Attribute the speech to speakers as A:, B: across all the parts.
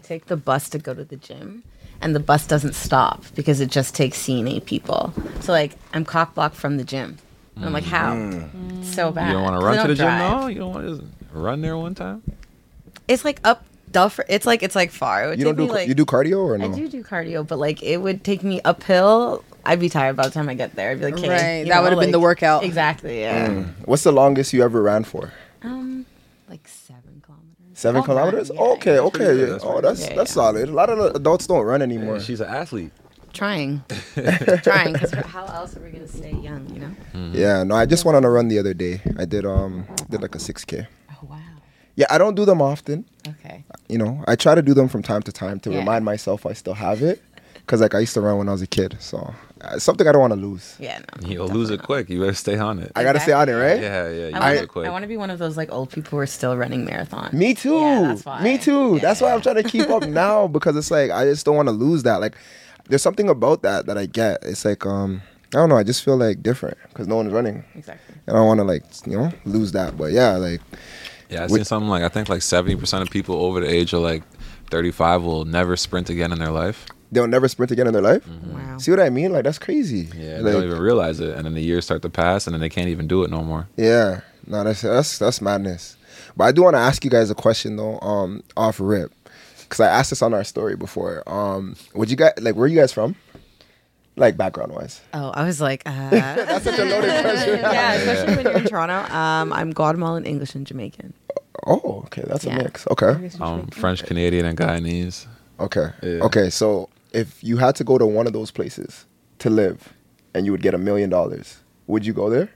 A: take the bus to go to the gym, and the bus doesn't stop because it just takes CNA people. So like I'm cock blocked from the gym. And I'm like, how?
B: Mm.
A: It's So bad.
C: You don't want
A: 'cause
C: to
A: I
C: run to the
A: don't
C: gym?
A: drive.
C: No, you don't want to run there one time.
A: It's like up Duffer. It's like it's like far. It would
D: You don't
A: take
D: do
A: me, like,
D: you do cardio or no?
A: I do do cardio, but like it would take me uphill. I'd be tired by the time I get there. I'd be like, okay,
B: Right,
A: you
B: that would've been the workout. Mm.
A: Exactly. Yeah.
D: What's the longest you ever ran for?
A: Um, like seven kilometers.
D: Seven
A: I'll run,
D: kilometers?
A: Oh, yeah,
D: okay,
A: yeah.
D: okay.
C: pretty good,
D: yeah.
C: that's
D: oh,
C: pretty
D: that's
A: good.
D: that's
A: Yeah, Mm-hmm.
D: solid. A lot of adults don't run anymore.
C: she's an athlete.
A: Trying, trying. Because how else are we gonna stay young? You know.
D: Yeah, no, I just went on a run the other day. I did um did like a six k.
A: Oh wow.
D: Yeah, I don't do them often.
A: Okay.
D: You know, I try to do them from time to time to
A: Yeah.
D: remind myself I still have it, because like I used to run when I was a kid. So uh, it's something I don't want to lose.
A: Yeah. No.
C: You'll lose it quick. You better stay on it.
D: I gotta stay on it, right?
C: yeah, yeah. You
A: I
C: lose it
A: want, to, I want to be one of those like old people who are still running marathons.
D: Me too.
A: Yeah, that's why.
D: Me too. That's why I'm trying to keep up now because it's like I just don't want to lose that. Like, there's something about that that I get. It's like um I don't know. I just feel like different because no one's running.
A: Exactly.
D: I don't want to like you know lose that. But yeah, like
C: Yeah, I
D: We-
C: seen something like I think like seventy percent of people over the age of like thirty-five will never sprint again in their life.
D: they'll never sprint again in their life.
A: Wow.
D: See what I mean? Like that's crazy.
C: Mm-hmm. Yeah, they don't
D: Like,
C: even realize it, and then the years start to pass, and then they can't even do it no more.
D: yeah. No, that's that's that's madness. But I do want to ask you guys a question though. Um, off rip, because I asked this on our story before. Um, would you guys like where you guys from? Like background wise.
A: Oh, I was like, uh,
D: That's such a loaded question.
A: yeah, especially when you're in Toronto. Um, I'm Guatemalan, English, and Jamaican.
D: Oh, okay. That's
A: Yeah.
D: a mix. Okay.
C: Um, French Canadian and Guyanese.
D: Okay.
C: Yeah.
D: Okay. So if you had to go to one of those places to live and you would get a million dollars, would you go there?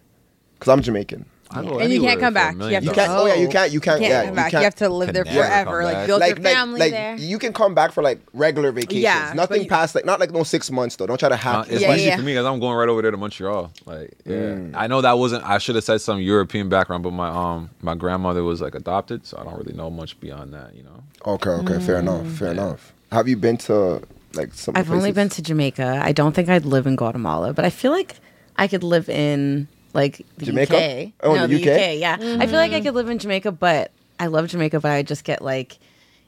D: Because I'm Jamaican.
C: I go
B: And you
C: anywhere
B: can't come
C: for a
B: back.
C: million
B: You have
D: You
B: No.
D: can't.
C: dollars.
D: Oh, yeah. You can't. You can't.
B: can't
D: yeah.
B: come
D: you
B: back. You,
D: can't-
B: have to live
C: Can
B: there
C: never come
B: forever. Like
C: back.
B: build
D: Like,
B: your
D: like,
B: family
D: like
B: there.
D: you can come back for like regular vacations.
B: Yeah, but
D: Nothing
B: you-
D: past like not like no six months though. Don't try to
C: Uh,
D: have.
C: it's
B: Yeah,
C: easy
B: yeah. Mm.
C: for me because I'm going right over there to Montreal. Like, yeah, I know that wasn't. I should have said some European background, but my um my grandmother was like adopted, so I don't really know much beyond that. You know,
D: Okay. Okay. Fair
B: Mm.
D: enough. Fair enough. Have you been to like some?
A: I've only been
D: places?
A: to Jamaica. I don't think I'd live in Guatemala, but I feel like I could live in like the
D: Jamaica?
A: UK.
D: Oh,
A: no,
D: in the
A: the
D: UK?
A: UK. Yeah, I feel like I could live in Jamaica, but I love Jamaica, but I just get like.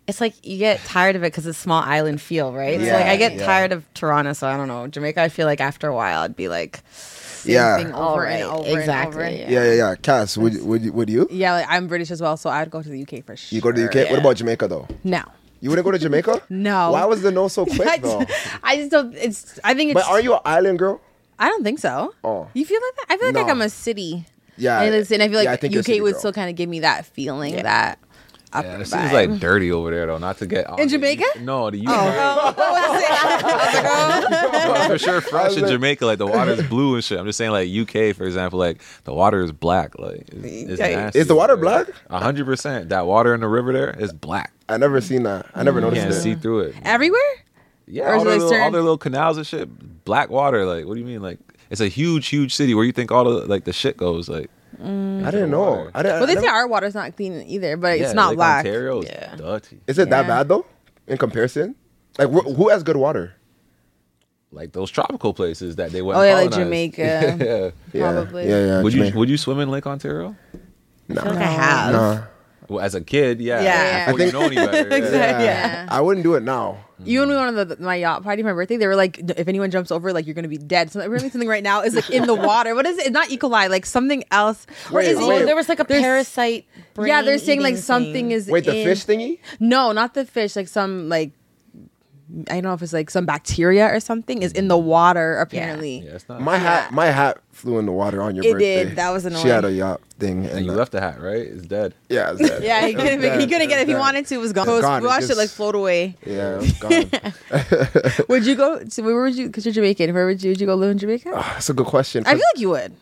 A: It's like you get tired of it because it's small island feel, right? so like
D: Yeah,
A: I get
D: yeah.
A: tired of Toronto, so I don't know Jamaica. I feel like after a while, I'd be like,
B: Thing
D: Yeah.
A: all
B: over
A: right,
B: and over
A: exactly.
B: and over.
D: Yeah. Yeah. Yeah. Cass, would would you, would you?
B: Yeah, like, I'm British as well, so I'd go to the UK for sure.
D: You go to the UK. What about Jamaica though?
B: No.
D: You wouldn't go to Jamaica?
B: No.
D: Why was the no so quick though?
B: I just don't. It's. I think it's.
D: But are you an island girl?
B: I don't think so.
D: Oh.
B: You feel like that? I feel like,
D: No.
B: like I'm a city.
D: Yeah,
B: And, it's, and I feel like
D: yeah, I think you're a
B: UK
D: city
B: would
D: girl.
B: still kind of give me that feeling that. Up
C: yeah,
B: yeah,
C: it seems like dirty over there though. Not to get
B: In Jamaica? Oh.
C: no, the UK.
A: Oh,
C: Well, for sure fresh in Jamaica. Like the water is blue and shit. I'm just saying, like UK, for example, like the water is black. Like it's, it's
A: Yeah.
C: nasty
D: Is the water
C: over there.
D: black?
C: A hundred percent. That water in the river there is black.
D: I never seen that. I never
C: You
D: noticed
C: can't
D: it.
C: see through it.
B: everywhere.
C: Yeah,
B: or
C: all
B: is it,
C: their,
B: like,
C: little, all
B: certain-
C: their little canals and shit. Black water. Like, what do you mean? Like, it's a huge, huge city where you think all the like the shit goes. Like,
D: I didn't know. I didn't.
B: Well,
D: I
B: they
D: never-
B: say our water's not clean either, but
C: yeah,
B: it's not
C: Lake
B: black.
C: Ontario is
A: Yeah.
C: dirty.
D: is it that
B: Yeah.
D: bad though? In comparison, like wh- who has good water?
C: Like those tropical places that they went.
B: Oh yeah, like
C: colonized.
B: Jamaica.
C: yeah.
D: Yeah,
B: Probably.
D: Yeah, yeah.
C: Would you
D: Jamaica.
C: would you swim in Lake Ontario?
A: I feel like I have.
D: Nah.
C: Well, as a kid, yeah.
B: Yeah.
C: Before
D: I
C: you know any better. yeah.
A: Exactly.
B: Yeah.
D: I wouldn't do it now.
B: You and me went on the, my yacht party for my birthday. They were like, "D- if anyone jumps over, like you're gonna be dead. So apparently something right now is like in the water. What is it? It's not E. coli, like something else. Or
D: Wait,
B: is
D: wait.
B: it?
A: there was like a
B: There's-
A: parasite.
B: yeah, they're saying like
A: brain-eating
B: something
A: thing.
B: is
D: Wait, the
B: in-
D: fish thingy?
B: No, not the fish. Like some like I don't know if it's like some bacteria or something is in the water apparently.
C: Yeah, it's not.
D: My hat, my hat flew in the water on your
B: It
D: birthday.
B: did. That was
D: She had
B: annoying.
D: a yacht thing, and,
C: and you
D: uh,
C: left the hat, right? It's dead.
D: Yeah, it's dead.
B: Yeah, he couldn't, make, he
D: Yeah,
B: couldn't get it if he
D: yeah.
B: wanted to. It was gone.
D: It's
B: So
D: gone,
B: gone.
D: it
B: Watched it,
D: just-
B: like float away.
D: Yeah, it's gone.
B: Would you go? So where would you? Because you're Jamaican. Where would you? Would you go live in Jamaica?
D: Ah, That's a good question.
B: I feel like you would.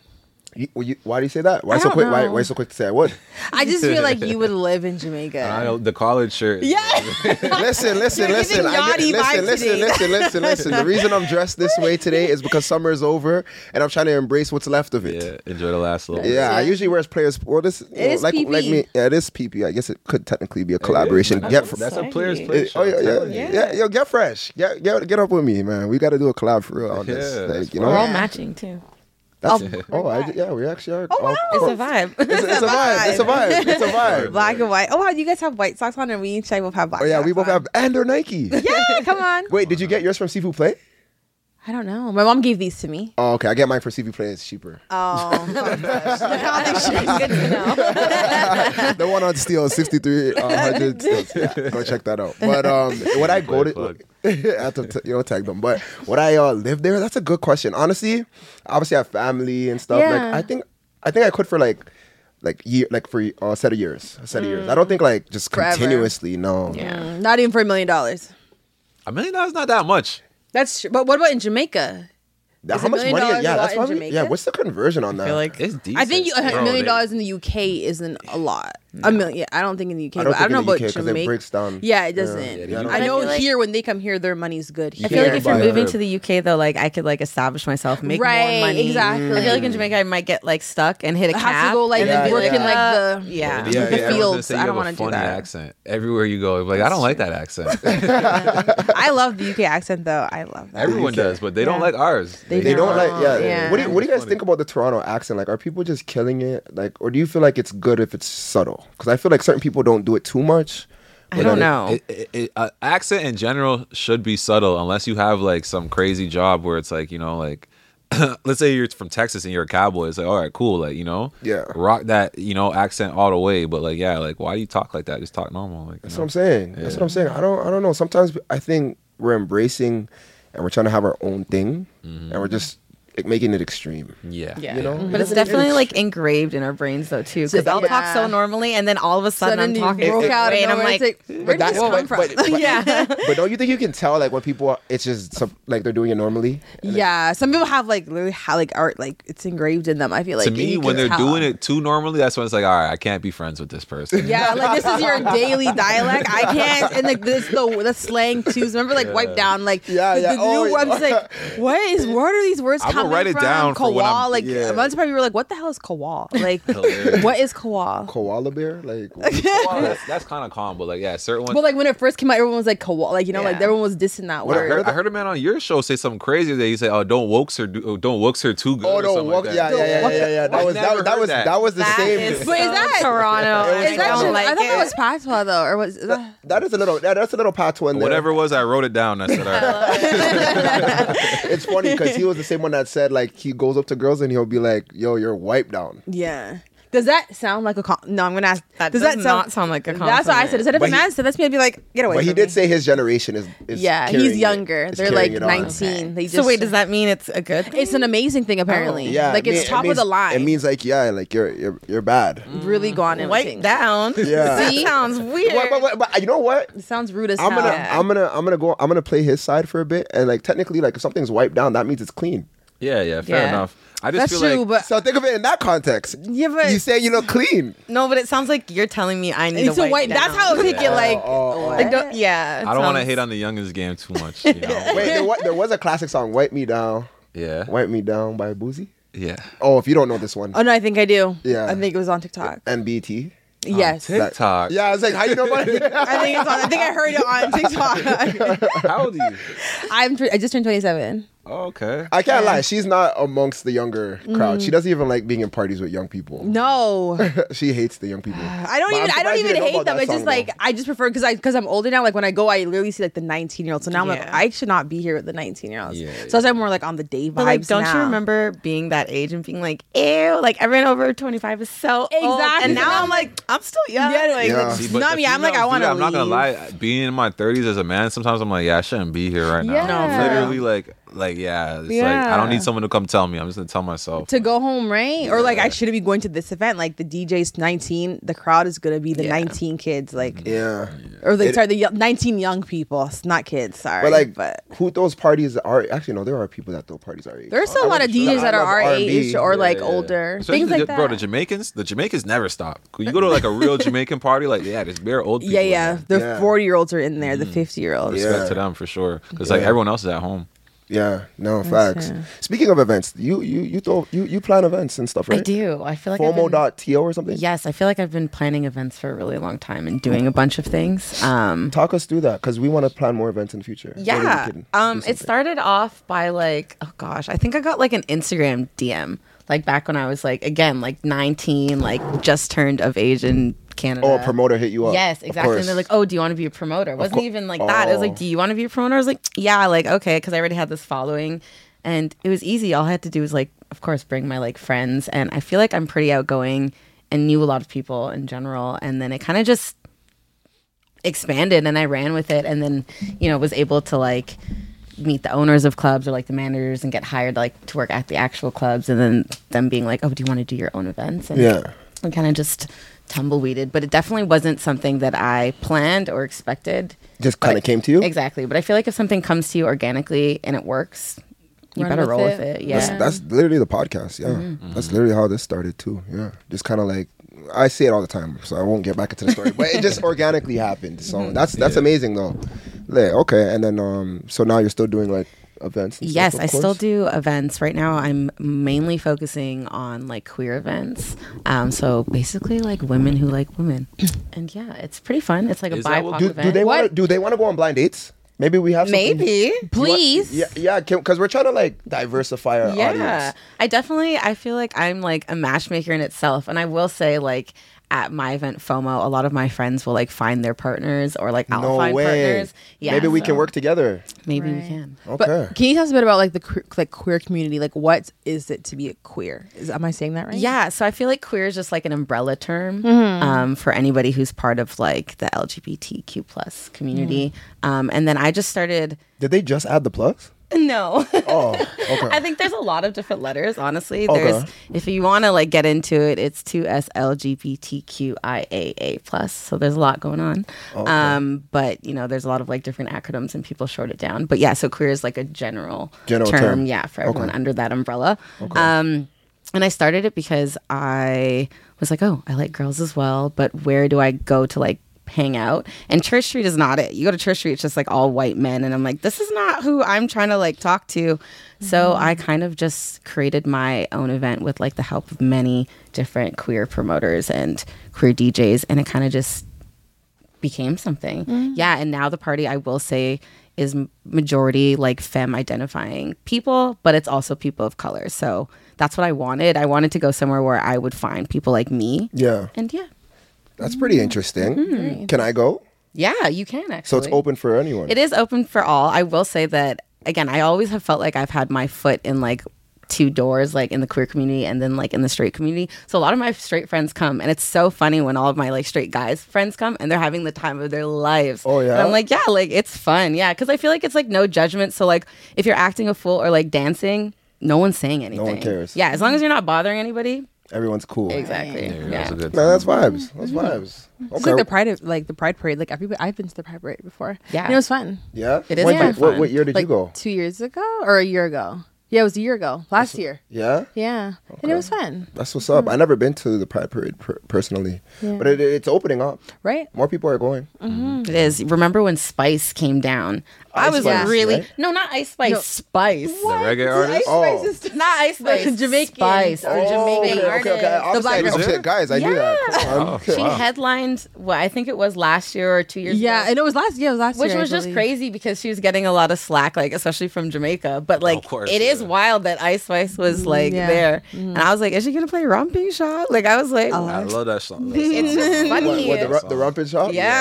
D: You- well, you- why do you say that? Why
B: I
D: so
B: don't
D: quick? Why,
B: know.
D: why so quick to say I would?
B: I just feel like you would live in
C: And I
B: Jamaica.
C: know the college shirt.
B: Yeah.
D: listen, listen,
B: You're
D: listen.
B: giving
D: I
B: yachty
D: did, listen,
B: vibes
D: listen,
B: today.
D: listen, listen, listen. The reason I'm dressed this way today is because summer is over and I'm trying to embrace what's left of it.
C: Yeah. Enjoy the last little.
D: Yeah, I usually wear players. Well, this you know,
B: is
D: like
B: PP.
D: like me. Yeah, it is PP. I guess it could technically be a collaboration.
C: That's,
D: Get
C: a-
D: fr-
C: that's a
A: Sorry.
C: player's
D: Eh,
C: play.
D: oh yeah, yeah, yeah, Yo, get fresh. Get, get get up with me, man. We got to do a collab for real on this.
C: Yeah,
D: Like,
C: that's
D: you
A: We're all
D: know,
A: matching too.
D: That's
B: Oh,
D: oh, I, yeah, we actually are.
B: Oh, wow.
A: It's a vibe.
D: It's, a- it's a vibe. It's a vibe. It's a vibe.
B: Black and white. Oh wow, you guys have white socks on, and we each I both have black.
D: Oh yeah,
B: socks
D: we both
B: on.
D: have, and they're Nike.
B: Yeah, come on.
D: Wait, did you get yours from Sifu Play?
B: I don't know. My mom gave these to me.
D: Oh, okay. I get mine from Sifu Play. It's cheaper.
B: Oh,
A: Good to know.
D: the one on steel, sixty three hundred. Go check that out. But um, would I go
C: Plug,
D: to? I have to t- you know tag them. But would I uh, live there? That's a good question. Honestly, obviously I have family and stuff.
B: Yeah.
D: Like I think I think I could for like like year like for a set of years, a set of years. I don't think like just
B: Mm. Forever.
D: continuously. No.
A: Yeah.
B: Mm, not even for a million dollars.
C: A million dollars not that much.
B: That's true. But what about in Jamaica?
D: That-
B: Is
D: how
B: a
D: much
B: million
D: money?
B: dollars
D: Yeah,
B: a lot
D: that's
B: in
D: probably. Yeah,
B: Jamaica?
D: what's the conversion on that?
A: I feel like
C: It's decent.
B: I think you, a
C: Bro,
B: million
C: they-
B: dollars in the UK isn't a lot. A million, yeah, I don't think in the UK.
D: I don't
B: but I
D: think
B: don't know
D: in the
B: about
D: UK 'cause it
B: Jamaica.
D: breaks down.
B: Yeah, it
D: Yeah.
B: doesn't.
C: Yeah, they don't-
B: I
C: I
B: know
A: feel like-
B: here when they come here, their money's good.
A: I
B: Here.
A: feel like if you're
D: Yeah.
A: moving to the UK though, like I could like establish myself, make
B: Right,
A: more money.
B: exactly.
A: I feel like in Jamaica I might get like stuck and hit a
B: I
A: cap.
B: have to go like
A: and then be
B: work in like the
A: yeah.
C: Yeah,
B: the
C: everyone's gonna
B: fields.
C: say you
B: I don't
C: have a
B: want to do
C: funny
B: that.
C: Accent everywhere you go, like I don't like that accent.
B: I love the UK accent though. I love that.
C: Everyone does, but they don't like ours.
D: They don't like, yeah.
B: Oh, Yeah.
D: What do you, What do you guys think about the Toronto accent? Like, are people just killing it? Like, or do you feel like it's good if it's subtle? Because I feel like certain people don't do it too much.
A: I don't know.
C: It, it, it, uh, accent in general should be subtle, unless you have like some crazy job where it's like you know, like let's say you're from Texas and you're a cowboy. It's like all right, cool, like you know,
D: Yeah.
C: rock that you know accent all the way. But like, yeah, like why do you talk like that? Just talk normal. Like, you
D: That's
C: know?
D: what I'm saying. That's what I'm saying. I don't. I don't know. Sometimes I think we're embracing, and we're trying to have our own thing, and we're just like, making it extreme.
C: Mm-hmm. yeah,
A: Yeah.
D: You know, It
A: But it's
D: doesn't
A: definitely
D: even-
A: like engraved in our brains though too. Because
B: So-
A: I'll talk so
B: yeah.
A: normally, and then all of a sudden,
B: Suddenly
A: I'm talking
B: broke
A: this
B: out
A: way,
B: and
A: and I'm
B: nowhere.
A: like,
B: It's like, where did this
D: that's-
B: come from?
D: but- but- but-
A: yeah.
D: But don't you think you can tell like when people are, it's just some, like they're doing it normally?
B: Yeah, some people have like literally ha- like art like it's engraved in them. I feel like
C: to
B: and
C: me,
B: you
C: when
B: can
C: they're
B: tell.
C: doing it too normally, that's when it's like, all right, I can't be friends with this person.
B: Yeah, like this is your daily dialect. I can't, and like this the the slang too. Remember, like wipe down, like
D: Yeah,
B: the,
D: yeah.
B: the
D: Oh,
B: new
D: yeah.
B: I'm just like, what is? Where are these words
C: I'm gonna
B: coming
C: write it
B: from?
C: down for when I'm-
B: Kowal, like
D: yeah.
B: a bunch of people were like, what the hell is kowal? Like,
C: Hilarious.
B: what is kowal?
D: Koala bear, like
C: Well, that's that's kind of calm, but like, yeah, certain ones.
B: But like when it first came out, everyone was like kowal. Like you know, like
A: Yeah.
B: everyone was dissing that
C: I heard,
B: word.
C: I heard a man on your show say something crazy today. He said, "Oh, don't wokes her, do, oh, don't wokes her too good."
D: oh
C: or
D: no,
C: something
D: walk,
C: like
D: yeah,
C: that.
D: yeah, yeah, yeah, yeah. That
C: I've
D: was
C: never
D: that, that
C: heard
D: was
C: that.
D: that was the
A: That
D: same.
A: is
B: But is
A: so
B: that-
A: Toronto?
D: It was
A: I
B: Is that
A: don't
B: just,
A: like
B: I thought it was
A: it.
B: patois though, or was is that?
D: That is a little. That, that's a little patois in there.
C: Whatever it was, I wrote it down. and I said, "All right."
D: It's funny because he was the same one that said like he goes up to girls and he'll be like, "Yo, you're wiped down."
B: Yeah. Does that sound like a com- no? I'm gonna ask.
A: That
B: does,
A: does
B: that
A: not sound like a
B: That's what I
A: compliment.
B: said. Is that if
D: But
B: a
D: he-
B: man said that to me, I'd be like, get away.
D: But he
B: from
D: did
B: me.
D: say his generation is. is
B: Yeah,
D: carrying
B: he's
D: it.
B: younger.
D: Is
B: They're like
D: carrying it on.
B: 19. They just
A: So wait, does that mean it's a good?
B: It's an amazing thing apparently.
A: Oh.
D: Yeah,
B: like
D: it
B: it's
D: mean- it
B: top of
D: means-
B: the line. Mm.
D: It means like yeah, like you're you're, you're bad.
B: really gone in
A: wipe Mm. down.
D: Yeah.
A: that sounds weird.
D: But, but, but, but you know what?
B: It sounds rude as
D: I'm
B: hell.
D: gonna I'm gonna I'm gonna go. I'm gonna play his side for a bit, and like technically, like if something's wiped down, that means it's clean.
C: "Yeah, yeah, fair
A: Yeah.
C: enough." I just
B: That's
C: feel
B: true,
C: like
B: but
D: So think of it in that context.
A: Yeah, but-
D: you say you know clean.
A: No, but it sounds like you're telling me I need
B: it's
A: to
B: a
A: wipe.
B: white.
A: down.
B: That's how I take it. Like,
D: Oh.
A: Like, don't, yeah.
C: I don't want to
A: sounds-
C: hate on the youngest game too much. You know?
D: Wait, there was, there was a classic song, "Wipe Me Down."
C: yeah,
D: Wipe Me Down by Boozy.
C: yeah.
D: Oh, if you don't know this one,
B: oh no, I think I do.
D: Yeah.
B: I think it was on TikTok.
D: NBT.
B: yes, I
C: TikTok.
D: Yeah, I was like, how you know about it?
B: think it's on. I think I heard it on TikTok.
C: How old are you?
B: I'm. tr- I just turned 27.
C: Oh, okay.
D: I can't lie. She's not amongst the younger crowd.
A: Mm.
D: She doesn't even like being in parties with young people.
B: No,
D: she hates the young people.
B: I
D: But I'm
B: don't even. I
D: surprised
B: don't
D: you
B: even
D: didn't know
B: hate
D: about
B: them.
D: that
B: It's just
D: song,
B: like
D: though.
B: I just prefer because I because I'm older now. Like when I go, I literally see like the 19 year olds. So now I'm like,
A: Yeah.
B: I should not be here with the 19 year olds.
C: Yeah,
B: so I'm more like on the day vibes.
A: But like, don't you
B: now.
A: remember being that age and being like, "Ew!" Like everyone over twenty five is so old.
B: Exactly.
A: And now I'm like, I'm still young.
B: Yeah,
A: like,
D: Yeah.
A: like,
D: See,
C: but
B: Not
C: the
B: me, I'm like,
C: females
B: I
C: do
B: wanna
C: that. I'm not gonna
B: leave.
C: lie. Being in my 30s as a man, sometimes I'm like, yeah, I shouldn't be here right now.
B: Yeah. No, for
C: literally, like, like, yeah, it's like I
B: Yeah.
C: don't need someone to come tell me. I'm just gonna tell myself.
B: to go home, right? Or like I shouldn't be going to this event. Like the DJ's 19, the crowd is gonna be the
A: Yeah.
B: 19 kids, like
D: Yeah.
B: or like
D: It-
B: sorry, the yo- 19 young people, s- not kids. Sorry,
D: But like,
B: but
D: who throws parties are actually no. There are people that throw parties our age.
B: there's still
D: I
B: a lot
D: love-
B: of DJs that
D: I
B: are
D: love
B: our
D: R&B.
B: age or
C: Yeah,
B: like
C: yeah, yeah.
B: older,
C: Especially
B: things
C: the-
B: like that.
C: Bro, the Jamaicans, the Jamaicans never stop. You go to like a real Jamaican party, like yeah, there's bare old people.
B: yeah,
C: in
B: yeah, Mm.
C: there.
B: the
D: Yeah.
B: 40 year olds are in there, the 50 year olds.
D: Yeah.
C: Respect to them for sure, because like
D: Yeah.
C: everyone else is at home.
D: Yeah. No facts.
B: yeah.
D: Speaking of events, you you you throw you you plan events and stuff, right?
A: I do. I feel like I've been-
D: Fomo.to or something.
A: Yes, I feel like I've been planning events for a really long time and doing a bunch of things. Um,
D: Talk us through that because we want to plan more events in the future. Maybe we
A: yeah,
D: can do
A: um,
D: something.
A: it started off by like, oh gosh, I think I got like an Instagram DM like back when I was like again like 19, like just turned of age in Canada.
D: Oh, a promoter hit you up.
A: Yes,
D: Of
A: exactly. And they're
D: course.
A: like, "Oh, do you want to be a promoter?" It wasn't
D: cour-
A: even like that. It was
D: Oh.
A: like, "Do you want to be a promoter?" I was like, "Yeah." Like, okay, because I already had this following, and it was easy. All I had to do was like, of course, bring my like friends, and I feel like I'm pretty outgoing and knew a lot of people in general. And then it kind of just expanded, and I ran with it, and then you know was able to like meet the owners of clubs or like the managers and get hired like to work at the actual clubs and then them being like oh do you want to do your own events and
D: Yeah.
A: and kind of just tumbleweeded. But it definitely wasn't something that I planned or expected.
D: Just kinda
A: But-
D: came to you?
A: Exactly. But I feel like if something comes to you organically and it works, you
B: Run
A: better
B: with
A: roll with
B: it.
A: it. Yeah.
D: That's, that's literally the podcast. Yeah,
A: Mm-hmm.
D: that's literally how this started too. Yeah, just kind of like I say it all the time, so I won't get back into the story. but it just organically happened. So that's that's amazing though. Like, okay, and then um, so now you're still doing like events. and stuff,
A: Yes,
D: of
A: I still
D: course?
A: do events. Right now, I'm mainly focusing on like queer events. Um, so basically, like women who like women, and yeah, it's pretty fun. It's like a
C: Is that
A: BIPOC
C: what-
D: Do,
A: event.
D: do they want to do they want to go on blind dates? Maybe we have something-
A: Maybe.
D: You want-
B: Please.
D: yeah, yeah, because we're trying to like diversify our
A: yeah
D: audience.
A: i definitely i feel like i'm like a matchmaker in itself and i will say like at my event fomo a lot of my friends will like find their partners or like i'll
D: No
A: find
D: way.
A: partners yeah
D: Maybe we
A: so
D: can work together.
A: maybe we
B: Right.
A: can
D: Okay.
B: But can you tell us a bit about like the que- like queer community? Like, what is it to be a queer? Is, am I saying that right?
A: Yeah, so I feel like queer is just like an umbrella term um, for anybody who's part of like the LGBTQ plus community. Um, and then I just started.
D: Did they just add the plus?
A: No,
D: Oh, okay.
A: I think there's a lot of different letters. Honestly,
D: Okay.
A: there's if you want to like get into it, it's two S L G B T Q I A A plus. So there's a lot going on. Um, but you know, there's a lot of like different acronyms and people short it down. But yeah, so queer is like a general
D: General
A: term,
D: term.
A: yeah, for everyone under that umbrella. Um, and I started it because I was like, oh, I like girls as well, but where do I go to like hang out? And Church Street is not it. You go to Church Street, it's just like all white men, and I'm like, this is not who I'm trying to like talk to. So I kind of just created my own event with like the help of many different queer promoters and queer DJs, and it kind of just became something. Yeah, and now the party I will say is m- majority like femme identifying people, but it's also people of color. So that's what I wanted. I wanted to go somewhere where I would find people like me.
D: Yeah,
A: And yeah.
D: that's pretty interesting.
A: Mm-hmm.
D: Can I go?
A: Yeah, you can actually.
D: So it's open for anyone.
A: It is open for all. I will say that again, I always have felt like I've had my foot in like two doors like in the queer community and then like in the straight community. So a lot of my straight friends come and it's so funny when all of my like straight guys friends come and they're having the time of their lives.
D: Oh, yeah?
A: And I'm like, yeah, like it's fun. Yeah, cuz I feel like it's like no judgment. So like if you're acting a fool or like dancing, no one's saying anything.
D: cares.
A: Yeah, as long as you're not bothering anybody.
D: Everyone's cool.
A: Exactly. Mm-hmm.
C: Yeah,
A: Yeah.
C: that's a good
D: Man, that's vibes. That's vibes. Okay.
B: It's like the pride of like the pride parade. Like everybody, I've been to the pride parade before.
A: Yeah.
B: and it was fun.
D: yeah.
A: It is
D: When-
A: kinda
D: What,
A: fun.
D: what year did
B: like
D: you go?
B: two years ago or a year ago? Yeah, it was a year ago. Last year.
D: Yeah.
B: Yeah, and it was fun,
D: That's what's up. I
A: Mm-hmm.
D: never been to the Pride Parade per- personally,
B: Yeah.
D: but it, it's opening up.
B: right?
D: More people are going.
A: It is. Remember when Spice came down? I
D: Ice
A: was
D: Spice,
A: really
D: right?
A: no, not Ice Spice.
B: No.
A: Spice.
C: The reggae artist?
D: Oh.
A: Not Ice Spice.
B: Jamaican.
A: Spice or Jamaican
D: okay, okay, okay.
A: artist.
D: Obviously,
B: black
D: I-
B: girl.
D: obviously, guys, I knew that. Come on.
A: She headlined what I think it was last year or two years
B: Yeah,
A: ago.
B: and it was last. Yeah, it was last
A: Which
B: year. I
A: was just
B: believe.
A: crazy because she was getting a lot of slack, like especially from Jamaica. But like,
C: course,
A: it is
C: yeah.
A: wild that Ice Spice was like
B: Mm, yeah. Mm-hmm.
A: there, and I was like, "Is she gonna play Romping Shot?" Like, I was like,
C: I love that song. That
A: It's
C: song.
A: just
D: What,
A: funny.
D: what, the, ru- the rumpet shop?
A: yeah.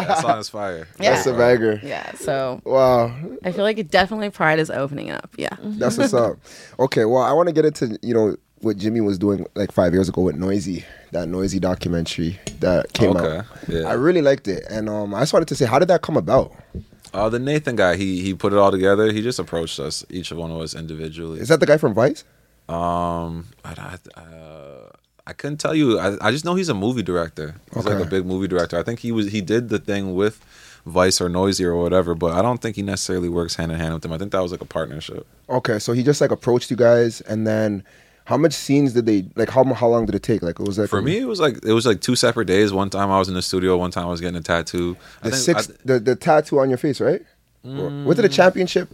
C: Yeah, that song is fire.
A: Yeah.
D: That's a bagger.
A: yeah." So
D: Wow.
A: I feel like it definitely Pride is opening up. Yeah.
B: Mm-hmm.
D: That's what's up. Okay, well, I want to get into you know what Jimmy was doing like five years ago with Noisy, that Noisy documentary that came
C: Okay,
D: out.
C: yeah.
D: I really liked it, and um, I just wanted to say, how did that come about?
C: Uh, the Nathan guy, he he put it all together. He just approached us, each one of us individually.
D: Is that the guy from Vice?
C: Um, I, I, uh, I couldn't tell you. I, I just know he's a movie director. He's
D: Okay.
C: like a big movie director. I think he was he did the thing with Vice or Noisy or whatever, but I don't think he necessarily works hand in hand with them. I think that was like a partnership.
D: Okay, so he just like approached you guys, and then how much scenes did they like? How mu- how long did it take? Like it was like
C: For me, it was like it was like two separate days. One time I was in the studio. One time I was getting a tattoo. I
D: the
C: think- I- Mm.
D: six the, the tattoo on your face, right? Was it a championship?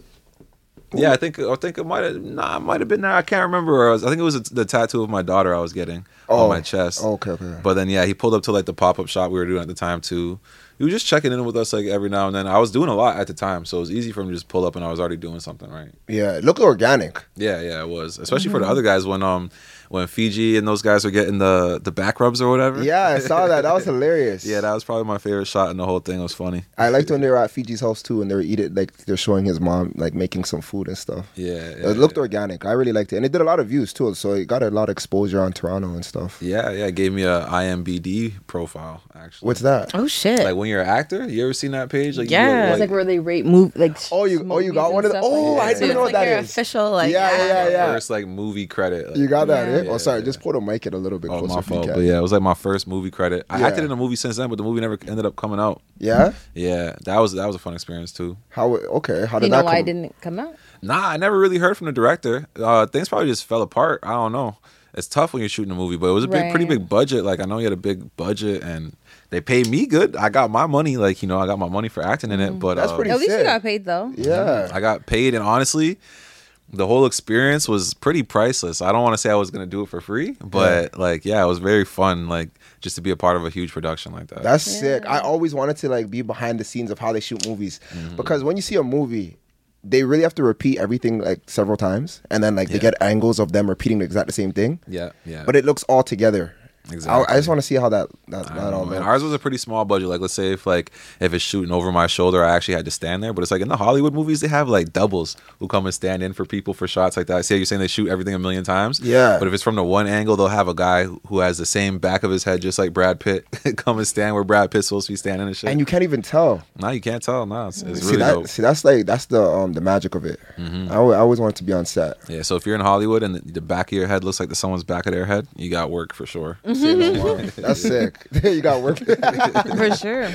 C: yeah, I think I think it might have nah, it might have been there. I can't remember. I, was, I think it was the tattoo of my daughter I was getting
D: Oh.
C: on my chest.
D: Okay, okay.
C: But then yeah, he pulled up to like the pop up shop we were doing at the time too. He was just checking in with us like every now and then. I was doing a lot at the time, so it was easy for him to just pull up and I was already doing something right.
D: Yeah, it looked organic. Mm-hmm.
C: Yeah, yeah, it was. Especially for the other guys when um when Fiji and those guys were getting the the back rubs or whatever.
D: Yeah, I saw that. That was hilarious.
C: yeah, that was probably my favorite shot in the whole thing. It was funny.
D: I liked when they were at Fiji's house too, and they were eating like they're showing his mom like making some food and stuff.
C: Yeah, yeah,
D: it looked
C: yeah.
D: organic. I really liked it, and it did a lot of views too, so it got a lot of exposure on Toronto and stuff.
C: Yeah, yeah. It gave me a IMBD profile actually.
D: What's that?
A: Oh shit.
C: like when you're an actor? You ever seen that page? Like you
A: Yeah.
C: look
A: It's
B: It's like where they rate move like.
D: Oh, you- oh, you got one of the- oh, I didn't
A: it's
D: know
A: like
D: what that
A: your
D: is.
A: official like
D: Yeah, yeah, yeah.
C: like first like movie credit. like-
D: You got that?
A: Yeah.
D: eh? Oh, sorry. Just pull the mic in a little bit
C: Oh,
D: closer.
C: my
D: if you
C: fault.
D: can.
C: But yeah, it was like my first movie credit. I
D: Yeah.
C: acted in a movie since then, but the movie never ended up coming out.
D: Yeah?
C: Yeah, that was that was a fun experience too.
D: How? Okay. How
B: Do
D: did
B: you know
D: that
B: why it
D: come?
B: didn't come out?
C: Nah, I never really heard from the director. Uh, things probably just fell apart. I don't know. It's tough when you're shooting a movie, but it was a big, pretty
B: Right.
C: big budget. Like I know he had a big budget, and they paid me good. I got my money. Like you know, I got my money for acting in it. But
D: That's
C: uh,
D: pretty
B: At least
D: said.
B: you got paid though.
D: Yeah.
C: I got paid, and honestly, the whole experience was pretty priceless. I don't want to say I was gonna do it for free, but like, yeah, it was very fun. Like just to be a part of a huge production like that.
D: That's sick. I always wanted to like be behind the scenes of how they shoot movies
C: Mm-hmm.
D: because when you see a movie, they really have to repeat everything like several times, and then like they
C: Yeah.
D: get angles of them repeating the exact same thing.
C: yeah, yeah.
D: But it looks all together. I, I
C: Exactly.
D: just want to see how that that,
C: I don't
D: that all
C: know, man.
D: looks.
C: Ours was a pretty small budget. Like, let's say if like if it's shooting over my shoulder, I actually had to stand there. But it's like in the Hollywood movies, they have like doubles who come and stand in for people for shots like that. I see you're saying they shoot everything a million times.
D: Yeah.
C: But if it's from the one angle, they'll have a guy who- who has the same back of his head, just like Brad Pitt, come and stand where Brad Pitt's supposed to be standing and shit.
D: and you can't even tell.
C: no, you can't tell. No, it's, it's
D: see
C: really
D: that?
C: dope. Mm-hmm.
D: See that's like that's the um the magic of it. I, always, I always wanted to be on set.
C: Yeah. So if you're in Hollywood and the, the back of your head looks like the someone's back of their head, you got work for sure.
D: Say no more. That's sick. you got work.
B: For sure.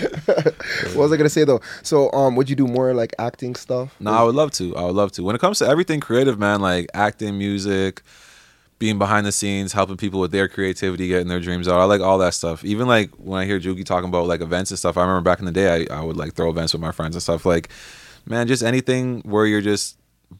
D: what was I gonna say though? So um, would you do more like acting stuff?
C: No, I would love to. I would love to. When it comes to everything creative, man, like acting, music, being behind the scenes, helping people with their creativity, getting their dreams out. I like all that stuff. Even like when I hear Juki talking about like events and stuff, I remember back in the day, I, I would like throw events with my friends and stuff. Like, man, just anything where you're just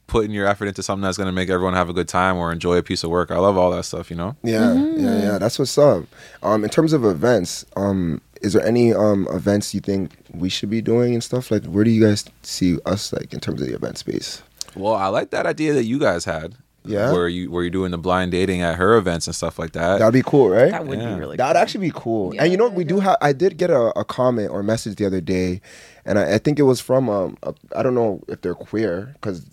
C: putting your effort into something that's going to make everyone have a good time or enjoy a piece of work. I love all that stuff, you know?
D: Yeah, yeah,
A: Mm-hmm.
D: yeah. That's what's up. Um, in terms of events, um, is there any um events you think we should be doing and stuff? Like, where do you guys see us like in terms of the event space?
C: Well, I like that idea that you guys had.
D: Yeah.
C: Where you where you're doing the blind dating at her events and stuff like that.
D: That'd be cool, right?
A: that would
C: Yeah.
A: be really
D: That'd
A: cool.
D: actually be cool. and you know, what? we do have. I did get a, a comment or message the other day, and I, I think it was from um. A, I don't know if they're queer because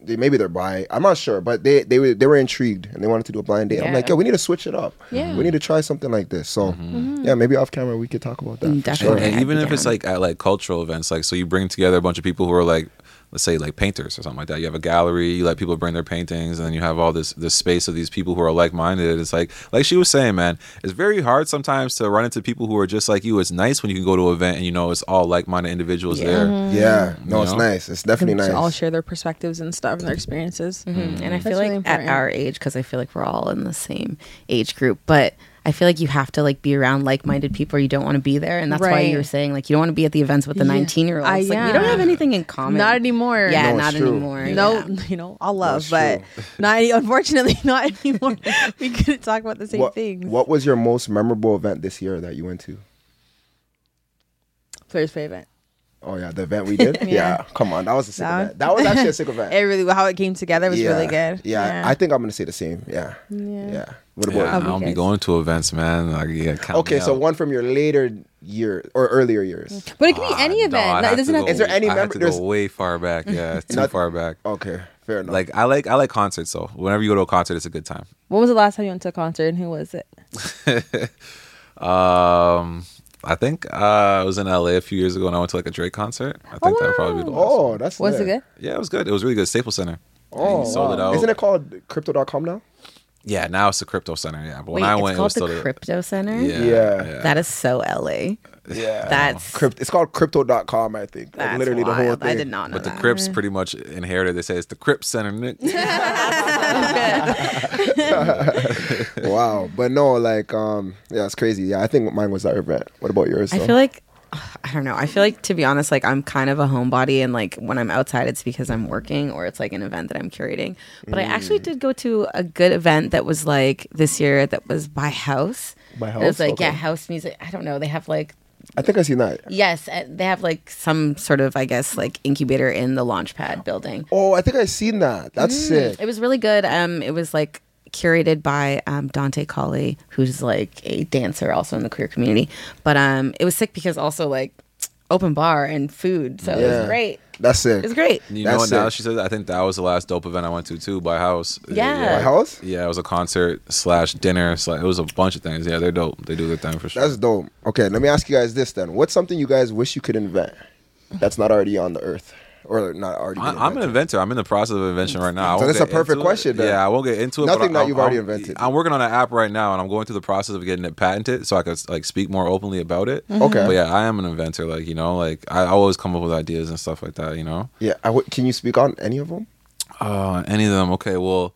D: they maybe they're bi. I'm not sure, but they they were they were intrigued and they wanted to do a blind date. I'm
A: Yeah.
D: like, yo, we need to switch it up.
B: Yeah.
D: we need to try something like this. So yeah, maybe off camera we could talk about that.
A: Mm-hmm. Mm,
D: for
A: definitely. I'd
D: sure.
C: And
A: be
C: even if it's
A: down.
C: like at like cultural events, like so you bring together a bunch of people who are like, let's say like painters or something like that. You have a gallery, you let people bring their paintings, and then you have all this this space of these people who are like minded. It's like like she was saying, man, it's very hard sometimes to run into people who are just like you. It's nice when you can go to an event and you know it's all like minded individuals there.
D: Mm-hmm. Yeah, no, it's
C: know?
D: nice. It's definitely nice.
B: To Mm-hmm. all share their perspectives and stuff and their experiences.
A: Mm-hmm. And I feel
B: That's
A: like
B: really
A: at
B: important.
A: our age, because I feel like we're all in the same age group, but I feel like you have to like be around like-minded people. Or you don't want to be there, and that's why you
B: Right.
A: were saying like you don't want to be at the events with the
B: Yeah.
A: nineteen-year-olds.
B: I-
A: Like we
B: yeah.
A: don't have anything in common.
B: Not anymore.
A: Yeah,
D: No, it's
A: not
D: true.
A: anymore.
B: No,
A: yeah.
B: you know, all love,
D: That's
B: but not any, unfortunately not anymore. we couldn't talk about the same
D: what,
B: things.
D: what was your most memorable event this year that you went to?
B: First favorite.
D: Oh yeah, the event we did. yeah. come on, that was a sick
B: That-
D: event. That was actually a sick event.
B: It really how it came together was really good.
D: Yeah, I think I'm gonna say the same. Yeah.
B: Yeah.
D: Yeah. What
C: Yeah, I
D: about?
B: Okay.
C: don't be
B: guys.
C: going to events, man. Like, yeah, count me
D: Okay, so
C: out.
D: one from your later year or earlier years.
B: but it could be
C: Ah,
B: any
C: no,
B: event.
C: I'd
B: Like,
C: have
B: it doesn't
C: to
B: have
C: go-
D: Is there any
C: I'd have
D: member-
C: to
D: there's-
C: go way far back. Yeah, too
D: Not- Oh,
C: far back.
D: Okay, fair enough.
C: Like I like I like concerts though. Whenever you go to a concert, it's a good time.
B: What was the last time you went to a concert and who was it?
C: Um, I think uh, I was in LA a few years ago and I went to like a Drake concert. I think that would probably be the last.
D: oh, that's
B: Was
D: lit.
B: it good?
C: Yeah, it was good. It was really good. Staples Center.
D: Oh,
C: And he sold it
D: wow.
C: out.
D: Isn't it called Crypto.com now?
C: Yeah, now it's the Crypto Center. Yeah, but when
A: Wait,
C: I
A: it's
C: went, it
A: called
C: was still
A: the
C: the-
A: Crypto Center.
C: Yeah, Uh,
D: Yeah.
C: yeah.
A: That is so LA.
D: Yeah.
A: That's
D: Crypt. It's called Crypto.com, I think. Like,
A: that's
D: literally the whole
A: wild.
D: thing.
A: I did not know
C: But the
A: that.
C: Crips pretty much inherited. They say it's the Crip Center. Nick.
D: Wow, but no, like, um, yeah, it's crazy. Yeah, I think mine was that event. What about yours?
A: I
D: though?
A: feel like I don't know. I feel like to be honest, like I'm kind of a homebody, and like when I'm outside, it's because I'm working or it's like an event that I'm curating. But I
D: Mm.
A: actually did go to a good event that was like this year that was by House.
D: By
A: it was
D: House?
A: like yeah,
D: Okay.
A: house music. I don't know. They have like
D: I think I seen that.
A: yes, uh, they have like some sort of I guess like incubator in the Launchpad building. Mm.
D: Oh, I think I seen that. That's sick.
A: It was really good. Um, it was like curated by um, Dante Colley, who's like a dancer also in the queer community. But um, it was sick because also like open bar and food, so it
D: Yeah.
A: was great.
D: That's it.
A: It was great.
C: You know
D: That's
C: what? Now
D: it.
C: she says, I think that was the last dope event I went to too by House.
A: Yeah.
D: My house?
C: Yeah, it was a concert slash dinner. Slash, it was a bunch of things. Yeah, they're dope. They do their thing for sure.
D: That's dope. Okay, let me ask you guys this then. What's something you guys wish you could invent that's not already on the earth? Or not already. been
C: I, am an
D: invented?
C: inventor. I'm in the process of invention right now. I
D: So
C: won't
D: that's a
C: get
D: perfect
C: into it.
D: question, then.
C: Yeah, I won't get into it.
D: Nothing
C: but
D: that
C: I-
D: you've
C: I'm-
D: already
C: I'm-
D: invented.
C: I'm working on an app right now, and I'm going through the process of getting it patented, so I could like speak more openly about it.
D: Okay.
C: But yeah, I am an inventor. Like you know, like I always come up with ideas and stuff like that. You know.
D: Yeah. I w- can you speak on any of them?
C: Uh, any of them? Okay. Well,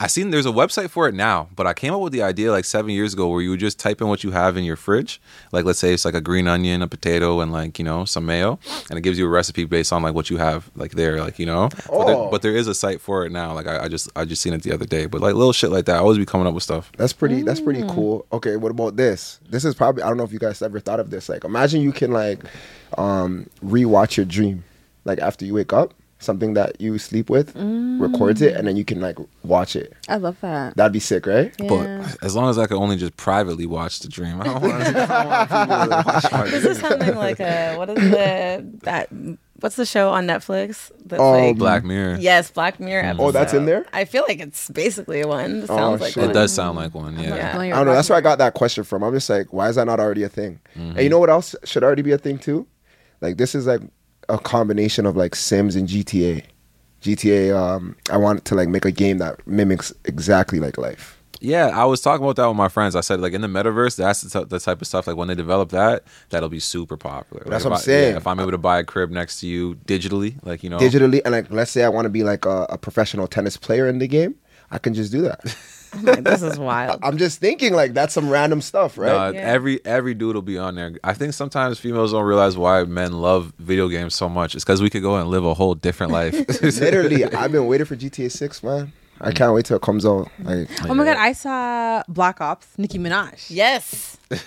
C: I seen there's a website for it now, but I came up with the idea like seven years ago, where you would just type in what you have in your fridge. Like, let's say it's like a green onion, a potato, and like you know some mayo, and it gives you a recipe based on like what you have like there, like you know. But, there,
D: Oh.
C: but there is a site for it now. Like I, I just I just seen it the other day. But like little shit like that, I always be coming up with stuff.
D: That's pretty. That's pretty cool. Okay, what about this? This is probably. I don't know if you guys ever thought of this. Like, imagine you can like um rewatch your dream, like after you wake up, something that you sleep with, records it, and then you can like watch it.
B: I love that.
D: That'd be sick, right?
B: Yeah.
C: But as long as I could only just privately watch the dream, I don't want, I don't want people to watch my
A: This is
C: dream.
A: something like a what is the that what's the show on Netflix? That's
D: Oh,
A: like
C: Black Mirror.
A: Yes, Black Mirror episode.
D: Oh, that's in there?
A: I feel like it's basically one. Sounds
D: Oh,
A: like
D: shit.
C: It
A: one.
C: does sound like one.
A: Yeah.
D: I don't know. That's where I got that question from. I'm just like, why is that not already a thing? And you know what else should already be a thing too? Like, this is like a combination of like Sims and GTA. GTA. Um, I wanted to like make a game that mimics exactly like life.
C: Yeah, I was talking about that with my friends. I said like in the metaverse, that's the, t- the type of stuff like when they develop that, that'll be super popular.
D: That's
C: Like, if
D: what I'm
C: I- yeah,
D: saying.
C: if I'm able to buy a crib next to you digitally, like you know,
D: digitally and like let's say i want to be like a, a professional tennis player in the game i can just do that
A: Like, this is wild.
D: i'm just thinking like that's some random stuff
C: uh,
D: right
C: every every dude will be on there. I think sometimes females don't realize why men love video games so much. It's because we could go and live a whole different life.
D: literally i've been waiting for gta 6 man
C: Mm.
D: i can't wait till it comes out like
B: Oh my god, I saw Black Ops, Nicki Minaj.
A: Yes. That's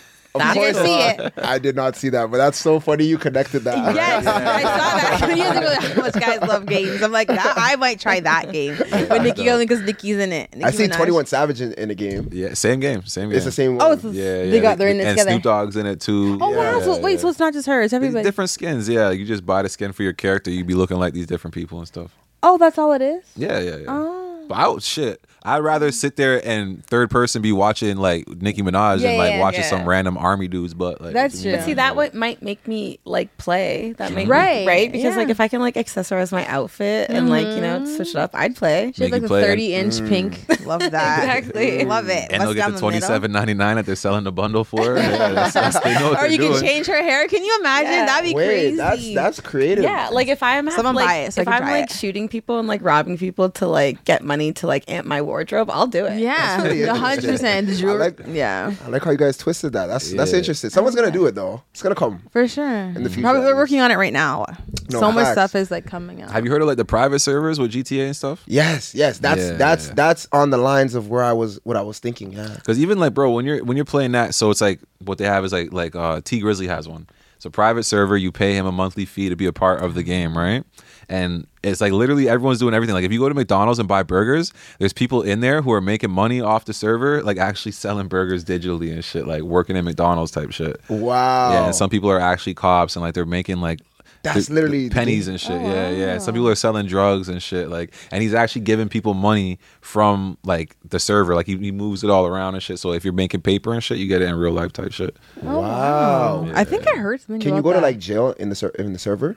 B: course.
A: cool.
B: see it.
D: i did not see that but that's so funny you connected that
B: Yes, I saw that. You guys are like, how much guys love games. I'm like, that, I might try that game. But Nikki only because Nikki's in it.
D: i
B: Nicki
D: see
B: Minaj.
D: 21 savage in, in the game
C: yeah, same game, same game.
D: it's the same
B: Oh,
D: one.
B: it's the-
C: Yeah, yeah.
B: They got- they're in it
C: and
B: together.
C: Snoop Dogg's in it too.
B: Oh
C: Yeah,
B: wow! So
C: yeah,
B: wait,
C: yeah.
B: so it's not just her;
C: It's
B: it's everybody.
C: different skins. Yeah, you just buy the skin for your character. You be looking like these different people and stuff.
B: Oh, that's all it is.
C: Yeah, yeah, yeah.
B: Oh.
C: But I would shit. I'd
B: Mm-hmm.
C: rather sit there and third person be watching like Nicki Minaj
B: Yeah,
C: and like
B: yeah,
C: watching
B: yeah.
C: some random army dudes. But like,
B: That's
C: you know,
B: true.
A: See that what might make me like play that make
B: Right,
A: me, right because like
B: yeah.
A: if I can like accessorize my outfit and like you know switch it up I'd play
B: She
C: Nikki
B: has like a
C: play- Mm.
B: 30 inch pink. Love that.
A: Exactly.
B: Love it.
C: And
B: Bust
C: they'll get
B: down
C: the twenty
B: middle.
C: seven ninety nine that they're selling the bundle for. Yeah, that's, that's, they know what
B: Or
C: they're
B: you
C: doing.
B: can change her hair. Can you imagine?
A: Yeah.
B: That'd be
D: wait
B: crazy.
D: that's that's creative
A: yeah like if I'm have,
B: Someone
A: like,
B: buy it so I
A: if
B: can
A: I'm
B: try
A: like
B: it.
A: shooting people and like robbing people to like get money to like amp my wardrobe I'll do it
B: yeah,
D: really
B: a hundred percent. The jewelry,
D: like-
B: yeah,
D: i like how you guys twisted that that's that's
C: Yeah.
D: interesting someone's gonna do it though it's gonna come
B: for sure. In
D: the future,
B: probably
D: at
B: we're
D: least.
B: working on it right now.
D: No,
B: so much
D: facts.
B: stuff is like coming out.
C: Have you heard of like the private servers with GTA and stuff?
D: yes yes that's
C: Yeah.
D: that's that's on the lines of where i was what i was thinking yeah
C: Because even like, bro, when you're when you're playing that, so it's like what they have is like like uh, T Grizzly has one. So private server, you pay him a monthly fee to be a part of the game, right? And it's like literally everyone's doing everything. Like if you go to McDonald's and buy burgers, there's people in there who are making money off the server, like actually selling burgers digitally and shit, like working at McDonald's type shit.
D: wow
C: Yeah, and some people are actually cops and like they're making like
D: That's
C: the- Oh,
D: literally the
C: pennies
D: thing.
C: and shit. yeah, yeah. Some people are selling drugs and shit. Like, and he's actually giving people money from like the server. Like he, he moves it all around and shit. So if you're making paper and shit, you get it in real life type shit.
D: wow
B: Oh, I think I heard something.
D: Can you
B: about
D: go to
B: that.
D: like jail in the ser- in the server,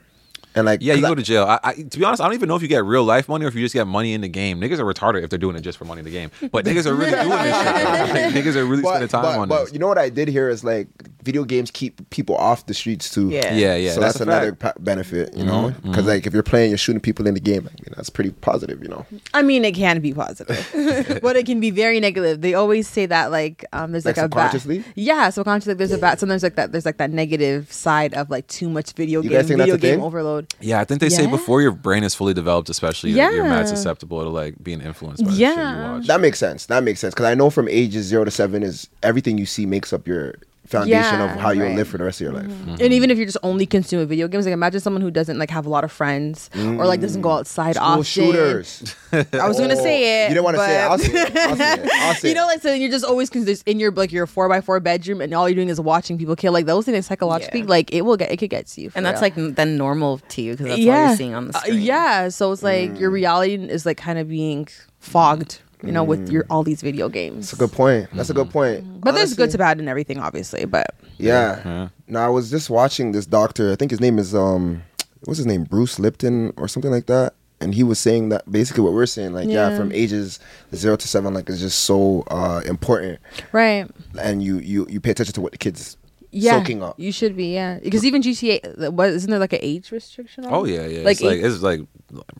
D: and like
C: Yeah, you
D: 'cause
C: go to jail. I, I, to be honest, I don't even know if you get real life money or if you just get money in the game. Niggas are retarded if they're doing it just for money in the game. But niggas are really doing this shit. Like, niggas are really
D: I-
C: spending time
D: but,
C: on
D: but
C: this.
D: you know what I did hear is like video games keep people off the streets too.
A: Yeah.
C: yeah, yeah.
D: so that's,
C: a
D: another
C: fact. Mm-hmm,
D: pa- benefit, you know, because like if you're playing, you're shooting people in the game. Like, you know, that's pretty positive, you know.
B: I mean, it can be positive, but it can be very negative. They always say that, like, um, there's
D: Like
B: like, a
D: subconsciously?
B: bad, yeah, subconsciously, like, there's a bad. Sometimes like that, there's like that negative side of like too much video
D: You
B: game,
D: guys think that's
B: video
D: a
B: game
D: thing?
B: overload.
C: Yeah, I think they say
B: Yeah.
C: before your brain is fully developed, especially, you're, you're mad
B: Yeah.
C: susceptible to like being influenced by the shit
B: Yeah.
C: you watch.
D: That makes sense. That makes sense because I know from ages zero to seven is everything you see makes up your foundation
B: Yeah,
D: of how you'll
B: right. Mm-hmm.
D: live for the rest of your life.
B: And even if you're just only consuming video games, like imagine someone who doesn't like have a lot of friends or like doesn't go outside
D: Mm. School
B: often.
D: shooters. Oh.
B: I was gonna say it.
D: You didn't want to say it. I'll
B: but-
D: say it. I'll say it. I'll say
B: you know,
D: it.
B: like so you're just always because there's in your like your four by four bedroom, and all you're doing is watching people kill. Like those things psychologically,
A: Yeah.
B: like it will get it could get to you. for
A: and that's
B: real.
A: like n- then normal to you because that's all you're seeing on the
B: Uh,
A: screen.
B: yeah, so it's like
D: Mm.
B: your reality is like kind of being fogged, you know, with your all these video games.
D: That's Mm. a good point. That's a good point.
C: Mm-hmm.
B: but there's good
D: Honestly,
B: to bad and everything, obviously. But
D: Yeah. No, I was just watching this doctor. I think his name is um, what's his name? Bruce Lipton or something like that. And he was saying that basically what we're saying, like yeah,
B: Yeah.
D: from ages zero to seven, like is just so uh important,
B: right,
D: and you you you pay attention to what the kids
B: yeah,
D: soaking up.
B: You should be, yeah, because even GTA, uh, what isn't there like an age restriction? on
C: Oh
B: it?
C: yeah, yeah.
B: Like
C: it's like
B: eight-
C: it's like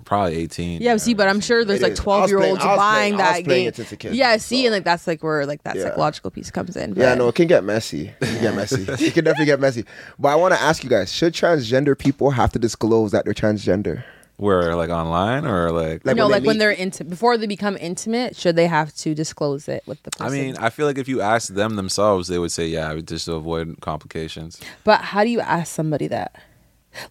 C: probably eighteen.
B: Yeah, see, but I'm sure there's
D: It
B: like
D: is. I was
B: 12 year olds
D: playing- I was
B: buying
D: playing- I was
B: that
D: playing
B: game.
D: it since a kid,
B: yeah, see,
D: so-
B: and like that's like where like that
D: Yeah.
B: psychological piece comes in.
D: Yeah,
B: but-
D: no, it can get messy. It can get messy. it can definitely get messy. But I want to ask you guys: Should transgender people have to disclose that they're transgender?
C: Where like online or like.
D: Like-
B: no,
D: when they
B: like when
D: meet.
B: they're intimate, before they become intimate, should they have to disclose it with the
C: I
B: person?
C: mean, I feel like if you ask them themselves, they would say, "Yeah, just to avoid complications."
B: But how do you ask somebody that?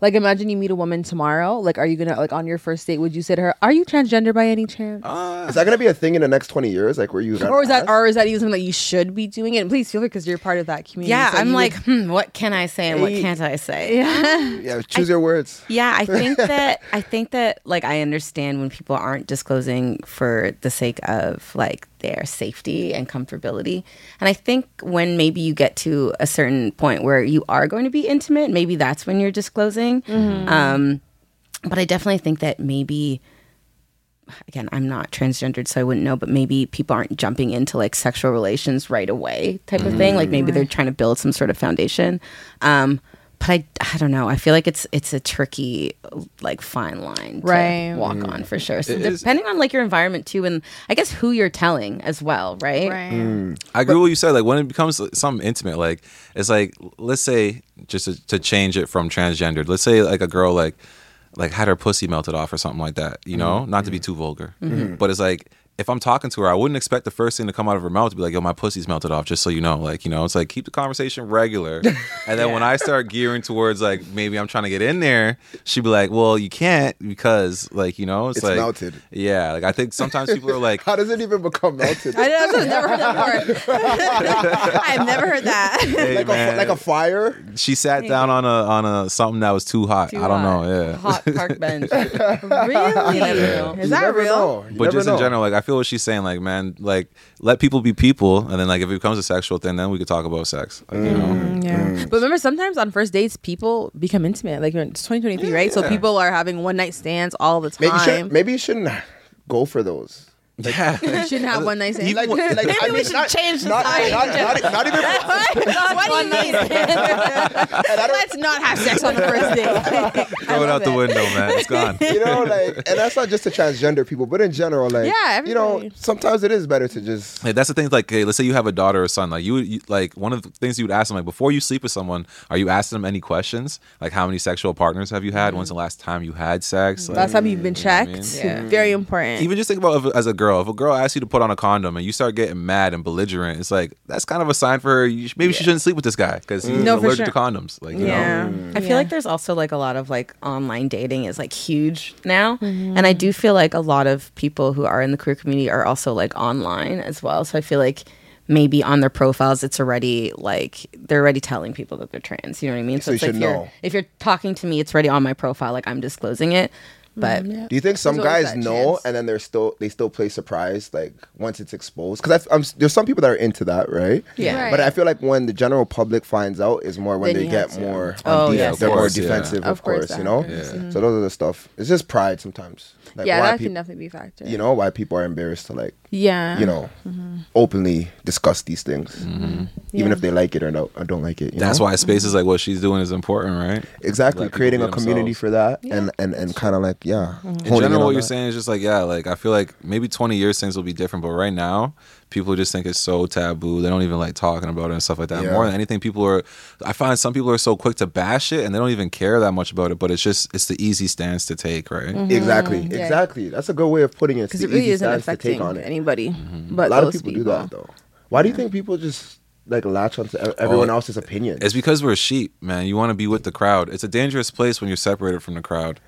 B: Like, imagine you meet a woman tomorrow. Like, are you gonna like on your first date? Would you say to her, "Are you transgender by any chance?"
D: Is that gonna be a thing in the next twenty years? Like, where you gotta
B: or is that
D: ask?
B: or is that even something that you should be doing? And please feel free because you're part of that community.
A: Yeah,
B: so
A: I'm
B: you would-
A: like, hmm, what can I say and what can't I say?
D: Yeah, choose your words.
A: Yeah, I think that I think that like I understand when people aren't disclosing for the sake of like their safety and comfortability. And I think when maybe you get to a certain point where you are going to be intimate, maybe that's when you're disclosing. Um but I definitely think that maybe again, I'm not transgendered, so I wouldn't know, but maybe people aren't jumping into like sexual relations right away type of thing. Like maybe they're trying to build some sort of foundation. Um, but I, I don't know. I feel like it's it's a tricky like fine line
B: Right.
A: to walk on for sure. So
C: It is-
A: depending on like your environment too, and I guess who you're telling as well, right?
D: Mm.
C: I agree with what you said. Like when it becomes something intimate, like it's like let's say just to, to change it from transgendered. Let's say like a girl like like had her pussy melted off or something like that. You know, not to be too vulgar,
D: Mm-hmm.
C: but it's like if I'm talking to her, I wouldn't expect the first thing to come out of her mouth to be like, "Yo, my pussy's melted off." Just so you know, like you know, it's like keep the conversation regular. and then when I start gearing towards like maybe I'm trying to get in there, she'd be like, "Well, you can't because like you know it's,
D: It's
C: like
D: melted.
C: Yeah, like I think sometimes people are like.
D: How does it even become melted?
B: I know, I've never heard that before. I've never heard that.
C: "Hey,
D: like, a,
C: man."
D: like a fire.
C: She sat down on a on a something that was too hot. I don't know. Yeah.
A: Hot park bench.
B: really?
A: Yeah.
B: Is
D: You
B: that
D: never
B: real?
D: know. You
C: But
D: never
C: just in
D: know.
C: general, like I feel what she's saying, like man, like let people be people, and then like if it becomes a sexual thing, then we could talk about sex. Like, you know,
B: Yeah.
D: Mm.
B: But remember, sometimes on first dates, people become intimate. Like, it's 2023, right? So people are having one night stands all the
D: Maybe you,
B: time.
D: should, maybe you shouldn't go for those.
C: yeah.
B: you shouldn't have one night stands.
D: Like, like, I mean, not,
A: change the
D: not,
A: topic.
D: not, not, not even.
B: what do you mean? Let's not have sex on the first date.
C: Throw it out the window, man. It's gone.
D: You know, like, and that's not just to transgender people, but in general, like,
B: Yeah,
D: you know,
B: everybody.
D: sometimes it is better to just.
C: Like, that's the thing. Like, hey, let's say you have a daughter or son. Like, you, you like one of the things you would ask them, like, before you sleep with someone, are you asking them any questions? Like, how many sexual partners have you had? When's the last time you had sex? Like,
B: Last time you've been checked.
A: Yeah.
B: Very important.
C: even just think about if, as a girl. If a girl asks you to put on a condom and you start getting mad and belligerent, it's like that's kind of a sign for her. You sh- maybe she shouldn't sleep with this guy because he's
B: No, for
C: allergic
B: sure.
C: to condoms. Like, you
D: Mm.
B: yeah.
C: know,
D: Mm-hmm.
A: I feel like there's also like a lot of like online dating is like huge now. And I do feel like a lot of people who are in the queer community are also like online as well. So I feel like maybe on their profiles it's already like they're already telling people that they're trans. You know what I mean?
D: So
A: it's
D: you
A: like
D: should
A: you're-
D: know.
A: if you're talking to me, it's already on my profile, like I'm disclosing it. But
D: Do you think some
B: There's always
D: guys
B: that
D: know
B: chance.
D: and then they're still they still play surprise like once it's exposed? Because I'm there's some people that are into that, right?
A: Yeah.
B: Right.
D: But I feel like when the general public finds out is more when
B: Then
D: they
B: you
D: get
B: have to.
D: more
A: Oh,
D: on def-
A: yes,
D: they're
C: of
D: more
C: course, yeah.
D: defensive,
B: Of
D: of course,
B: course,
D: you know.
B: that happens,
D: So those are the stuff. It's just pride sometimes. Like
B: yeah,
D: why
B: that
D: peop-
B: can definitely be a factor.
D: you know why people are embarrassed to like
B: Yeah.
D: you know openly discuss these things, even
B: Mm-hmm. Yeah.
D: if they like it or no or don't like it. you
C: Mm-hmm. that's
D: know?
C: why spaces like what she's doing is important, right?
D: exactly
C: Let people
D: creating
C: be
D: a community
C: themselves.
D: for that and and and kind of like yeah.
B: Mm-hmm.
C: In general, what you're saying is just like, yeah, like I feel like maybe 20 years things will be different, but right now people just think it's so taboo. They don't even like talking about it and stuff like that.
D: Yeah.
C: More than anything, people are. I find some people are so quick to bash it and they don't even care that much about it. But it's just it's the easy stance to take, right?
B: Mm-hmm.
D: Exactly,
B: yeah.
D: exactly. That's a good way of putting it. It's
B: Because
D: the
B: it really
D: easy
B: isn't
D: stance to
B: affecting
C: Mm-hmm.
D: take on it.
B: anybody. But
D: a lot of
B: those
D: people, do that though. Why do you think people just like latch onto e- everyone
C: Oh,
D: else's opinion.
C: It's because we're sheep, man. You want to be with the crowd. It's a dangerous place when you're separated from the crowd.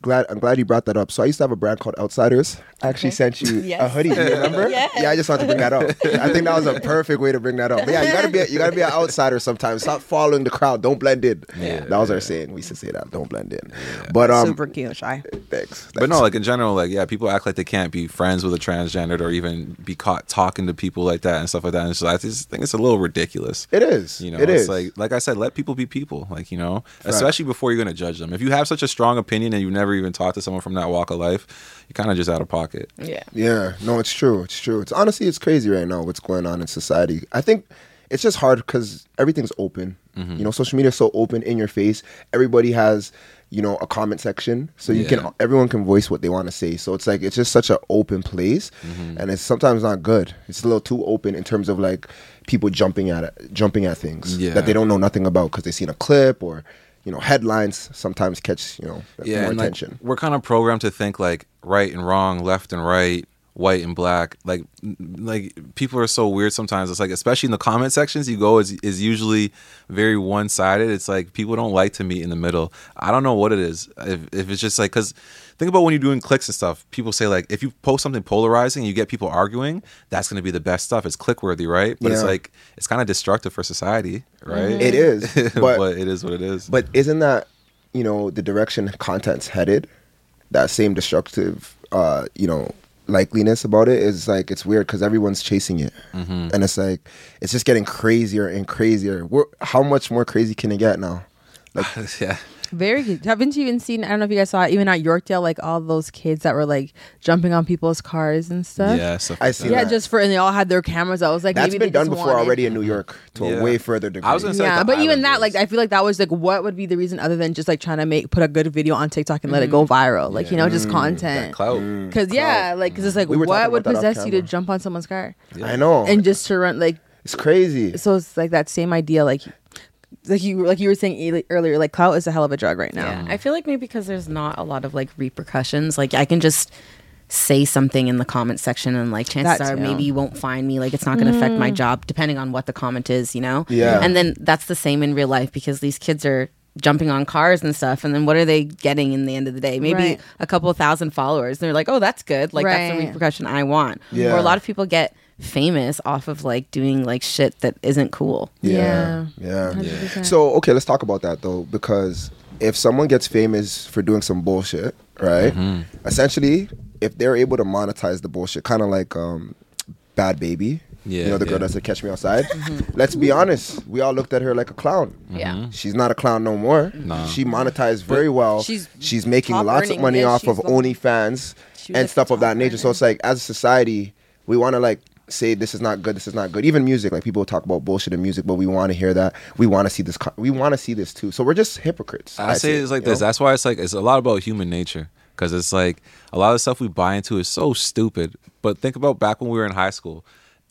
D: glad I'm glad you brought that up. So I used to have a brand called Outsiders. I actually sent you a
B: Yes.
D: hoodie. Do you remember?
B: Yes.
D: Yeah, I just wanted to bring that up. I think that was a perfect way to bring that up. But yeah, you gotta be a, you gotta be an outsider sometimes. Stop following the crowd. Don't blend in.
C: Yeah.
D: that was our saying. We used to say that. Don't blend in. But um,
B: Super cute, shy.
D: thanks, thanks.
C: But no, like in general, like yeah, people act like they can't be friends with a transgendered or even be caught talking to people like that and stuff like that. And so I just think it's a little ridiculous.
D: it is.
C: You know,
D: it
C: it's
D: is
C: like like I said, let people be people. Like you know, especially before you're gonna judge them. If you have such a strong opinion and you've never even talked to someone from that walk of life, you're kind of just out of pocket.
A: Yeah.
D: Yeah, no, it's true. It's true. It's honestly, it's crazy right now what's going on in society. I think it's just hard because everything's open.
C: Mm-hmm.
D: You know, social media is so open in your face. Everybody has, you know, a comment section, so you
C: Yeah.
D: can everyone can voice what they want to say. So it's like it's just such an open place,
C: Mm-hmm.
D: and it's sometimes not good. It's a little too open in terms of like people jumping at it, jumping at things
C: Yeah.
D: that they don't know nothing about because they seen a clip or. You know, headlines sometimes catch you know more
C: and,
D: attention.
C: Like, we're kind of programmed to think like right and wrong, left and right, white and black. Like, n- like people are so weird sometimes. It's like, especially in the comment sections, you go is is usually very one sided. It's like people don't like to meet in the middle. I don't know what it is. If, if it's just like because. Think about when you're doing clicks and stuff. People say like, if you post something polarizing, you get people arguing. That's going to be the best stuff. It's click worthy, right? But it's
D: Yeah.
C: like it's kind of destructive for society, right?
D: It is, but-
C: but it is what it is.
D: But isn't that you know the direction content's headed? That same destructive, uh, you know, likeliness about it is like it's weird because everyone's chasing it,
C: Mm-hmm.
D: and it's like it's just getting crazier and crazier. We're, how much more crazy can it get now?
C: yeah.
B: Very good. Haven't you even seen? I don't know if you guys saw it, even at Yorkdale, like all those kids that were like jumping on people's cars and stuff.
C: Yeah, stuff
D: I
C: like
D: see
C: that.
B: Yeah,
D: that.
B: just for and they all had their cameras. I was like,
D: That's
B: maybe
D: been
B: they
D: done
B: just
D: before
B: wanted-
D: already in New York to
C: Mm-hmm. Yeah.
D: a way further degree.
C: I was gonna say,
B: Yeah,
C: like, the
B: but even
C: island
B: that, like,
C: boys.
B: I feel like that was like, what would be the reason other than just like trying to make put a good video on TikTok and let it go
D: Mm-hmm.
B: viral? Like, you know, just
C: that
B: content.
C: clout.
B: Because yeah, like, because it's like,
D: We were talking
B: what would
D: about that off
B: possess you to
D: camera.
B: jump on someone's car
D: I know,
B: and just to run like
D: it's crazy.
B: so it's like that same idea like like you like you were saying earli- earlier like clout is a hell of a drug right now
A: Yeah. I feel like maybe because there's not a lot of like repercussions, like I can just say something in the comment section and like chances
B: That
A: are
B: too.
A: maybe you won't find me like it's not going to affect my job depending on what the comment is you know
D: Yeah.
A: and then that's the same in real life because these kids are jumping on cars and stuff and then what are they getting in the end of the day maybe
B: Right.
A: a couple thousand followers and they're like oh that's good like that's the
B: Right.
A: repercussion i want
D: Yeah.
A: or a lot of people get famous off of like doing like shit that isn't cool
D: Yeah. Yeah. So, okay, let's talk about that though, because if someone gets famous for doing some bullshit, right?
C: Mm-hmm.
D: Essentially, if they're able to monetize the bullshit, kind of like um, Bad Baby.
C: Yeah,
D: you know the girl
C: yeah.
D: that said "Catch Me Outside."
B: Mm-hmm.
D: Let's be honest, we all looked at her like a clown.
A: Yeah. Mhm.
D: she's not a clown no more.
C: Mm-hmm. Nah.
D: She monetized very well.
B: she's
D: she's making
B: top
D: lots of
B: earning,
D: money
B: yeah,
D: off
B: she's
D: of
B: the-
D: OnlyFans
B: She
D: and
B: was at the
D: stuff of
B: top
D: that nature. So it's like, as a society, we want to like say this is not good, this is not good. Even music, like people talk about bullshit in music, but we want to hear that. We want to see this. co- We want to see this too. So we're just hypocrites.
C: I say it's like
D: you know?
C: this. That's why it's like it's a lot about human nature because it's like a lot of the stuff we buy into is so stupid. But think about back when we were in high school.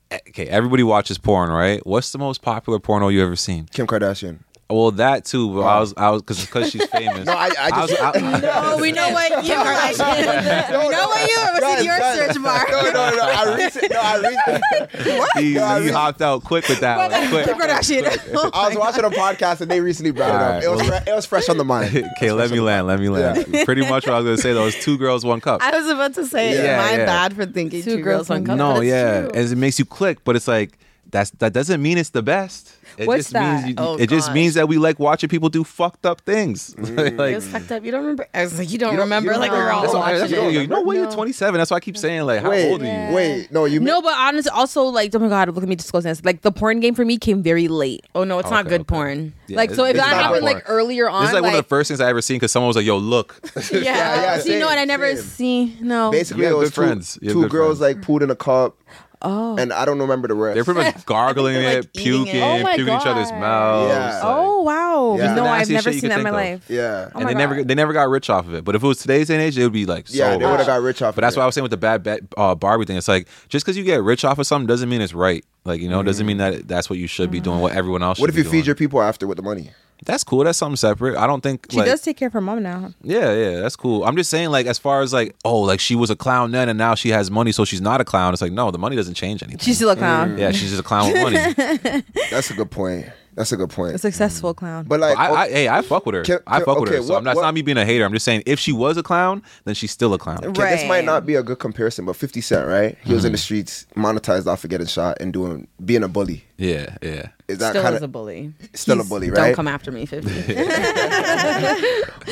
C: Eh, Okay, everybody watches porn, right? What's the most popular porno you ever seen?
D: Kim Kardashian.
C: Well, that too. But I was, I was, because because she's famous. no,
D: I- I just-
B: oh we know what you are like we know what you are what's in your search bar
D: No, no, no. I recently, no, I recently.
C: he,
D: No, I
C: he
D: really-
C: hopped out quick with that one. Quick.
B: Kim Kardashian.
D: I was watching a podcast and they recently brought it up. It was, fre- it was fresh on the mind.
C: Okay, let me land. Let me land. Pretty much what I was gonna say though is two girls, one cup.
A: I was about to say, am
C: Yeah,
A: I
C: yeah.
A: bad for thinking two, girls, one cup?
C: No,
A: But it's
C: yeah,
A: true.
C: and it makes you click, but it's like that's that doesn't mean it's the best. It
B: What's
C: just
B: that?
C: means you,
A: Oh,
C: it just
A: gosh.
C: means that we like watching people do fucked up things.
D: Mm.
A: It
C: like
A: was fucked up. You don't remember? I was like, you don't
D: You don't-
A: remember?
D: you don't
A: like we we're
B: remember.
A: all
C: that's why
A: watching
C: that's
A: it.
C: why- you know when you're
B: No.
C: 27. That's why I keep saying like how
D: Wait,
C: old are you?
D: wait. No, you.
B: no but honestly also like oh my god look at me disclosing this like the porn game for me came very late
A: Oh no, it's not
C: Okay,
A: good
C: okay.
A: porn.
C: Yeah,
B: like so
C: it's-
B: if
C: it's
B: that
C: not
B: happened
C: porn.
B: like earlier on
C: This is like, one of the first things I ever seen because someone was like, "Yo, look."
B: yeah,
D: Yeah, yeah,
B: see no
D: same,
B: and I never
D: same.
B: see
A: Oh.
B: no
D: Basically,
C: You
D: it
C: have
D: was
C: good
D: two,
C: friends. You have
D: two
C: good
D: girls
C: friends.
D: like pooped in a cup,
B: oh
D: and I don't remember the rest.
C: They're pretty much gargling
A: Like
C: it,
A: eating it.
C: puking,
A: Oh
B: my
C: puking each other's
B: God.
C: mouths.
D: Yeah.
C: like-
B: oh wow
D: Yeah.
B: no
D: The
B: I've
C: nastiest
B: never
C: shit you
B: seen
C: could
B: that in my
C: think of.
B: life
D: yeah.
B: Oh
C: and
B: my
C: they never
B: God.
C: they never got rich off of it. But if it was today's day and age, they would be like, so
D: Yeah, they would
C: rich.
D: have got rich off.
C: But that's
D: of
C: why I
D: it.
C: was saying with the bad, bad uh, Barbie thing. It's like just because you get rich off of something
B: Mm-hmm.
C: doesn't mean it's right. Like you know, it doesn't mean that that's what you should be doing. What everyone else.
D: What if
C: should
D: you
C: be
D: feed
C: doing.
D: your people after with the money?
C: That's cool. That's something separate. I don't think
B: She
C: like,
B: does take care of her mom now.
C: Yeah, yeah, that's cool. I'm just saying, like, as far as like, oh, like she was a clown then, and now she has money, so she's not a clown. It's like, no, the money doesn't change anything.
B: She's still a clown.
C: Mm, yeah, she's just a clown with money.
D: That's a good point. That's a good
B: A
D: point.
B: successful clown.
D: But like,
C: I, I,
D: okay,
C: hey, I fuck with her.
D: Can-
C: I
D: can-
C: fuck with her.
D: okay,
C: So I'm
D: what-
C: not, it's
D: what-
C: not me being a hater. I'm just saying, if she was a clown, then she's still a clown.
B: Right.
D: this might not be a good comparison, but 50 Cent, right? He was
C: Mm-hmm.
D: in the streets, monetized off of getting shot and doing being a bully.
C: Yeah, yeah.
D: Is that
A: Still
D: kind
A: is a
D: of
A: bully.
D: still a
A: He's-
D: bully,
A: Don't
D: right?
A: come after me, 50.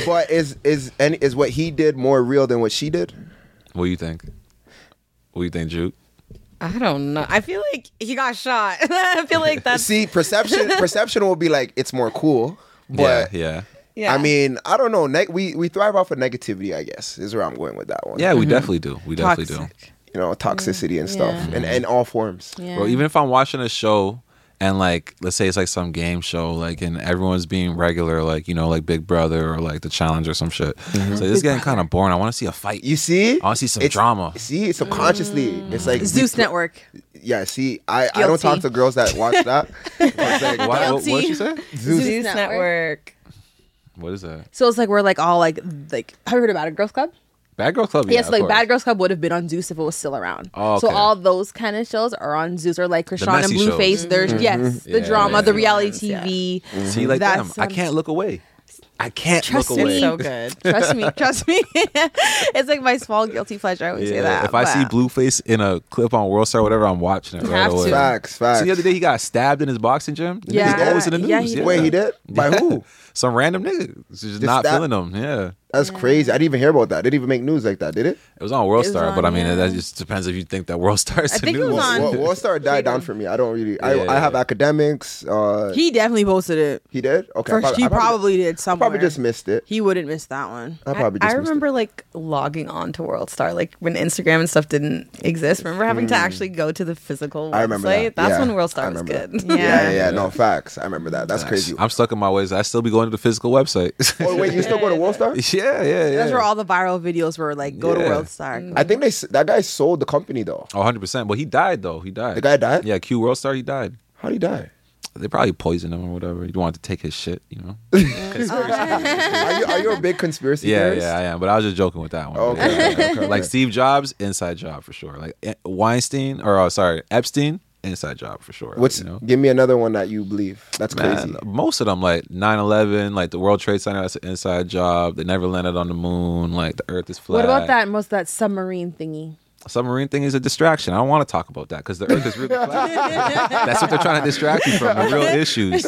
D: But is is any is what he did more real than what she did?
C: What do you think? What do you think, Juke?
A: I don't know. I feel like he got shot. I feel like that's.
D: See, perception perception will be like it's more cool, but
C: yeah, yeah,
A: yeah.
D: I mean, I don't know. Neg we we thrive off of negativity, I guess, is where I'm going with that one.
C: yeah. We definitely do. We definitely do.
B: Toxic.
D: you know, toxicity and stuff,
B: Mm, Yeah.
D: and
C: Mm-hmm.
D: in all forms.
B: Yeah.
C: Bro, even if I'm watching a show and like let's say it's like some game show, like and everyone's being regular, like, you know, like Big Brother or like the challenge or some shit. So this is getting kinda boring. I wanna see a fight.
D: Mm-hmm. You see,
C: I wanna see some
D: It's-
C: drama.
D: See, subconsciously, it's like
B: Zeus
D: we-
B: Network.
D: Yeah, see, I, I don't talk
B: Mm. Guilty.
D: to girls that watch that. It's like,
C: Why- what,
B: Guilty.
C: what'd she say?
D: Zeus-
A: Zeus Network.
C: What is that?
B: So it's like we're like all like like have you heard of Bad Girls Club?
C: Bad Girl Club?
B: yes,
C: of
B: like
C: course.
B: Bad Girls Club would have been on Zeus if it was still around.
C: Oh,
B: So
C: okay.
B: all those kind of shows are on Zeus or like Krishan and
C: messy shows. Mm-hmm.
B: Blueface. There's yes, the
C: Yeah,
B: drama,
C: yeah.
B: the reality
A: Yeah.
B: TV.
C: See, like
B: That's,
C: damn, I
B: um,
C: can't look away. I can't
B: Trust
C: look
B: me.
C: away.
A: It's so good.
B: Trust me, trust me. it's like my small guilty pleasure. I always say
C: Yeah,
B: that.
C: if I see
B: but-
C: Blueface in a clip on World Star, whatever, I'm watching it right
B: have to.
C: away.
D: Facts, facts.
C: See, the other day he got stabbed in his boxing gym. The
B: Yeah.
C: nigga's always in the news.
B: Yeah, he did.
D: Wait, he did by who?
C: Some random nigga. Just, just
D: Just
C: not
D: that-
C: feeling him. Yeah.
D: That's crazy. I didn't even hear about that. They didn't even make news like that, did it?
C: It was on World
B: It was
C: Star,
B: on,
C: but I mean,
B: yeah.
C: that just depends if you think that World Star is
B: I
C: the
B: think it
C: new
B: was
C: one.
B: on-
D: Well, World Star died down for me. I don't really. I,
C: Yeah.
D: I have academics. Uh, he,
B: he definitely posted it.
D: did. Okay, I
B: First, he
D: I
B: probably
D: I
B: did somewhere.
D: probably just missed it.
B: He wouldn't miss that one.
D: I probably
A: I,
D: just missed
A: remember like logging on to World Star, like when Instagram and stuff didn't exist. Remember having to actually go to the physical website?
D: Hmm. I remember that.
A: That's
D: Yeah,
A: when World
D: I
A: Star was
D: remember that.
A: good.
D: it. Yeah. yeah, yeah, No facts. I remember that. That's crazy.
C: I'm stuck in my ways. I still be going to the physical website.
D: oh wait, you still go to World Star?
C: yeah, yeah, yeah.
B: That's where all the viral videos were like, go
C: Yeah.
B: to World Star.
D: I think they s- that guy sold the company though.
C: Oh, 100%. But he died, though. He died.
D: The guy died?
C: Yeah, Q World Star, he died.
D: How would he die?
C: They probably poisoned him or whatever. You wanted to take his shit, you know?
B: Oh,
D: are, you, are you a big conspiracy
C: yeah,
D: theorist?
C: yeah, I am. But I was just joking with that one.
D: Okay,
C: Yeah, yeah,
D: okay,
C: Like
D: okay.
C: Steve Jobs, inside job for sure. Like eh, Weinstein, or oh, sorry, Epstein, inside job for sure.
D: What's
C: you know?
D: give me another one that you believe? That's
C: Man,
D: crazy.
C: most of them, like 9-11, like the World Trade Center, that's an inside job. They never landed on the moon. Like the Earth is flat.
B: What about that most that submarine thingy?
C: submarine thing is a distraction. I don't want to talk about that because the Earth is really flat. that's what they're trying to distract you from the real issues.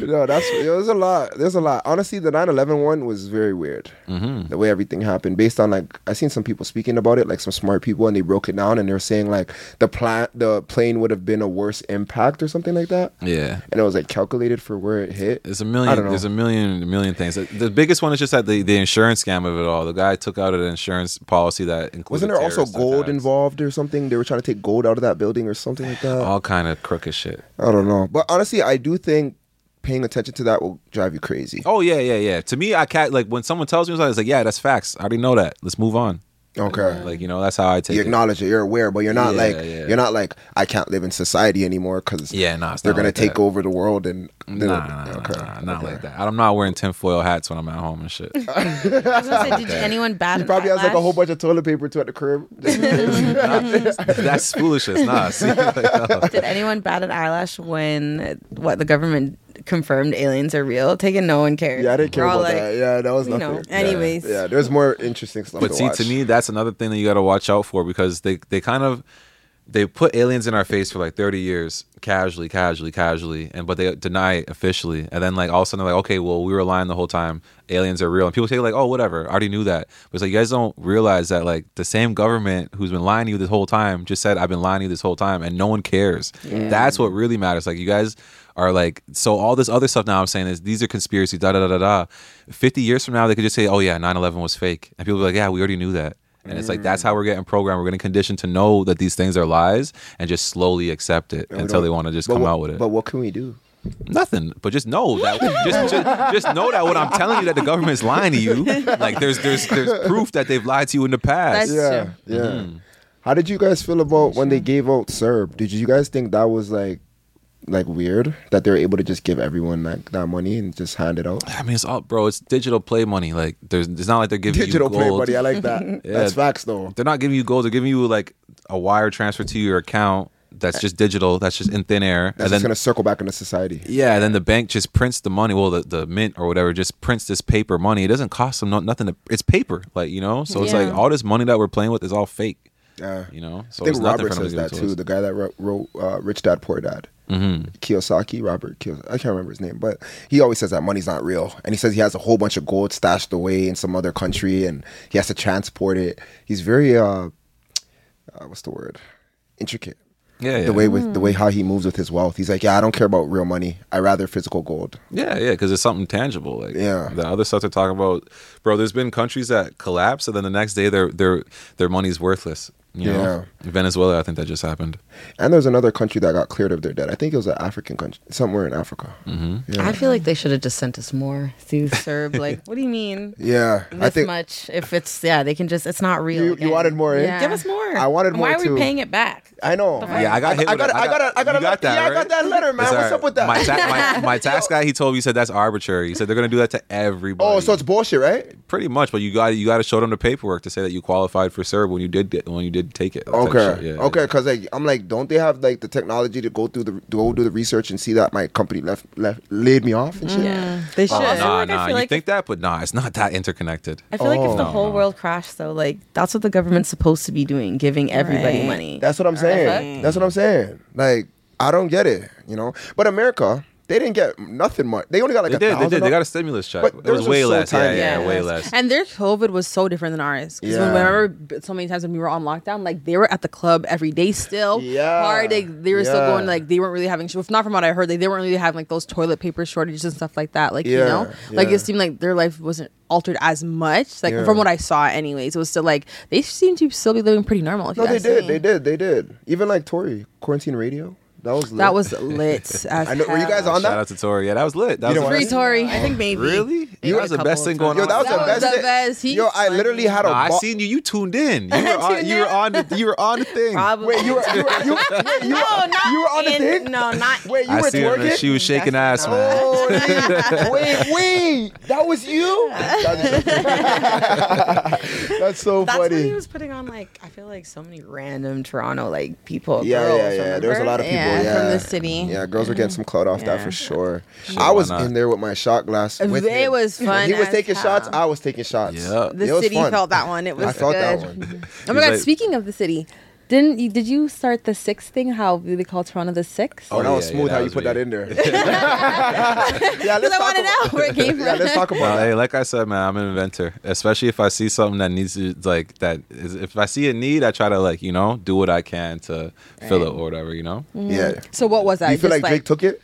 D: no, that's there's a lot. There's a lot. Honestly, the 9/11 one was very weird. Mm-hmm. The way everything happened, based on like I seen some people speaking about it, like some smart people, and they broke it down and they were saying like the plan, the plane would have been a worse impact or something like that,
C: yeah.
D: and it was like calculated for where it hit.
C: There's a
D: I don't
C: million.
D: know.
C: There's a million, a million things. The biggest one is just that the, the insurance scam of it all. The guy took out an insurance policy that included.
D: Wasn't there also
C: terrorist
D: gold
C: attacks.
D: involved or something? They were trying to take gold out of that building or something like that.
C: All kind of crooked shit.
D: I don't know, but honestly, I do think paying attention to that will drive you crazy.
C: Oh yeah, yeah, yeah. To me, I can't like when someone tells me something. It's like, yeah, that's facts. I already know that. Let's move on.
D: Okay.
C: Like you know, that's how I take
D: you
C: it.
D: acknowledge it. You're aware, but you're not
C: Yeah,
D: like
C: yeah.
D: you're not like I can't live in society anymore because
C: Yeah, nah, it's
D: they're
C: not
D: gonna
C: like
D: take
C: that.
D: over the world and
C: Nah, nah, nah, nah, nah, not like that. I'm not wearing tinfoil hats when I'm at home and shit.
A: I was gonna say, did anyone bat?
D: He
A: an
D: probably has like a
A: eyelash?
D: whole bunch of toilet paper too at the crib.
C: That's foolishness. Nah, see, like, no.
A: Did anyone bat an eyelash when what the government confirmed aliens are real? Taken, no one cared.
D: yeah, I didn't care
A: We're all
D: about
A: like,
D: that. Yeah, that was
A: you
D: nothing.
A: know,
D: yeah.
B: anyways.
D: yeah, there's more interesting stuff.
C: But
D: to
C: see,
D: watch.
C: to me, that's another thing that you got to watch out for because they they kind of they put aliens in our face for like 30 years, casually, casually, casually, and but they deny it officially, and then like all of a sudden they're like, okay, well we were lying the whole time, aliens are real, and people say like, oh whatever, I already knew that, but it's like you guys don't realize that like the same government who's been lying to you this whole time just said I've been lying to you this whole time, and no one cares. That's what really matters. Like you guys are like so all this other stuff now I'm saying is these are conspiracy da da da da da. 50 years from now they could just say oh yeah 9/11 was fake and people be like yeah we already knew that. And it's like
D: Mm.
C: that's how we're getting programmed. We're getting conditioned to know that these things are lies and just slowly accept it until they want to just
D: but
C: come
D: what,
C: out with it.
D: But what can we do?
C: Nothing, but just know that just, just just know that what I'm telling you that the government's lying to you. Like there's there's there's proof that they've lied to you in the past.
B: That's-
D: Yeah, yeah.
C: Mm-hmm.
D: How did you guys feel about when they gave out Serb? Did you guys think that was like like weird that they're able to just give everyone that, that money and just hand it out?
C: I mean, it's all, bro. It's digital play money. Like, there's, it's not like they're giving
D: Digital
C: you
D: play
C: gold.
D: buddy, I like that. That's facts though.
C: They're not giving you gold. They're giving you like a wire transfer to your account. That's just digital. That's just in thin air.
D: That's
C: and
D: just
C: then
D: gonna circle back into society.
C: yeah, and then the bank just prints the money. Well, the, the mint or whatever just prints this paper money. It doesn't cost them no, nothing. To, it's paper, like you know. So it's
A: Yeah.
C: like all this money that we're playing with is all fake.
D: Yeah.
C: You know. So
D: I think
C: it's nothing
D: Robert
C: for them
D: says
C: to give
D: that
C: to
D: too.
C: us.
D: The guy that wrote, wrote uh, Rich Dad Poor Dad, mm-hmm. Kiyosaki, Robert Kiyosaki. I can't remember his name, but he always says that money's not real, and he says he has a whole bunch of gold stashed away in some other country, and he has to transport it. He's very uh, uh what's the word? Intricate.
C: Yeah, yeah.
D: The way with the way how he moves with his wealth. He's like, yeah, I don't care about real money. I rather physical gold.
C: Yeah, yeah, because it's something tangible. Like
D: Yeah.
C: the other stuff they're talking about, bro. There's been countries that collapse, and then the next day their their their money's worthless. You know? Venezuela, I think that just happened.
D: And there's another country that got cleared of their debt. I think it was an African country, somewhere in Africa. Mm-hmm. Yeah.
A: I feel like they should have just sent us more through Serb. Like, what do you mean?
D: yeah,
A: This
D: I think
A: much. If it's yeah, they can just. It's not real.
D: you, you
A: again.
D: wanted more. eh?
B: Yeah.
A: Give us more.
D: I wanted
A: Why
D: more,
A: are
D: too.
A: we paying it back?
D: I know.
C: Yeah, I got hit
D: I
C: with
D: got,
C: it.
D: I got, I got,
C: you
D: a letter.
C: that,
D: yeah, I got
C: right?
D: that letter, man.
C: It's
D: What's
C: alright.
D: up with that?
C: My, ta- my, my tax guy, he told me, he said that's arbitrary. He said they're gonna do that to everybody.
D: oh, so it's bullshit, right?
C: pretty much, but you got you got to show them the paperwork to say that you qualified for Serb when you did get when you did take it. that type of
D: Okay,
C: shit. Yeah,
D: okay, because like I'm like, don't they have like the technology to go through the go do the research and see that my company left left laid me off and shit?
A: Yeah.
B: They should.
C: Yeah.
A: I feel
C: Nah,
A: like I
C: nah.
A: feel
C: You
A: like-
C: think that, but nah, it's not that interconnected.
A: I feel like if the
D: Oh.
A: whole world crashed, though, like that's what the government's supposed to be doing, giving everybody
B: Right.
A: money.
D: That's what I'm saying. That's what I'm saying. Like I don't get it, you know. But America, they didn't get nothing much. They only got like
C: They
D: a
C: did. They
D: thousand
C: did. They got a
D: dollars.
C: stimulus check.
D: But
C: it
D: theirs
C: was
D: was
C: way
D: so
C: less. Yeah,
D: tiny.
C: yeah,
B: Yeah.
C: yeah, way less.
B: And their COVID was so different than ours. Because
D: Yeah.
B: when remember b- so many times when we were on lockdown, like they were at the club every day still.
D: Yeah.
B: Partying. They were still
D: Yeah.
B: going like they weren't really having if not from what I heard, like they weren't really having like those toilet paper shortages and stuff like that. Like, you
D: Yeah.
B: know? Like
D: Yeah.
B: it seemed like their life wasn't altered as much. Like
D: Yeah.
B: from what I saw anyways. It was still like they seem to still be living pretty normal. If
D: No,
B: you
D: they
B: ask
D: did.
B: me.
D: They did. They did. Even like Tory quarantine radio. That was lit.
B: That was lit. As
D: I know- were you guys
B: hell.
D: on
C: Shout
D: that?
C: out to Tori. Yeah, that was lit. That was
D: You know what?
B: Free Tory.
A: I think maybe.
C: Really? You was the best thing going
D: Yo,
C: on.
D: that was
B: That
D: the
B: was
D: best.
B: the
D: thing.
B: best. He's
D: Yo, I literally had a.
C: No, I
D: bo-
C: seen you. You tuned in. You were on.
A: tuned
C: You were
A: in.
C: on. The, you were on the thing.
A: Probably.
D: Wait, you were you were you, wait, you,
A: no,
D: were,
A: not
D: you were on the
A: in-
D: thing?
A: No, not.
D: Wait, you
C: I
D: were
C: seen her.
D: twerking?
C: She was shaking ass, man.
D: Oh, wait, wait, wait, that was you? That's, that's so
A: That's
D: funny.
A: when he was putting on like I feel like so many random Toronto like people.
D: yeah,
A: girls,
D: yeah, yeah. There was a
A: remember?
D: lot of people.
B: Yeah,
D: Yeah,
B: from the city.
D: Yeah, girls were getting some clout off that for sure. I
C: why
D: was
C: not?
D: in there with my shot glass. With
B: It
D: him.
B: was
D: When
B: fun
D: he was
B: as
D: taking
B: hell.
D: shots. I was taking shots.
C: Yeah.
B: The
D: It was
B: city
D: fun.
B: felt that one. It was
D: I felt
B: good.
D: that one.
B: Oh my
C: He's
B: god!
C: like-
B: Speaking of the city, didn't you, did you start the sixth thing? How they call Toronto the sixth?
D: Oh, that was
C: yeah, yeah,
D: smooth
C: that
D: how you
C: was
D: put
C: me.
D: that in there. yeah, let's
B: I
D: talk
B: wanna
D: about-
B: know where it came
D: Yeah,
B: from.
D: let's talk about
C: No,
D: that.
C: hey, like I said, man, I'm an inventor. Especially if I see something that needs to, like, that is, if I see a need, I try to, like, you know, do what I can to fill it or whatever, you know.
D: Yeah.
B: So what was that?
D: You feel
B: Just
D: like Drake took it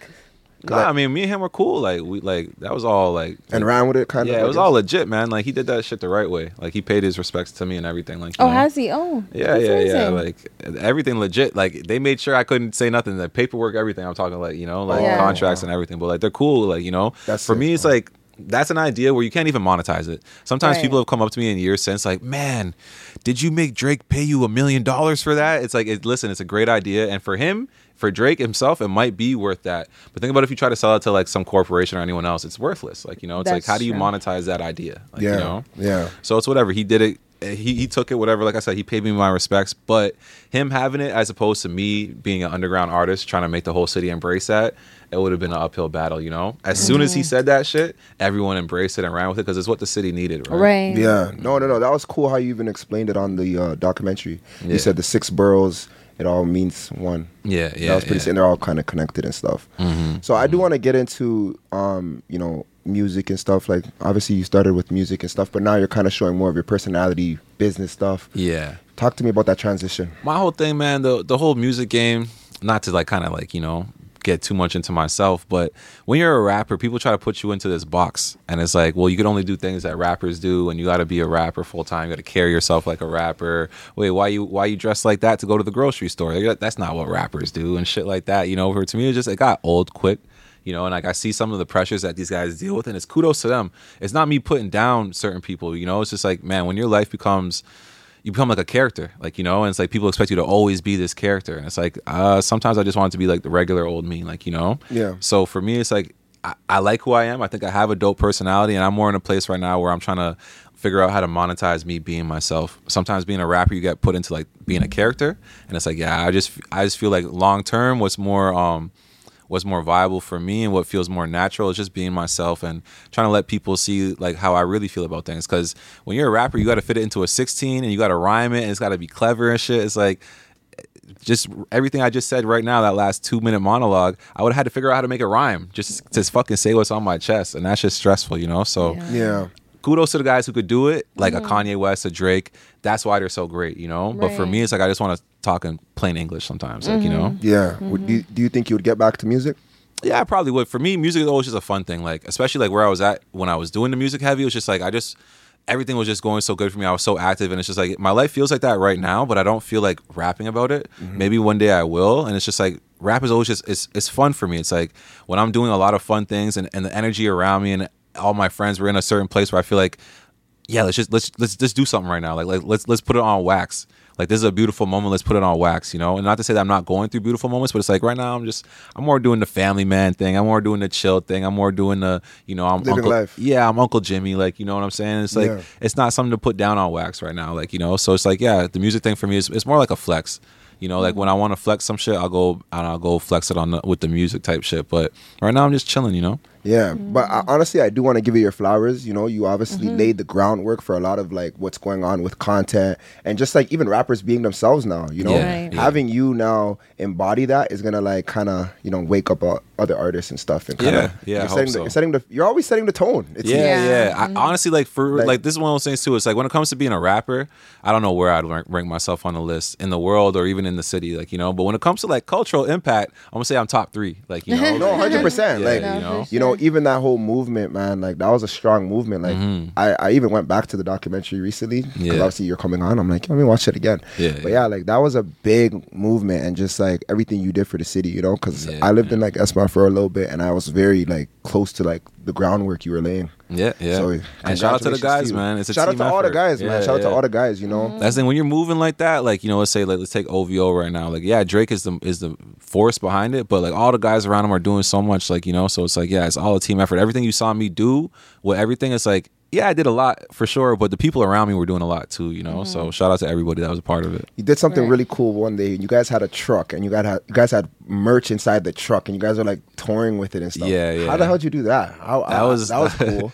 C: Nah, I mean, me and him were cool. Like, we, like, that was all like,
D: and ran with it, kind of.
C: yeah, it
D: I
C: was
D: guess?
C: all legit, man. Like, he did that shit the right way. Like, he paid his respects to me and everything. Like, you
B: Oh,
C: know?
B: has he? Oh,
C: Yeah,
B: that's
C: yeah, yeah.
B: amazing.
C: Like everything legit. Like they made sure I couldn't say nothing. The paperwork, everything. I'm talking like you know, like
B: Yeah.
C: contracts and everything. But like they're cool. Like you know,
D: That's
C: for
D: it,
C: me, it's
D: man.
C: like that's an idea where you can't even monetize it. Sometimes
B: Right.
C: people have come up to me in years since, like, man, did you make Drake pay you a million dollars for that? It's like, it, listen, it's a great idea, and for him. For Drake himself, it might be worth that, but think about if you try to sell it to like some corporation or anyone else, it's worthless. Like you know, it's like
B: That's
C: how do you
B: true.
C: monetize that idea? Like,
D: Yeah,
C: you know?
D: yeah.
C: So it's whatever. He did it. He, he took it, whatever. Like I said, he paid me my respects. But him having it as opposed to me being an underground artist trying to make the whole city embrace that, it would have been an uphill battle, you know? As soon as he said that shit, everyone embraced it and ran with it because it's what the city needed, right?
B: right.
D: Yeah, no, no, no. That was cool how you even explained it on the uh, documentary.
C: Yeah.
D: You said the six boroughs, it all means one.
C: Yeah, yeah.
D: that was pretty.
C: yeah. Mm-hmm.
D: And they're all kind of connected and stuff. So I do want to get into, um, you know, music and stuff. Like obviously you started with music and stuff, but now you're kind of showing more of your personality, business stuff.
C: Yeah.
D: Talk to me about that transition.
C: my whole thing, man, the the whole music game, not to like kind of like, you know, get too much into myself, but when you're a rapper, people try to put you into this box and it's like, well, you can only do things that rappers do and you got to be a rapper full time, you got to carry yourself like a rapper. Wait, why you why you dress like that to go to the grocery store? Like, That's not what rappers do and shit like that, you know. For to me it just it got old quick you know, and like I see some of the pressures that these guys deal with, and it's kudos to them. It's not me putting down certain people, you know. It's just like, man, when your life becomes you become like a character, like you know, and it's like people expect you to always be this character, and it's like uh, sometimes I just want it to be like the regular old me, like you know.
D: Yeah.
C: So for me, it's like I, I like who I am. I think I have a dope personality, and I'm more in a place right now where I'm trying to figure out how to monetize me being myself. Sometimes being a rapper, you get put into like being a character, and it's like yeah, I just I just feel like long term, what's more um what's more viable for me and what feels more natural is just being myself and trying to let people see like how I really feel about things. Because when you're a rapper, you got to fit it into a 16 and you got to rhyme it and it's got to be clever and shit. It's like just everything I just said right now, that last two minute monologue, I would have had to figure out how to make it rhyme just to fucking say what's on my chest, and that's just stressful, you know. So
B: Yeah. Mm-hmm.
D: Yeah.
C: kudos to the guys who could do it, like a Kanye West, a Drake. That's why they're so great, you know. But for
B: Right. Mm-hmm.
C: me, it's like I just want to talk in plain English sometimes, like you know.
D: Yeah. Would- Do, you, do you think you would get back to music?
C: Yeah, I probably would. For me, music is always just a fun thing. Like, especially like where I was at when I was doing the music heavy, it was just like I just everything was just going so good for me. I was so active, and it's just like my life feels like that right now. But I don't feel like rapping about it. Maybe one day I will, and it's just like rap is always just it's it's fun for me. It's like when I'm doing a lot of fun things, and and the energy around me, and all my friends were in a certain place where I feel like yeah, let's just let's let's just do something right now. Like, like let's let's put it on wax. Like this is a beautiful moment. Let's put it on wax, you know. And not to say that I'm not going through beautiful moments, but it's like right now I'm just I'm more doing the family man thing. I'm more doing the chill thing. I'm more doing the you know I'm
D: Living
C: Uncle
D: life.
C: yeah I'm Uncle Jimmy. Like you know what I'm saying? It's like
D: Yeah.
C: it's not something to put down on wax right now. Like you know, so it's like yeah, the music thing for me is it's more like a flex. You know, like
D: Mm-hmm.
C: when I want to flex some shit, I'll go and I'll go flex it on the, with the music type shit. But right now I'm just chilling, you know.
D: Yeah, but I, honestly, I do want to give you your flowers. You know, you obviously laid the groundwork for a lot of like what's going on with content and just like even rappers being themselves now. You know,
C: Yeah, Right. yeah.
D: having you now embody that is gonna like kind of you know wake up uh, other artists and stuff and kind of
C: Yeah, yeah, I
D: You're
C: hope
D: setting,
C: so.
D: the, you're setting the you're always setting the tone. It's
C: yeah, yeah.
B: Yeah.
C: I, honestly, like for like,
D: Like-
C: this is one of those things too. It's like when it comes to being a rapper, I don't know where I'd rank, rank myself on the list in the world or even in the city, like you know. But when it comes to like cultural impact, I'm gonna say I'm top three, like you know.
D: no,
C: like-
D: hundred percent.
C: Yeah,
D: Like
C: you know.
D: you know, even that whole movement, man, like that was a strong movement. Like I, I even went back to the documentary recently because
C: Mm-hmm. Yeah.
D: obviously you're coming on. I'm like, let me watch it again.
C: Yeah,
D: but
C: yeah.
D: yeah, like that was a big movement and just like everything you did for the city, you know, because
C: Yeah,
D: I lived in like Esma for a little bit and I was very like close to like the groundwork you were laying.
C: Yeah, yeah.
D: So
C: and shout out to the
D: congratulations
C: guys,
D: you.
C: man. It's a
D: shout
C: team
D: out to all the
C: effort.
D: guys, man.
C: Yeah,
D: Shout out to
C: yeah.
D: all the guys, you know.
C: That's the thing when you're moving like that, like you know, let's say like let's take OVO right now. Like yeah, Drake is the is the force behind it, but like all the guys around him are doing so much, like you know. So it's like yeah, it's all a team effort. Everything you saw me do with everything, it's like yeah, I did a lot for sure, but the people around me were doing a lot too, you know. So shout out to everybody that was a part of it.
D: You did something
B: Right.
D: really cool one day. You guys had a truck, and you got you guys had merch inside the truck, and you guys were like touring with it and stuff.
C: Yeah, yeah.
D: How the hell did you do that? How,
C: That
D: I-
C: was-
D: that was cool.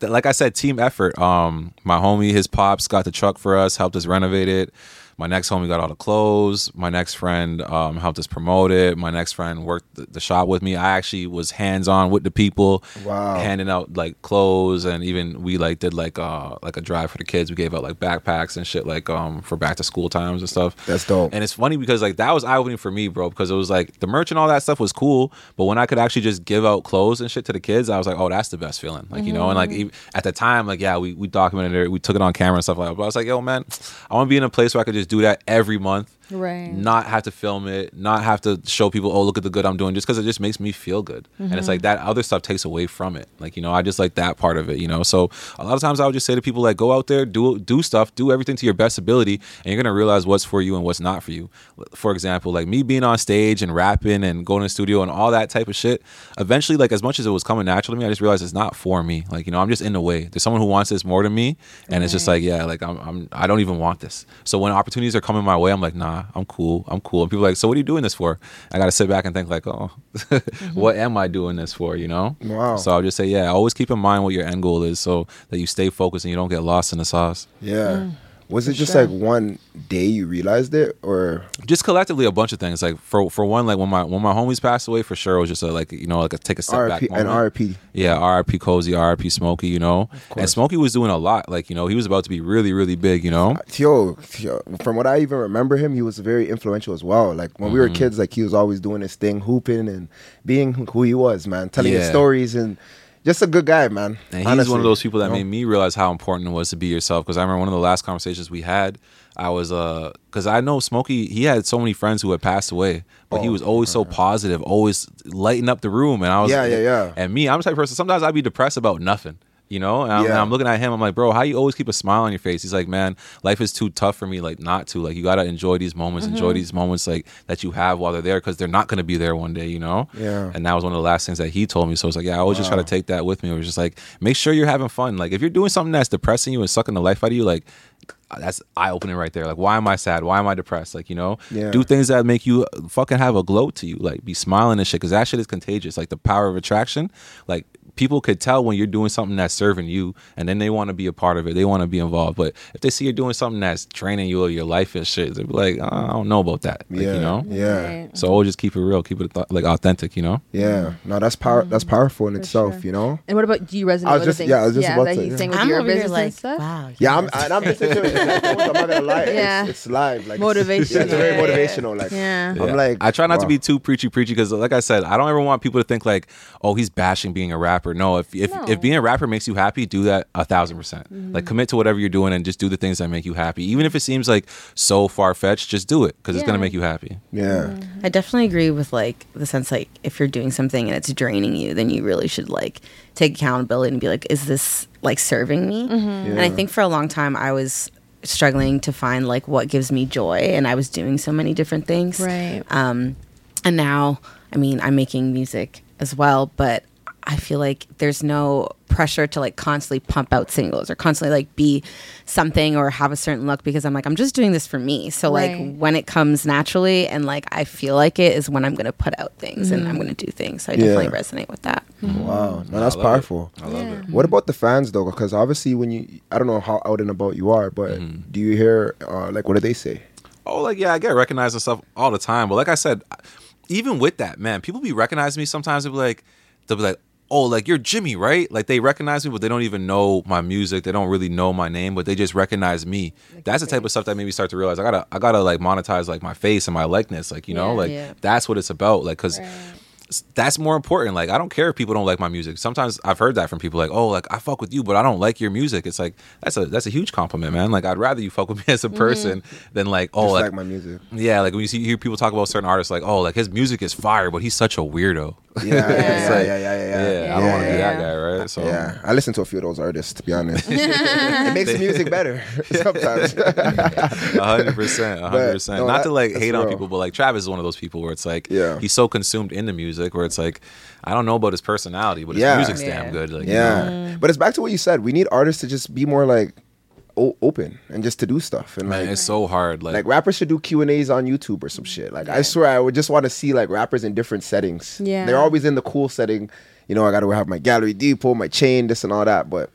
C: Th- Like I said, team effort. Um, my homie, his pops got the truck for us, helped us renovate it. My next homie got all the clothes. My next friend um, helped us promote it. My next friend worked the, the shop with me. I actually was hands on with the people,
D: Wow.
C: handing out like clothes and even we like did like uh like a drive for the kids. We gave out like backpacks and shit like um for back to school times and stuff.
D: That's dope.
C: And it's funny because like that was eye opening for me, bro, because it was like the merch and all that stuff was cool, but when I could actually just give out clothes and shit to the kids, I was like, oh, that's the best feeling, like you know. And like ev at the time, like yeah, we we documented it, we took it on camera and stuff like that. But I was like, yo, man, I want to be in a place where I could just do that every month,
B: Right.
C: Not have to film it, not have to show people, oh, look at the good I'm doing, just because it just makes me feel good. And it's like that other stuff takes away from it, like you know, I just like that part of it, you know. So a lot of times I would just say to people like, go out there, do do stuff, do everything to your best ability, and you're gonna realize what's for you and what's not for you. For example, like me being on stage and rapping and going to the studio and all that type of shit. Eventually, like as much as it was coming natural to me, I just realized it's not for me. Like you know, I'm just in the way. There's someone who wants this more than me, and it's just like yeah, like I'm, I'm I don't even want this. So when opportunities are coming my way, I'm like nah, I'm cool, I'm cool. And people are like, so what are you doing this for? I gotta sit back and think like, oh, what am I doing this for? You know?
D: Wow.
C: So I'll just say yeah, always keep in mind what your end goal is, so that you stay focused and you don't get lost in the sauce.
D: yeah. Was it just
B: Mm. sure.
D: like one day you realized it, or
C: just collectively a bunch of things. Like for for one, like when my when my homies passed away, for sure it was just a like you know like a take a step back
D: RP
C: moment.
D: and RP?
C: Yeah, RIP Cozy, RIP Smokey, you know. And Smokey was doing a lot. Like, you know, he was about to be really, really big, you know.
D: Yo, yo, from what I even remember him, he was very influential as well. Like when we
C: Mm-hmm.
D: were kids, like he was always doing his thing, hooping and being who he was, man, telling his
C: Yeah.
D: stories and just a good guy, man.
C: And he's
D: Honestly,
C: one of those people that
D: you know?
C: made me realize how important it was to be yourself. Because I remember one of the last conversations we had, I was uh, because I know Smokey, he had so many friends who had passed away, but
D: Oh,
C: he was always so positive, always lighting up the room. And I was
D: Yeah, yeah, yeah.
C: And me, I'm the type of person. Sometimes I'd be depressed about nothing. you know. And I'm,
D: Yeah.
C: and I'm looking at him. I'm like, bro, how you always keep a smile on your face? He's like, man, life is too tough for me, like not to. Like you gotta enjoy these moments, enjoy
D: Mm-hmm.
C: these moments like that you have while they're there, because they're not gonna be there one day, you know.
D: Yeah.
C: And that was one of the last things that he told me. So it's like, yeah, I always just try to take that with me. It was just like, make sure you're having fun. Like if you're doing something that's depressing you and sucking the life out of you, like uh, that's eye opening right there. Like, why am I sad? Why am I depressed? Like, you know,
D: Yeah.
C: do things that make you fucking have a glow to you. Like, be smiling and shit because that shit is contagious. Like the power of attraction. Like people could tell when you're doing something that's serving you, and then they want to be a part of it. They want to be involved. But if they see you're doing something that's draining you or your life and shit, they're like, "Uh, I don't know about that. Like,
D: yeah,
C: you know.
D: yeah,
B: Right.
C: So always just keep it real, keep it th- like authentic. You know.
D: yeah. No, that's power. That's powerful in itself.
B: sure.
D: You know.
B: And what about do you resonate
D: I was
B: with
D: just-
B: the things?
D: yeah, I was just about
B: that
D: to-
B: he's
D: yeah.
B: saying with
A: I'm
B: your
A: over here
B: business
A: like,
B: and stuff.
A: wow. you
D: Yeah, I'm,
A: guys are
D: and I'm listening to it. Like, I'm not gonna lie.
B: Yeah.
D: It's, it's live. Like It's,
B: Motivational.
D: it's very
B: Yeah.
D: motivational. Like
B: Yeah.
C: Yeah.
D: I'm like
C: I try not to
D: wow.
C: be too preachy, preachy, because like I said, I don't ever want people to think like, oh, he's bashing being a rapper. No, if if,
B: No. Mm-hmm.
C: if being a rapper makes you happy, do that a thousand percent. Like commit to whatever you're doing and just do the things that make you happy, even if it seems like so far fetched. Just do it because it's gonna
B: Yeah.
C: make you happy.
D: Yeah.
A: I definitely agree with like the sense like if you're doing something and it's draining you, then you really should like take accountability and be like, is this like serving me? And I
D: Yeah.
A: think for a long time I was struggling to find like what gives me joy, and I was doing so many different things.
B: Right.
A: Um, and now, I mean, I'm making music as well, but I feel like there's no pressure to like constantly pump out singles or constantly like be something or have a certain look because I'm like, I'm just doing this for me. So,
B: Right.
A: like, when it comes naturally and like I feel like it is when I'm going to put out things and I'm
B: Mm.
A: going to do things. So, I
D: Yeah.
A: definitely resonate with that.
B: Hmm.
D: Wow. No, that's
C: Mm-hmm. I love it.
D: powerful.
C: I love it.
D: What about the fans though? Because obviously, when you, I don't know how out and about you are, but
C: Mm-hmm.
D: do you hear uh, like what do they say?
C: Oh, like yeah, I get recognized and stuff all the time. But like I said, even with that, man, people be recognizing me sometimes. They'll be like, they'll be like, oh, like you're Jimmy, right? Like they recognize me, but they don't even know my music. They don't really know my name, but they just recognize me. That's the type of stuff that made me start to realize I gotta, I gotta like monetize like my face and my likeness. Like you know,
B: Yeah.
C: like
A: Yeah.
C: that's what it's about. Like because that's more important. Like, I don't care if people don't like my music. Sometimes I've heard that from people, like, "Oh, like I fuck with you, but I don't like your music." It's like that's a that's a huge compliment, man. Like, I'd rather you fuck with me as a person than like, "Oh,
D: Just
C: like,
D: like my music.
C: yeah." Like when you see hear people talk about certain artists, like, "Oh, like his music is fire, but he's such a weirdo."
D: Yeah, yeah,
C: It's
D: yeah,
C: like,
D: yeah, yeah, yeah,
C: Yeah,
D: yeah.
C: I don't want to be
D: yeah.
C: that guy, right? So,
D: Yeah, I listen to a few of those artists to be honest. it makes the music better sometimes.
C: hundred percent, hundred percent.
D: no,
C: Not
D: that-
C: to like
D: that's
C: hate on
D: real.
C: people, but like Travis is one of those people where it's like,
D: Yeah.
C: he's so consumed in the music where it's like, I don't know about his personality, but his
D: Yeah.
C: music's
A: Yeah.
C: damn good. Like, you know?
D: yeah, but it's back to what you said. We need artists to just be more like o- open and just to do stuff and
C: man,
D: like
C: it's so hard.
D: Like rappers should do Q and A's on YouTube or some shit. Like I swear, I would just want to see like rappers in different settings.
B: Yeah.
D: they're always in the cool setting. You know, I got to have my gallery depot, my chain, this and all that. But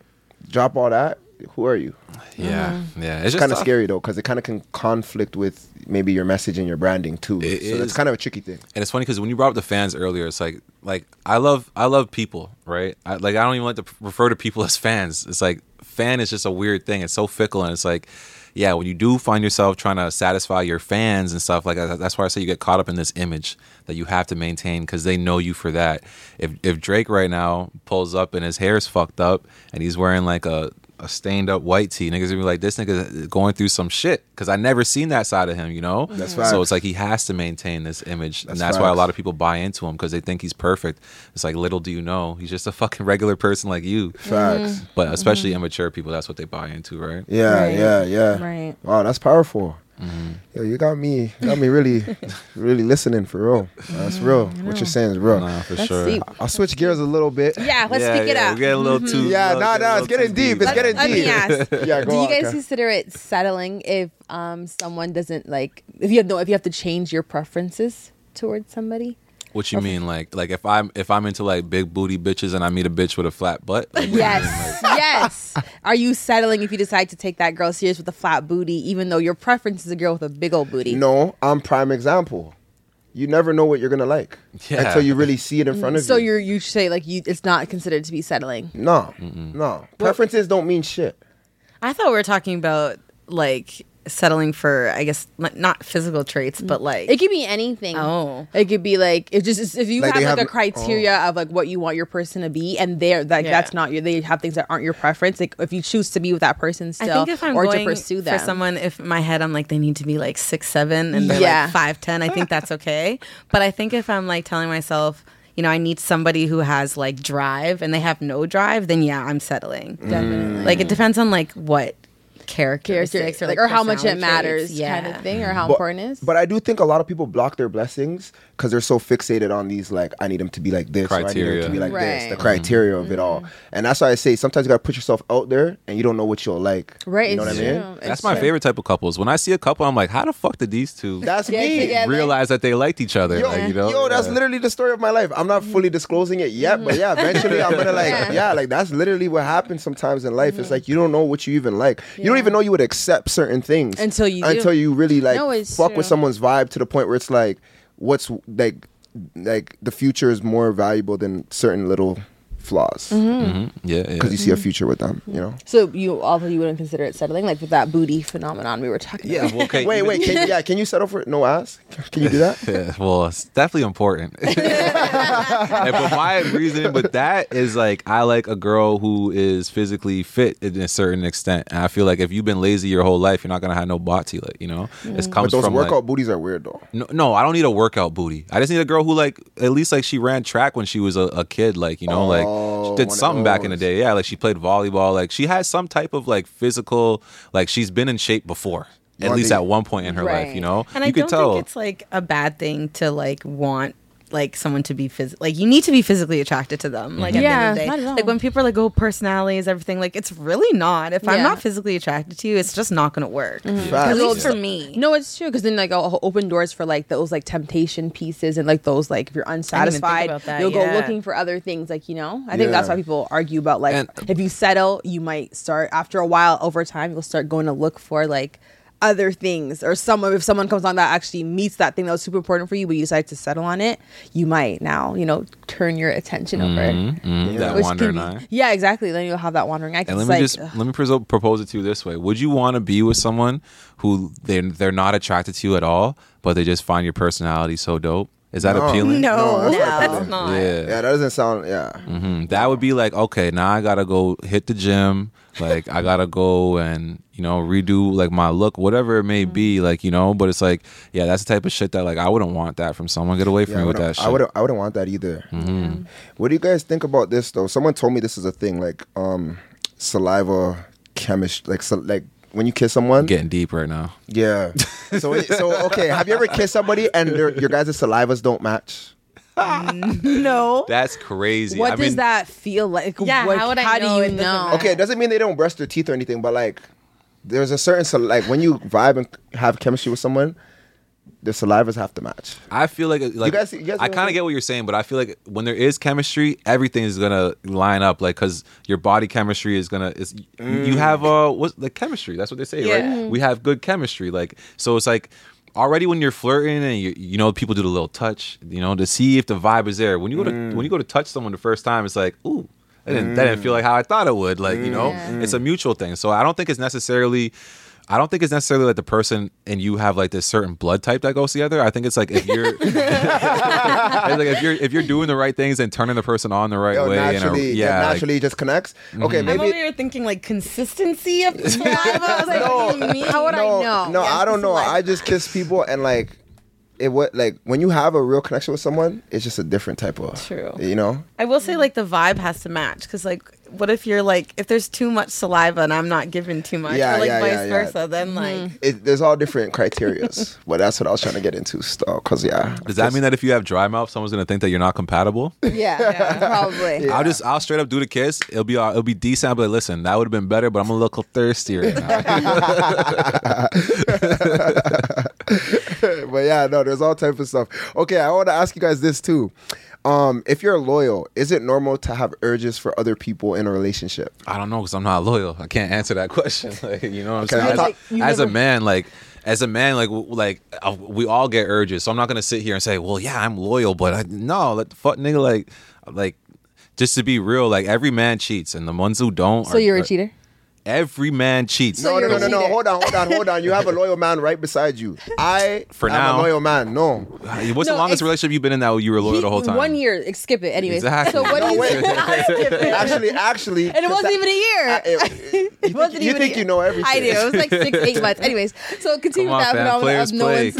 D: drop all that. Who are you?
C: Yeah, yeah. It's, just
D: Kind of
C: tough.
D: scary though, because it kind of can conflict with maybe your message and your branding too.
C: It
D: so
C: is.
D: that's kind of a tricky thing.
C: And it's funny because when you brought up the fans earlier, it's like like I love I love people, right? I, like I don't even like to refer to people as fans. It's like fan is just a weird thing. It's so fickle, and it's like yeah, when you do find yourself trying to satisfy your fans and stuff like that, that's why I say you get caught up in this image that you have to maintain because they know you for that. If if Drake right now pulls up and his hair's fucked up and he's wearing like a a stained up white tee, niggas gonna be like, this nigga is going through some shit because I never seen that side of him, you know.
D: That's
C: So
D: facts.
C: it's like he has to maintain this image, and
D: That's
C: that's why a
D: facts.
C: lot of people buy into him because they think he's perfect. It's like little do you know, he's just a fucking regular person like you.
D: Facts.
C: But especially
D: Mm-hmm.
C: immature people, that's what they buy into, right?
D: Yeah,
B: Right.
D: yeah, yeah.
B: Right.
D: Wow, that's powerful.
C: Mm-hmm.
D: Yo, you got me, you got me really, really listening for real. That's real. What you're saying is real.
C: Nah, for
B: That's
C: sure.
B: deep.
D: I'll switch gears a little bit.
B: Yeah, let's
C: yeah,
B: speak it
C: yeah,
B: out.
C: We're getting a little too.
D: Mm-hmm. Yeah,
C: no,
D: nah, nah, it's getting deep. It's
B: Let-
D: getting
B: let
D: deep.
B: me ask.
D: Yeah, go
B: Do you
D: on,
B: guys
D: Kat.
B: consider it settling if um someone doesn't like if you have no if you have to change your preferences towards somebody?
C: What you mean, like, like if I'm if I'm into like big booty bitches and I meet a bitch with a flat butt, like,
B: Yes, yes. Are you settling if you decide to take that girl serious with a flat booty, even though your preference is a girl with a big old booty?
D: No, I'm prime example. You never know what you're gonna like
C: Yeah.
D: until you really see it in front of
B: So
D: you.
B: you're you say like you it's not considered to be settling.
D: no, no. Preferences don't mean shit.
A: I thought we were talking about like settling for, I guess, like, not physical traits, but like.
B: Mm. It could be anything.
A: Oh.
B: It could be like it just if you
D: Like
B: have
D: they
B: like
D: have- oh.
B: a criteria of like what you want your person to be, and they're like
A: Yeah.
B: that's not your. They have things that aren't your preference. Like if you choose to be with that person still,
A: I think if I'm
B: or
A: going
B: to pursue
A: for
B: that,
A: someone, if in my head I'm like they need to be like six seven and they're
B: Yeah.
A: like five ten, I think that's okay. but I think if I'm like telling myself, you know, I need somebody who has like drive and they have no drive, then yeah, I'm settling.
D: Mm.
B: Definitely.
A: Like it depends on like what characteristics
B: characteristics
A: or
B: like, or how much it
A: personality traits.
B: matters
A: Yeah.
B: kind of thing or how
D: But-
B: important it is.
D: But I do think a lot of people block their blessings because they're so fixated on these like I need them to be like this, or I need them
C: Criteria.
D: to be like this,
B: Right. Mm-hmm.
D: the criteria of it all. And that's why I say sometimes you gotta put yourself out there, and you don't know what you'll like.
B: Right,
D: You know what
B: it's
D: I mean?
B: true. It's
C: That's my
B: true.
C: favorite type of couples. When I see a couple, I'm like, how the fuck did these two
D: That's
B: Yeah,
D: me.
B: together.
C: realize that they liked each other?
D: Yo,
C: Like, you know?
D: yo, that's
C: Yeah.
D: literally the story of my life. I'm not fully disclosing it yet, but yeah, eventually I'm gonna like,
B: Mm. Yeah.
D: yeah. like that's literally what happens sometimes in life. It's like you don't know what you even like. You don't even know you would accept certain things
B: Until you do.
D: until you really like
B: No, it's
D: fuck with
B: true.
D: someone's vibe to the point where it's like, what's like, like the future is more valuable than certain little flaws because
B: Mm-hmm.
C: Mhm. Yeah, yeah.
D: you see a future with them. You know.
B: So you also you wouldn't consider it settling, like with that booty phenomenon we were talking about.
C: well, okay,
D: Wait,
C: even-
D: wait, can, yeah. Can you settle for no ass? Can you do that?
C: Yeah, well, it's definitely important. And but my reason with that is like I like a girl who is physically fit in a certain extent. And I feel like if you've been lazy your whole life, you're not gonna have no body. Like you know, it's
D: Mm. But
C: comes
D: those
C: from
D: workout
C: like,
D: booties are weird though.
C: no, no, I don't need a workout booty. I just need a girl who like at least like she ran track when she was a, a kid. Like you know,
D: Oh,
C: like she
D: one
C: did
D: of
C: something back in the
D: those.
C: day. Yeah, like she played volleyball. Like she had some type of like physical. Like she's been in shape before. At
D: One
C: least
D: thing-
C: at one point in her life, you
B: Right.
C: know,
A: And
C: you
A: I
C: could
A: don't
C: tell.
A: think it's like a bad thing to like want like someone to be phys- like you need to be physically attracted to them. Like at
B: Yeah,
A: the end of
B: not at
A: the day,
B: all.
A: like when people are like, "Oh, personalities, everything," like it's really not. If I'm
B: Yeah.
A: not physically attracted to you, it's just not going to work.
D: Facts.
A: At least
B: Yeah.
A: for me.
B: No, it's true because then like it'll open doors for like those like temptation pieces and like those like if you're unsatisfied,
A: about that,
B: you'll go
A: yeah.
B: looking for other things. Like you know, I think that's
D: Yeah.
B: why people argue about like
C: And-
B: if you settle, you might start after a while over time you'll start going to look for like other things or someone if someone comes on that actually meets that thing that was super important for you but you decide to settle on it you might now you know turn your attention over
C: Mhm,
D: Yeah.
C: That
B: Which
C: wandering
B: can be-
C: eye.
B: yeah exactly then you'll have that wandering eye 'cause
C: And let
B: it's
C: me
B: like,
C: just
B: ugh.
C: let me preso- propose it to you this way: Would you want to be with someone who they they're not attracted to you at all, but they just find your personality so dope? Is that
D: No.
C: appealing?
A: No,
D: No, that's
A: that's not.
C: Yeah.
D: Yeah, that doesn't sound. Yeah.
C: Mhm. That would be like okay, now I gotta go hit the gym. Like I gotta go and you know redo like my look, whatever it
B: Mm.
C: may be. Like you know, but it's like yeah, that's the type of shit that like I wouldn't want that from someone. Get away from
D: Yeah, I
C: me with
D: wouldn't-
C: that shit. Mm-hmm.
D: I wouldn't. I wouldn't want that either. What do you guys think about this though? Someone told me this is a thing, like um, saliva chemistry, like so, like when you kiss someone.
C: I'm getting deep right now.
D: yeah. So it- so okay. Have you ever kissed somebody and their, your guys' salivas don't match?
A: No.
C: That's crazy.
B: what
C: I
B: does
C: mean,
B: that feel like
A: Yeah,
B: What-
A: how would I know
B: do
A: it doesn't
B: you know
A: match?
D: Okay, it doesn't mean they don't brush their teeth or anything, but like there's a certain sal- like when you vibe and have chemistry with someone, their salivas have to match.
C: I feel like, like
D: guys- you guys
C: I
D: know-
C: kind of get what you're saying, but I feel like when there is chemistry, everything is gonna line up. Like, cause your body chemistry is gonna is
D: Mm.
C: you have uh what's the chemistry? That's what they say,
A: Yeah.
C: right? We have good chemistry. Like, so it's like already when you're flirting and you you know people do the little touch, you know, to see if the vibe is there. When you go to when you go to touch someone the first time, it's like ooh. That didn't, that didn't feel like how I thought it would. Like, you know, it's a mutual thing. So I don't think it's necessarily I don't think it's necessarily like the person and you have like this certain blood type that goes together. I think it's like if you're It's like if you're if you're doing the right things and turning the person on the right
D: Yo,
C: way,
D: naturally,
C: and a,
D: yeah,
C: yeah, like- Mm-hmm.
D: naturally it just connects. Okay,
A: I'm
D: maybe
A: over here thinking like consistency of saliva. I was like,
D: No,
A: what do you mean?
B: how would
D: no,
B: I know?
D: No,
B: Yes,
D: I don't
B: it's
D: know.
B: like-
D: I just kiss people and like it what like when you have a real connection with someone, it's just a different type of
A: True.
D: You know?
A: I will say like the vibe has to match because like what if you're like if there's too much saliva and I'm not given too much
D: Yeah,
A: or like
D: yeah,
A: vice
D: yeah, yeah.
A: versa then like
D: It, there's all different criterias. but that's what I was trying to get into still. Cause yeah.
C: does that mean that if you have dry mouth, someone's gonna think that you're not compatible?
B: yeah, probably
C: I'll just I'll straight up do the kiss. It'll be all, it'll be decent. I'll be like, listen, that would have been better, but I'm a little thirsty right now.
D: but yeah, no, there's all type of stuff. Okay, I want to ask you guys this too. Um, if you're loyal, is it normal to have urges for other people in a relationship?
C: I don't know because I'm not loyal. I can't answer that question. Like, you know what I'm
D: Okay,
C: saying?
D: I
C: As,
D: thought-
B: You
C: as a
B: never-
C: man, like as a man, like w- like uh, we all get urges. So I'm not gonna sit here and say, well, yeah, I'm loyal, but I, no, like the fuck nigga, like like just to be real, like every man cheats, and the ones who don't.
B: so
C: are-
B: you're
C: are-
B: a cheater
C: Every man cheats.
B: So
D: no, no,
B: you're
D: no, no, no.
B: cheating.
D: Hold on, hold on, hold on. You have a loyal man right beside you. I
C: For
D: am
C: now.
D: a loyal man. No.
C: What's the
B: No,
C: longest
B: it's-
C: relationship you've been in that you were loyal
B: He-
C: the whole time?
B: One year, skip it. Anyways,
C: Exactly.
B: so what
C: No,
B: do you
D: wait.
B: think? I skip it.
D: Actually, actually.
B: and it wasn't even a year.
D: I- it-
B: It wasn't
D: you
B: even a
D: think
B: year.
D: you know everything.
B: I do. It was like six, eight months. Anyways, so
C: Come
B: continue
C: on,
B: with that
C: fam.
B: phenomenon
C: Players
B: of no
C: play.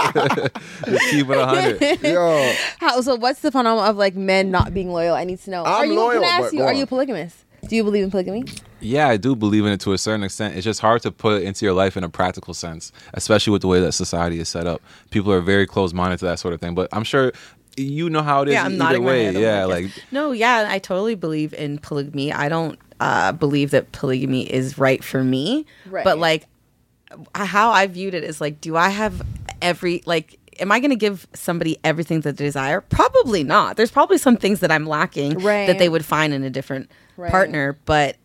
B: one's
C: Come on, fam. Just keep it 100.
D: Yo,
B: How, so what's the phenomenon of like men not being loyal? I need to know.
D: I'm
B: are you,
D: loyal,
B: Can I
D: but
B: ask you?
D: go
B: Are
D: on.
B: you polygamous? Do you believe in polygamy?
C: Yeah, I do believe in it to a certain extent. It's just hard to put it into your life in a practical sense, especially with the way that society is set up. People are very close minded to that sort of thing. But I'm sure you know how it is e-
A: yeah, I'm
C: either
A: nodding my
C: way.
A: head. I'm
C: yeah,
A: like,
C: like
A: yes. no, yeah, I totally believe in polygamy. I don't uh, believe that polygamy is right for me,
B: Right.
A: but like I- how I viewed it is like, do I have every like? Am I going to give somebody everything that they desire? Probably not. There's probably some things that I'm lacking
B: Right.
A: that they would find in a different
B: Right.
A: partner. But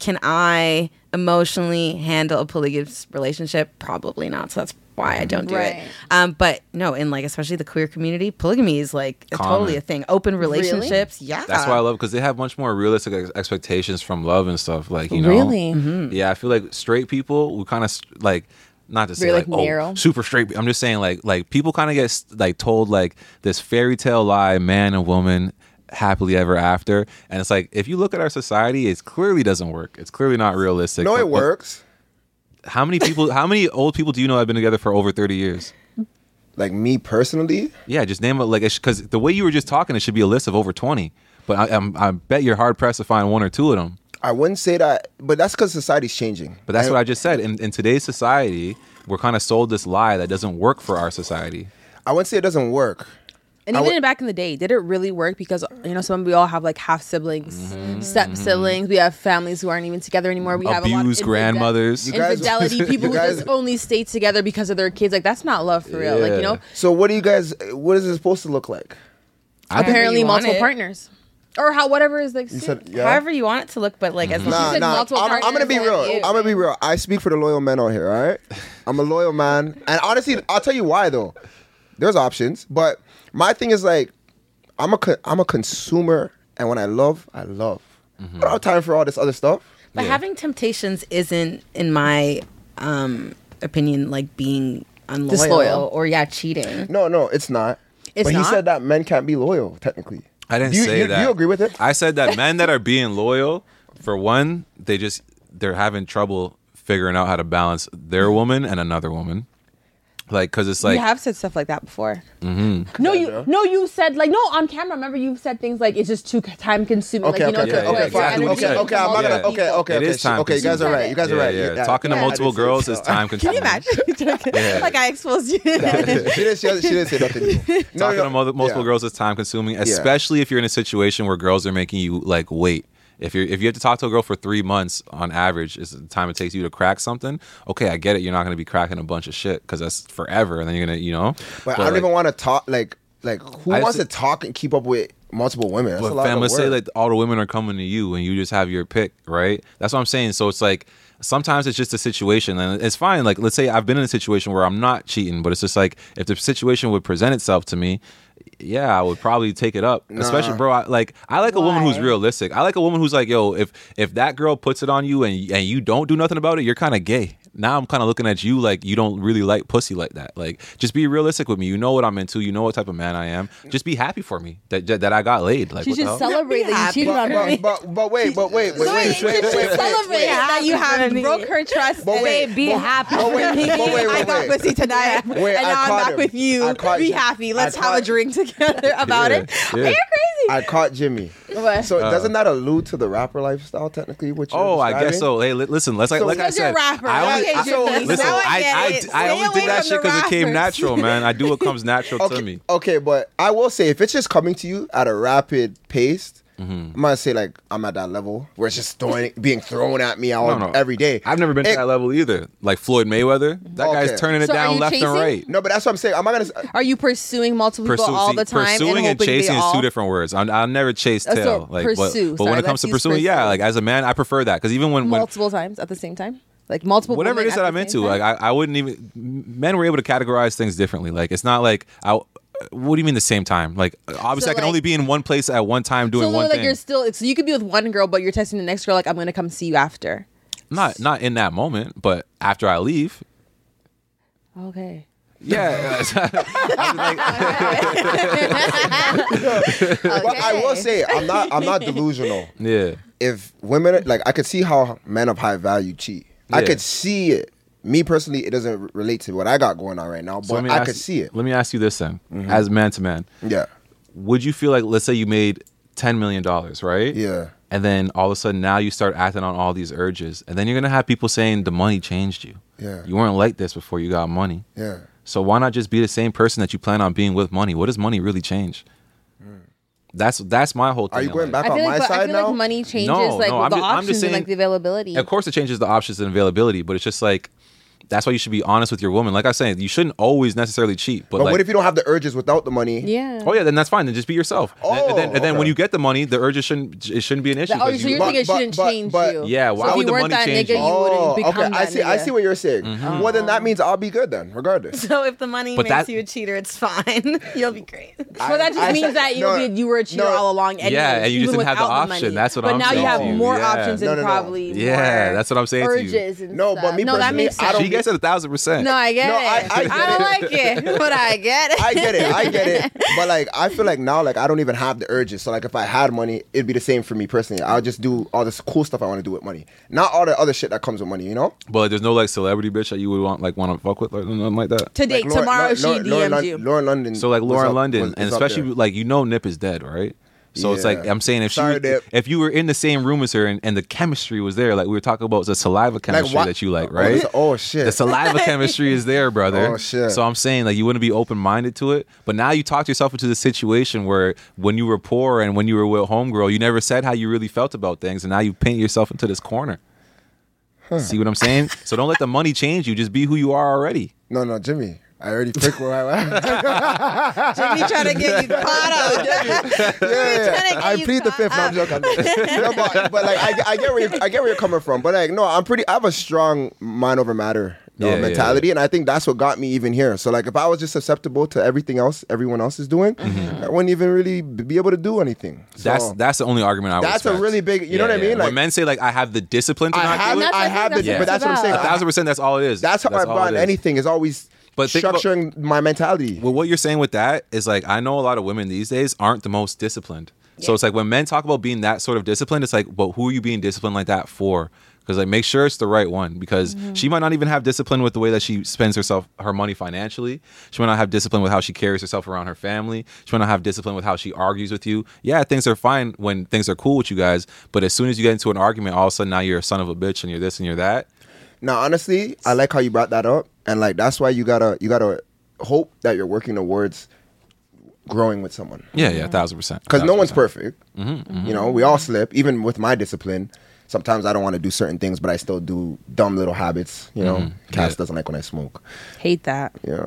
A: can I emotionally handle a polygamous relationship? Probably not. So that's why I don't do
B: Right.
A: it. Um, but no, in like especially the queer community, polygamy is like a
C: Common.
A: totally a thing. Open relationships, yeah.
C: That's
B: Uh,
C: why I love because they have much more realistic ex- expectations from love and stuff. Like you know,
B: Really?
D: Mm-hmm.
C: Yeah, I feel like straight people we kind of like not to say
B: Very,
C: like,
B: like,
C: oh,
B: narrow.
C: super straight. I'm just saying like like people kind of get s- like told like this fairy tale lie, man and woman happily ever after, and it's like if you look at our society, it clearly doesn't work. It's clearly not realistic.
D: no,
C: But-
D: it
C: but
D: works.
C: How many people? How many old people do you know have been together for over 30 years?
D: Like me personally,
C: Yeah, just name it like because the way you were just talking, it should be a list of over 20. But I, I'm, I bet you're hard pressed to find one or two of them.
D: I wouldn't say that, but that's because society's changing.
C: But that's
D: And
C: what I just said. In, in today's society, we're kind of sold this lie that doesn't work for our society.
D: I wouldn't say it doesn't work.
B: And
D: I
B: even
D: would-
B: back in the day, did it really work? Because you know, some we all have like half siblings,
C: Mm-hmm.
B: step siblings. We have families who aren't even together anymore. We have a lot of
C: Abused
B: infidel-
C: grandmothers.
D: You guys-
B: infidelity. people
D: you guys-
B: who just only stay together because of their kids. Like that's not love for real. Like
C: Yeah.
B: you know,
D: So what do you guys? What is it supposed to look like?
C: I think-
B: apparently
A: you want
B: multiple
A: it.
B: partners, or how whatever is like.
D: You said yeah.
A: However you want it to look, but like
C: Mm-hmm.
A: as long
D: Nah,
A: as
B: said
D: nah.
B: multiple
D: I'm, I'm gonna
B: partners
D: be
B: and
D: real.
B: you-
D: I'm gonna be real. I speak for the loyal men on here. All right, I'm a loyal man, and honestly, I'll tell you why though. There's options, but my thing is like, I'm a co- I'm a consumer, and when I love, I love. I don't have time for all this other stuff.
A: But having temptations isn't, in my um, opinion, like being unloyal
B: Disloyal.
A: or yeah, cheating.
D: No, no, it's not.
B: It's
D: but
B: not?
D: he said that men can't be loyal technically.
C: I didn't
D: Do you,
C: say
D: you-
C: that.
D: Do you agree with it?
C: I said that men that are being loyal, for one, they just they're having trouble figuring out how to balance their woman and another woman. Like, cause it's like Mm-hmm.
B: you have said stuff like that before. No, you no, you said like no on camera. Remember, you've said things like it's just too time consuming.
D: Okay,
B: like, you
D: okay,
B: know,
C: yeah,
D: okay,
B: to-
D: okay,
B: like, your
C: exactly what
D: fine.
B: energy
C: you
D: okay,
C: said.
B: to
D: okay. I'm not
B: multiple
D: gonna.
C: Yeah.
D: Okay,
B: people.
D: okay,
C: It
D: okay.
C: is
D: sh-
C: time
D: Okay, you guys are
C: consuming.
D: right. You guys are right.
C: Yeah, yeah.
D: I-
C: Talking to
D: I
C: multiple
D: didn't say
C: girls
D: so.
C: is time
B: Can you
C: consuming.
B: imagine? Like I exposed you.
D: she didn't. She didn't she didn't say nothing. No,
C: talking
D: no,
C: to mul- multiple
D: yeah.
C: girls is time consuming, especially if you're in a situation where girls are making you like wait. If you are if you have to talk to a girl for three months on average is the time it takes you to crack something. Okay, I get it. You're not going to be cracking a bunch of shit because that's forever, and then you're gonna you know.
D: But, I don't
C: like,
D: even want to talk. Like, like who
C: I
D: wants
C: said-
D: to talk and keep up with multiple women? That's a
C: But
D: lot
C: fam,
D: of
C: let's say
D: work.
C: like all the women are coming to you and you just have your pick, right? That's what I'm saying. So it's like sometimes it's just a situation and it's fine. Like let's say I've been in a situation where I'm not cheating, but it's just like if the situation would present itself to me, yeah, I would probably take it up. Especially bro, I, like I like a woman who's
B: Why?
C: realistic. I like a woman who's like, yo, if if that girl puts it on you and and you don't do nothing about it, you're kind of gay. Now I'm kind of looking at you like you don't really like pussy like that. Like just be realistic with me. You know what I'm into. You know what type of man I am. Just be happy for me that that, that I got laid. Like
B: You
C: what the
B: should
C: hell?
B: celebrate that you
A: happy.
B: cheated on
D: But,
B: her.
D: but, but, but wait, but wait, wait,
B: So
D: wait,
B: you
D: wait,
B: should
D: wait, wait.
B: celebrate that you have broke her trust.
D: But
B: and
D: wait,
B: they
D: be
B: but-
D: happy but wait, for me. but wait, wait,
B: I got
D: wait.
B: pussy tonight,
D: Wait,
B: and
D: I
B: now I'm
D: caught
B: back
D: him.
B: with
D: I
B: you.
D: caught
B: Be
D: him.
B: happy. Let's
D: I
B: have a
D: caught-
B: drink together about it.
C: Yeah, yeah.
B: You're crazy.
D: I caught Jimmy.
B: What?
D: So doesn't that allude to the rapper lifestyle technically? Which
C: Uh. Oh, I guess so. Hey, li- listen. Let's like
D: So
C: like I
B: because you're
C: said,
B: a rapper.
C: I only,
B: Okay,
C: I-
B: so
C: listen.
B: now I
C: I,
B: get it.
C: I, I,
B: Stay
C: only
B: away
C: did that
B: from
C: shit
B: the
C: because it came
B: rappers.
C: natural, man. I do what comes natural
D: Okay,
C: to me.
D: okay, but I will say if it's just coming to you at a rapid pace,
C: Mm-hmm.
D: I'm gonna say like I'm at that level where it's just throwing, being thrown at me all
C: No, no.
D: Oh, every day.
C: I've never been to
D: It-
C: that level either. Like Floyd Mayweather, that
D: Okay.
C: guy's turning it
B: So are
C: down
B: you
C: left
B: chasing?
C: and right.
D: No, but that's what I'm saying. I'm not gonna. s-
B: Are you pursuing multiple people all
C: see,
B: the time
C: pursuing
B: and
C: and,
B: hoping
C: chasing
B: they
C: is
B: all?
C: two different words. I'm, I'll never chase
B: Uh, so
C: tail. Like, but-
B: pursue.
C: but,
B: Sorry,
C: when it comes
B: let's
C: to
B: use
C: pursuing, yeah,
B: pursue.
C: like as a man, I prefer that because even when, when
B: multiple times at the same time, like multiple.
C: whatever it
B: women
C: is that
B: at the
C: I'm
B: same
C: into,
B: time?
C: like I, I wouldn't even. Men were able to categorize things differently. Like it's not like I what do you mean the same time? Like uh, obviously,
B: So,
C: I can
B: like-
C: only be in one place at one time doing
B: so
C: one
B: like
C: thing.
B: you're still so you could be with one girl, but you're texting the next girl like I'm gonna come see you after.
C: not not in that moment, but after I leave,
B: Okay.
C: yeah.
D: But I will say I'm not I'm not delusional.
C: yeah.
D: if women like I could see how men of high value cheat. I
C: Yeah.
D: could see it. Me personally, it doesn't r- relate to what I got going on right now,
C: So
D: but
C: let me
D: I
C: ask-
D: could see it. Mm-hmm.
C: Let me ask you this then, as man to man,
D: Yeah,
C: would you feel like let's say you made ten million dollars, right?
D: yeah.
C: And then all of a sudden now you start acting on all these urges, and then you're gonna have people saying the money changed you.
D: Yeah.
C: You weren't like this before you got money.
D: Yeah.
C: So why not just be the same person that you plan on being with money? What does money really change? That's that's my whole thing.
D: Mm. Are you
C: in
D: going
C: life.
D: back
B: I
D: on
B: feel
D: my
B: like but I
D: side
B: feel
D: now?
B: like money changes
C: No,
B: like
C: no,
B: the
C: I'm ju- I'm just
B: options
C: saying-
B: and like the availability.
C: Of course, it changes the options and availability, but it's just like that's why you should be honest with your woman. Like I was saying, you shouldn't always necessarily cheat, but,
D: but
C: like,
D: what if you don't have the urges without the money?
B: Yeah.
C: Oh yeah, then that's fine. Then just be yourself. And then- and then, and then
D: Oh, okay.
C: when you get the money, the urges shouldn't it shouldn't be an issue.
B: That- oh,
C: 'cause
B: so
C: you-
B: you're thinking it
D: But-
B: shouldn't
D: but-
B: change
D: but-
B: you.
C: Yeah, why
B: so if
C: would
B: you
C: the
B: weren't
C: money
B: that
C: change
B: nigga,
C: you?
B: you
D: Oh,
B: wouldn't
D: okay.
B: become
D: I
B: that
D: see. I
B: nigga.
D: see what you're saying.
C: Mm-hmm.
D: Well, then that means I'll be good then, regardless.
A: So if the money
C: But
A: makes
C: that-
A: you a cheater, it's fine. You'll be great.
B: Well, that just
D: I- I
B: means
D: said-
B: that you
D: no,
B: did- you were a cheater
D: no.
B: all along. Anyways,
C: Yeah, and you just
B: even
C: didn't have the
B: without
C: option.
B: money.
C: That's what
B: but
C: I'm
B: now you
C: saying
B: have
C: to you.
B: more
C: Yeah.
B: options and
D: No, no, no.
B: probably
C: Yeah,
B: more
C: that's what I'm saying to you.
B: urges And
D: No, but
B: stuff.
D: me
B: no, that
D: personally,
B: makes
D: I
B: sense.
C: she gets it a thousand percent.
B: no, I get
D: No, I-
B: it.
D: I get
B: don't like it, but I get it.
D: I get it. I get it. But like, I feel like now, like, I don't even have the urges. So like, if I had money, it'd be the same for me personally. I'll just do all this cool stuff I want to do with money, not all the other shit that comes with money. You know?
C: But there's no like celebrity bitch that you would want like want to fuck with or nothing like that.
B: Today,
D: Like, Lauren-
B: tomorrow,
D: Lauren-
B: she
D: Lauren-
B: DMs
D: Lauren Lon-
B: you.
D: Lauren London.
C: So like
D: was
C: Lauren
D: up-
C: London,
D: was-
C: and
D: was up
C: especially
D: there.
C: like you know Nip is dead, right? So it's like
D: Yeah.
C: I'm saying if she
D: Sorry,
C: was-
D: Nip.
C: if you were in the same room as her and, and the chemistry was there, like we were talking about the saliva chemistry
D: what-
C: that you like,
D: Oh,
C: right?
D: it's- oh, shit.
C: The saliva chemistry is there, brother.
D: Oh, shit.
C: So I'm saying like you wouldn't be open minded to it. But now you talked yourself into the situation where when you were poor and when you were with homegirl, you never said how you really felt about things, and now you paint yourself into this corner. See what I'm saying? so don't let the money change you. Just be who you are already.
D: No, no, Jimmy. I already picked where I am.
B: Jimmy trying to get you caught up.
D: yeah, yeah,
B: trying to
D: yeah.
B: get
D: I
B: you
D: plead the
B: caught
D: fifth. No, I'm joking. I'm joking. No, but, but like, I, get- I get where you're, I get where you're coming from. But like, no, I'm pretty. I have a strong mind over matter uh,
C: Yeah, yeah,
D: mentality, and I think that's what got me even here. So like, if I was just susceptible to everything else everyone else is doing, I wouldn't even really b- be able to do anything. So,
C: Mm-hmm. That's that's the only argument I would
D: That's a
C: expect.
D: really big- you know what I mean?
C: When
D: Like-
C: men say like I have the discipline to
D: I
C: not
D: have,
C: do it,
B: That's
D: I
B: what-
D: have
B: that's
D: the,
B: what
D: but that's
B: it's
D: what I'm saying.
C: a thousand percent that's all it is.
D: That's how I
C: all it
D: brought
C: is.
D: anything is always
C: But think about-
D: structuring my mentality.
C: Well, what you're saying with that is like I know a lot of women these days aren't the most disciplined. So it's like when men talk about being that sort of disciplined, it's like, but who are you being disciplined like that for? Because like make sure it's the right one. Because
B: Mm-hmm.
C: she might not even have discipline with the way that she spends herself her money financially. She might not have discipline with how she carries herself around her family. She might not have discipline with how she argues with you. Yeah, things are fine when things are cool with you guys. But as soon as you get into an argument, all of a sudden now you're a son of a bitch and you're this and you're that.
D: Now, honestly, I like how you brought that up, and like that's why you gotta you gotta hope that you're working towards growing with someone
C: Yeah, yeah, a thousand percent.
D: because no
C: Thousand
D: one's
C: percent.
D: perfect. You know, we all slip. Even with my discipline, sometimes I don't want to do certain things, but I still do dumb little habits. You know, Cass
C: Yeah.
D: doesn't like when I smoke.
B: Hate that.
D: Yeah.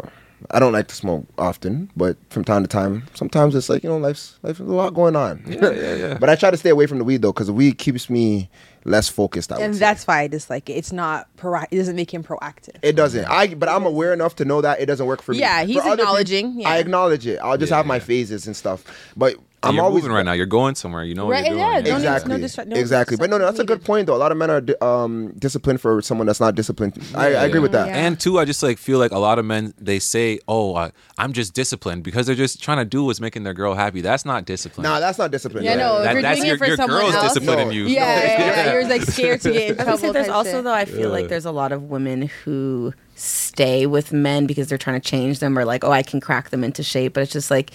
D: I don't like to smoke often, but from time to time, sometimes it's like you know, life's life is a lot going on. Yeah, yeah, yeah. but I try to stay away from the weed though, because the weed keeps me less focused. I would
B: And
D: say.
B: that's why I dislike it. It's not pro- it doesn't make him proactive.
D: It doesn't. I but I'm aware enough to know that it doesn't work for me.
B: Yeah, he's
D: For other
B: acknowledging,
D: peop-
B: yeah.
D: I acknowledge it. I'll just
C: Yeah,
D: have my
C: yeah.
D: phases and stuff. But I'm
C: you're
D: always
C: moving right now. You're going somewhere. You know what
B: Right,
C: you're doing.
B: yeah, don't need-
D: Exactly.
B: no distra- no
D: exactly. But no, no, that's a good
B: distractions
D: point though. A lot of men are di- um, disciplined for someone that's not disciplined. I, I agree with that.
B: Yeah.
C: And two, I just like feel like a lot of men they say, "Oh, I, I'm just disciplined," because they're just trying to do what's making their girl happy. That's not discipline.
D: Nah, that's not discipline.
B: Yeah, no,
C: That-
B: if you're
C: that's
B: doing
C: your,
B: it for
C: your
B: someone
C: girl's
B: else-
C: disciplining
D: No.
C: you.
B: Yeah, yeah, yeah,
C: Yeah.
B: You're like scared to get in
A: I was
B: trouble.
A: gonna say, there's
B: type
A: also
B: shit.
A: though I feel like there's a lot of women who stay with men because they're trying to change them or like oh I can crack them into shape, but it's just like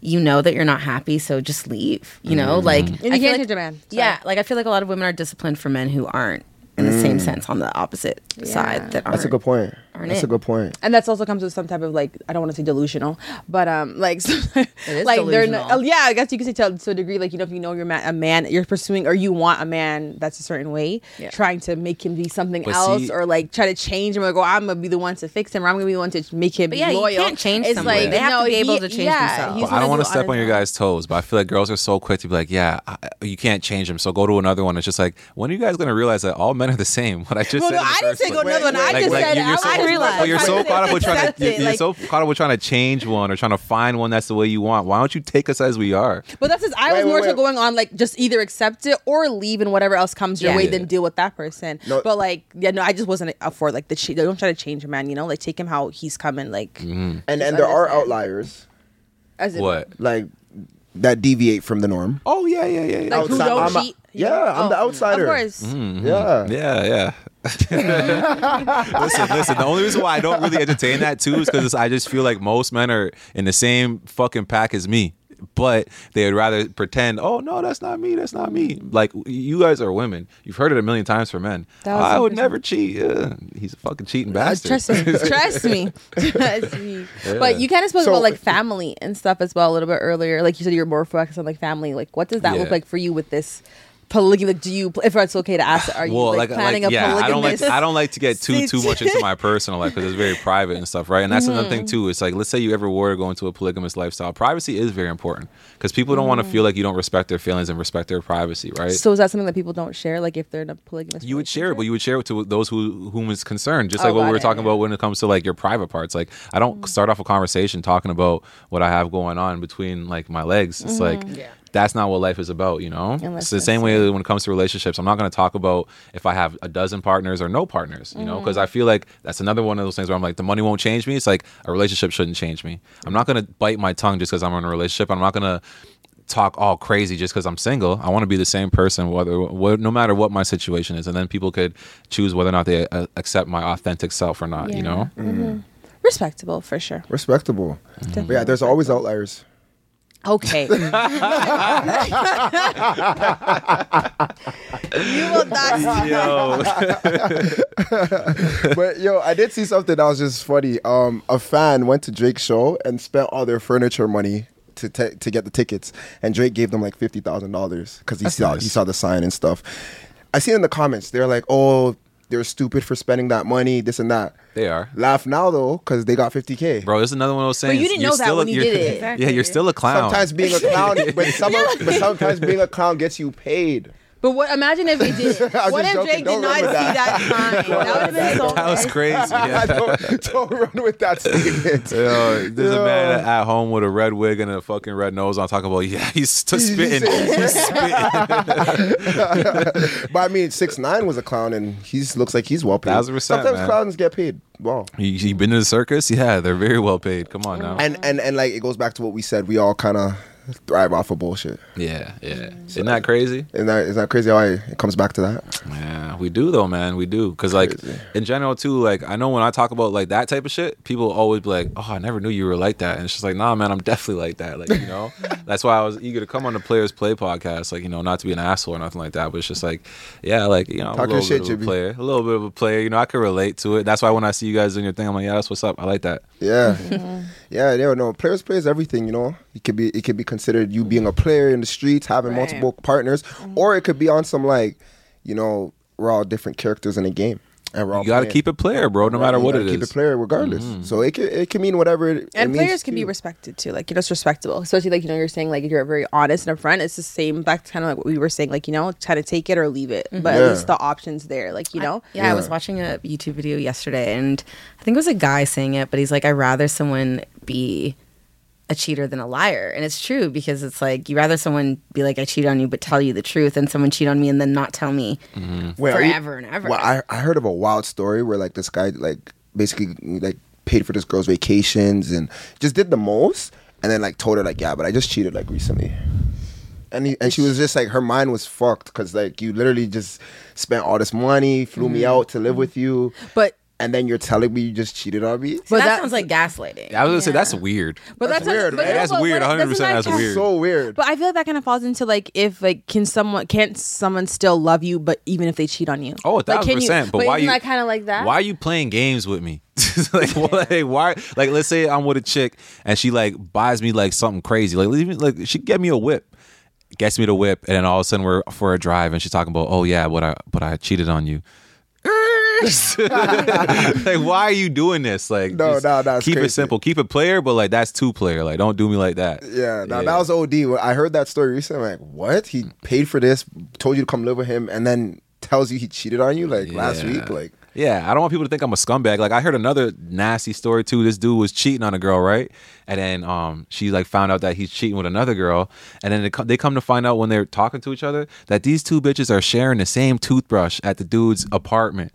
A: you know that you're not happy, so just leave. You
D: Mm-hmm.
A: know, like and
B: you can't change a man. Sorry.
A: Yeah, like I feel like a lot of women are disciplined for men who aren't in the same sense on the opposite side. That
D: Mm. That's a
A: aren't.
D: good point.
A: Aren't
D: That's
A: it?
D: a good point.
B: and that's also comes with some type of like I don't want to say delusional, but um like like they're not,
A: delusional.
B: yeah I guess you could say to, to a degree like you know if you know you're ma- a man you're pursuing or you want a man that's a certain way,
A: Yeah.
B: trying to make him be something
C: But
B: else
C: see-
B: or like try to change him or go I'm gonna be the one to fix him or I'm gonna be the one to make him
A: But
B: be
A: yeah, you
B: loyal.
A: can't change
B: it's
A: someone.
B: like
A: They have to
B: no,
A: be able
B: he-
A: to change
B: yeah,
A: themselves.
B: he's
C: But I don't
B: gonna
C: want to
B: do it
C: step on your
B: his own.
C: guys' toes, but I feel like girls are so quick to be like, "Yeah, I, you can't change them, so go to another one." It's just like, when are you guys gonna realize that all men are the same? What I just
B: Well,
C: said.
B: no,
C: in the
B: I didn't
C: first
B: say go
C: place.
B: another one. I
C: Like-
B: just
C: like
B: said
C: you're- you're
B: I
C: so
B: was
A: realize.
C: But you're so
B: Sometimes
C: caught up with
B: it's
C: trying to
B: accepted,
C: you're, you're
B: like-
C: so caught up with trying to change one or trying to find one that's the way you want. Why don't you take us as we are?
B: But that's just,
D: Wait,
B: I was
D: wait,
B: more
D: wait.
B: so going on like just either accept it or leave and whatever else comes your
A: Yeah.
B: way,
C: Yeah.
B: then deal with that person.
D: No.
B: But like, yeah, no, I just wasn't up for like the ch- don't try to change a man, you know, like take him how he's coming, like
D: and
B: Just
D: and there are
B: understand.
D: outliers
B: as
C: Mm-hmm.
B: in,
C: What?
D: like that deviate from the norm.
C: Oh yeah, yeah, yeah. yeah.
B: like who
D: Outside-
B: don't
D: I'm a-
B: cheat. Oh,
D: yeah, I'm the outsider.
B: Of course,
C: Mm-hmm.
D: Yeah.
C: Yeah, yeah. listen, listen. The only reason why I don't really entertain that too is because I just feel like most men are in the same fucking pack as me, but they would rather pretend, oh no, that's not me, that's not me. Like you guys are women. You've heard it a million times for men.
B: Thousand
C: I would
B: percent.
C: never cheat. Ugh, he's a fucking cheating
B: Uh,
C: bastard.
B: trust me, trust me, trust me. But you kind of spoke
D: So-
B: about like family and stuff as well a little bit earlier. Like you said, you're more focused on like family. Like, what does that
C: Yeah.
B: look like for you with this? Polygamy? Like, do you if it's okay to ask? Are you
C: well,
B: like,
C: like,
B: planning
C: like,
B: a
C: yeah,
B: polygamous?
C: I don't like I don't like to get too too much into
B: situation?
C: my personal life because it's very private and stuff, right? And that's another
B: Mm-hmm.
C: thing too. It's like let's say you ever were going to a polygamous lifestyle, privacy is very important because people don't
B: Mm-hmm.
C: want to feel like you don't respect their feelings and respect their privacy, right?
B: So is that something that people don't share? Like if they're in a polygamous,
C: you would share it, but
B: relationship?
C: you would share it to those who whom it's concerned. Just
B: Oh,
C: like what we
B: got
C: were
B: it,
C: talking
B: yeah.
C: about when it comes to like your private parts. Like I don't start off a conversation talking about what I have going on between like my legs. It's like that's not what life is about, you know.
B: Unless
C: it's the
B: that's
C: same way when it comes Mm-hmm. to relationships. I'm not going to talk about if I have a dozen partners or no partners, you know, because I feel like that's another one of those things where I'm like the money won't change me. It's like a relationship shouldn't change me. I'm not going to bite my tongue just because I'm in a relationship. I'm not going to talk all crazy just because I'm single. I want to be the same person, whether what, no matter what my situation is, and then people could choose whether or not they uh, accept my authentic self or not. You
B: Yeah.
C: know,
B: respectable for sure.
D: Respectable. But yeah, there's always outliers.
B: Okay. you will not.
D: but yo, I did see something that was just funny. Um, a fan went to Drake's show and spent all their furniture money to t- to get the tickets, and Drake gave them like fifty thousand dollars because he saw he saw the sign and stuff. I see in the comments they're like, "Oh, they're stupid for spending that money, this and that."
C: They are.
D: Laugh now though, because they got fifty k.
C: bro, this is another one of those things.
B: you didn't
C: you're
B: know that
C: still a-
B: when you
C: you're-
B: did it.
C: Yeah, you're
B: Exactly.
C: still a clown.
D: Sometimes being a clown, but, some, but sometimes being a clown gets you paid.
B: But what? Imagine if it did.
D: I was
B: What
D: just
B: if
D: joking.
B: Drake
D: Don't
B: did not
D: run
B: see
D: with that.
B: that sign? That would have been so.
C: that was
B: bad.
C: crazy. Yeah.
D: don't, don't run with that statement.
C: Yo, there's
D: Yo.
C: a man at home with a red wig and a fucking red nose. I'm talking about, yeah, he's still spitting. He's spitting.
D: But I mean, six nine was a clown, and he looks like he's well paid.
C: Thousand percent,
D: Sometimes
C: man.
D: clowns get paid well.
C: you, you been to the circus? Yeah, they're very well paid. Come on now.
B: Mm.
D: And and and like it goes back to what we said. We all kind of thrive off of bullshit.
C: yeah, yeah.
B: Mm.
C: Isn't that crazy?
D: Isn't that, isn't that crazy? How I, it comes back to that.
C: Yeah, we do though, man. We do because like in general too. Like I know when I talk about like that type of shit, people always be like, "Oh, I never knew you were like that." And it's just like, "Nah, man, I'm definitely like that." Like you know, that's why I was eager to come on the Players Play podcast. Like you know, not to be an asshole or nothing like that, but it's just like, yeah, like you know, I'm a
D: Talk your
C: little
D: shit,
C: bit of
D: Jimmy.
C: a player, a little bit of a player. You know, I can relate to it. That's why when I see you guys doing your thing, I'm like, "Yeah, that's what's up. I like that."
D: Yeah,
B: Mm-hmm.
D: yeah. They don't know. Players plays everything. You know, it could be it could be considered you being a player in the streets, having
B: Right. Mm-hmm.
D: multiple partners, or it could be on some like, you know, we're all different characters in a game, and we're all
C: You got to
D: playing.
C: keep it player, bro. No
D: Right,
C: matter
D: you
C: what
D: gotta
C: it is. Mm-hmm.
D: keep it player regardless. So it can it can mean whatever. It, it
B: and
D: means
B: players
D: to
B: can
D: you.
B: be respected too like you know it's respectable especially like you know you're saying like you're very honest and upfront it's the same back to kind of like what we were saying like you know try to take it or leave it but
D: Yeah.
B: at least the options there like you know
A: Yeah, I was watching a YouTube video yesterday and I think it was a guy saying it, but he's like, I'd rather someone be a cheater than a liar. And it's true because it's like, you rather someone be like, I cheat on you, but tell you the truth, and someone cheat on me and then not tell me
D: Wait, are you-
A: forever and ever.
D: Well, I, I heard of a wild story where like this guy like basically like paid for this girl's vacations and just did the most, and then like told her like yeah, but I just cheated like recently. And, he, and she was just like her mind was fucked because like you literally just spent all this money, flew me out to live with you,
B: Mm-hmm. but
D: and then you're telling me you just cheated on me.
A: but that,
B: that-
A: sounds like gaslighting.
C: I was gonna say that's weird.
B: but that's,
D: weird,
B: but
D: right?
B: no,
C: That's
B: but
C: weird.
B: what-
C: 100%
B: doesn't that
C: that's
B: count?
C: weird.
D: So weird.
B: but i feel like that kind of falls into like if like can someone can't someone still love you but even if they cheat on you
C: Oh, a
B: Like,
C: thousand
B: can you-
C: percent. But, why
B: isn't
C: you
B: that kind of like that
C: Why are you playing games with me? like, what- like, why? Like, let's say I'm with a chick and she like buys me like something crazy. Like, even like she get me a whip, gets me the whip, and then all of a sudden we're for a drive and she's talking about, oh yeah, but I but I cheated on you. like, why are you doing this? Like,
D: No,
C: just
D: no, no, it's
C: Keep
D: crazy.
C: it simple. Keep it player, but like that's two player. Like, don't do me like that.
D: Yeah, now that was OD. When I heard that story recently, I'm like, what? He paid for this, told you to come live with him, and then tells you he cheated on you like last
C: Yeah.
D: week. Like,
C: Yeah, I don't want people to think I'm a scumbag. Like I heard another nasty story too. This dude was cheating on a girl, right? And then um, she like found out that he's cheating with another girl. And then they co- they come to find out when they're talking to each other that these two bitches are sharing the same toothbrush at the dude's apartment.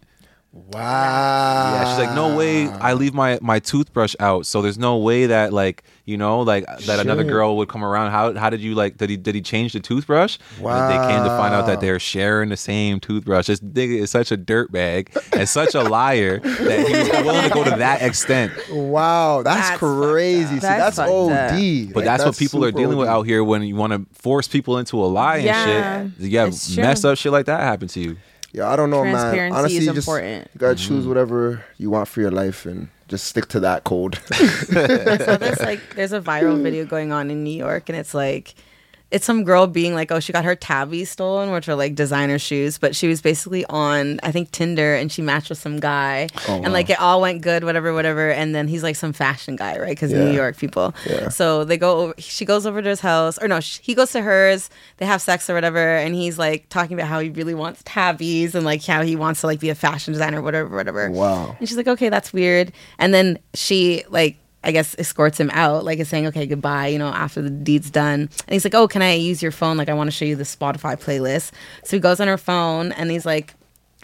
D: Wow.
C: Yeah, she's like, no way.
D: Ah.
C: I leave my my toothbrush out, so there's no way that like you know like that another
D: Shit.
C: girl would come around. How how did you like? Did he did he change the toothbrush? And they came to find out that
D: Wow.
C: they're sharing the same toothbrush. This nigga is such a dirtbag and such a liar that he was willing to go to that extent.
D: Wow, that's,
B: That's
D: crazy. See,
B: fucked up.
D: that's,
B: That's fucked
D: OD.
B: up.
C: But
D: Like,
C: that's, what people are
D: super
C: dealing with
D: OD.
C: out here when you want to force people into a lie and
B: Yeah,
C: shit. Yeah,
B: it's true.
C: messed up shit like that happened to you.
D: Yeah, I don't know, man.
B: Transparency
D: Honestly,
B: is
D: you just
B: important.
D: you gotta
C: Mm-hmm.
D: choose whatever you want for your life and just stick to that code.
A: so there's like there's a viral video going on in New York, and it's like it's some girl being like, oh, she got her tabby stolen, which are like designer shoes, but she was basically on I think Tinder, and she matched with some guy,
D: Oh,
A: and like it all went good, whatever, whatever, and then he's like some fashion guy, right? Because
D: Yeah.
A: New York people,
D: Yeah.
A: so they go. Over, she goes over to his house, or no, sh he goes to hers. They have sex or whatever, and he's like talking about how he really wants tabbies and like how he wants to like be a fashion designer, whatever, whatever.
D: Wow.
A: And she's like, okay, that's weird. And then she like, I guess escorts him out, like is saying, okay, goodbye, you know, after the deed's done. And he's like, oh, can I use your phone? Like, I want to show you the Spotify playlist. So he goes on her phone and he's like,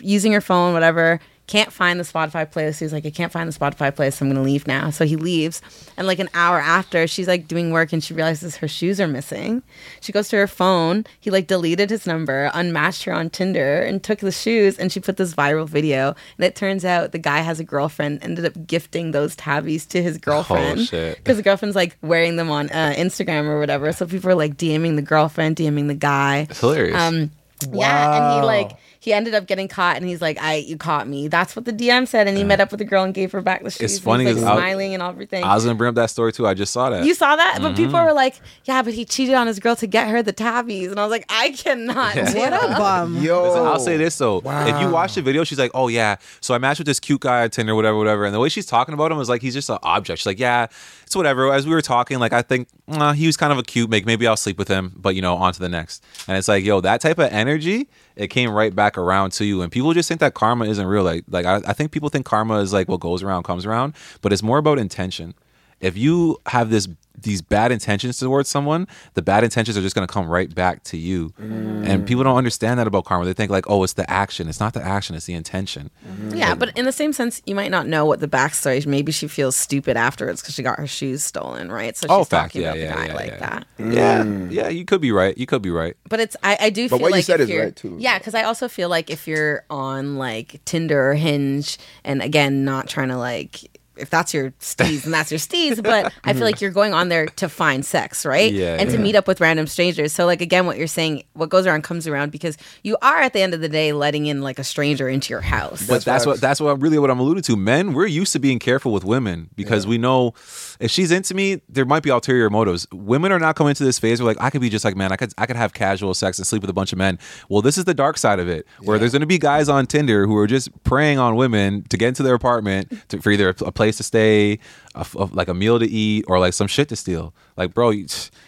A: using her phone, whatever. Can't find the Spotify playlist. He's like, I can't find the Spotify playlist. so I'm gonna leave now. So he leaves, and like an hour after, she's like doing work, and she realizes her shoes are missing. She goes to her phone. He like deleted his number, unmatched her on Tinder, and took the shoes. And she put this viral video. And it turns out the guy has a girlfriend. Ended up gifting those tabbies to his girlfriend
C: shit.
A: because the girlfriend's like wearing them on uh, Instagram or whatever. So people are like DMing the girlfriend, DMing the guy.
C: It's hilarious.
A: Um, Yeah, and he
D: Wow.
A: like he ended up getting caught, and he's like, "I, you caught me." That's what the DM said, and he met up with the girl and gave her back the shoes. and he's,
C: funny
A: like,
C: 'cause I-
A: smiling and everything.
C: I was Mm-hmm. gonna bring up that story too. I just saw that.
A: you saw that, but people were like, "Yeah, but he cheated on his girl to get her the tabbies," and I was like, "I cannot." do
B: What
A: that."
B: a bum.
D: Yo,
C: Listen, I'll say this though. If you watch the video, she's like, "Oh yeah." So I matched with this cute guy on Tinder, whatever, whatever. And the way she's talking about him is like he's just an object. She's like, "Yeah, it's whatever." As we were talking, like I think nah, he was kind of a cute. Make maybe I'll sleep with him, but you know, on to the next. And it's like, yo, that type of energy, it came right back around to you. And people just think that karma isn't real. Like, like I, I think people think karma is like what goes around comes around, but it's more about intention. If you have this these bad intentions towards someone, the bad intentions are just going to come right back to you.
A: Mm.
C: And people don't understand that about karma. They think like, "Oh, it's the action. It's not the action, it's the intention."
A: Yeah, but in the same sense, you might not know what the backstory. is. Maybe she feels stupid afterwards because she got her shoes stolen, right? So she's
C: Oh, fact.
A: talking
C: Yeah,
A: about
C: yeah,
A: the guy
C: yeah,
A: like
C: yeah.
A: that. Mm.
C: Yeah. Yeah, you could be right. You could be right.
A: But it's I, I do
D: But
A: feel
D: what you
A: like
D: said
A: if
D: is
A: you're-
D: right, too.
A: Yeah, because I also feel like if you're on like Tinder or Hinge, and again, not trying to like. If that's your steez, and that's your steez, but I
D: Mm-hmm.
A: feel like you're going on there to find sex, right?
C: Yeah,
A: and to
C: yeah.
A: meet up with random strangers. So, like again, what you're saying, what goes around comes around, because you are at the end of the day letting in like a stranger into your house.
C: But that's what that's what really what I'm alluding to. Men, we're used to being careful with women because we know if she's into me, there might be ulterior motives. Women are not coming into this phase where like I could be just like man, I could I could have casual sex and sleep with a bunch of men. Well, this is the dark side of it where there's going to be guys on Tinder who are just preying on women to get into their apartment to, for either a, a place to stay, a f- a- like a meal to eat, or like some shit to steal. Like bro, you, you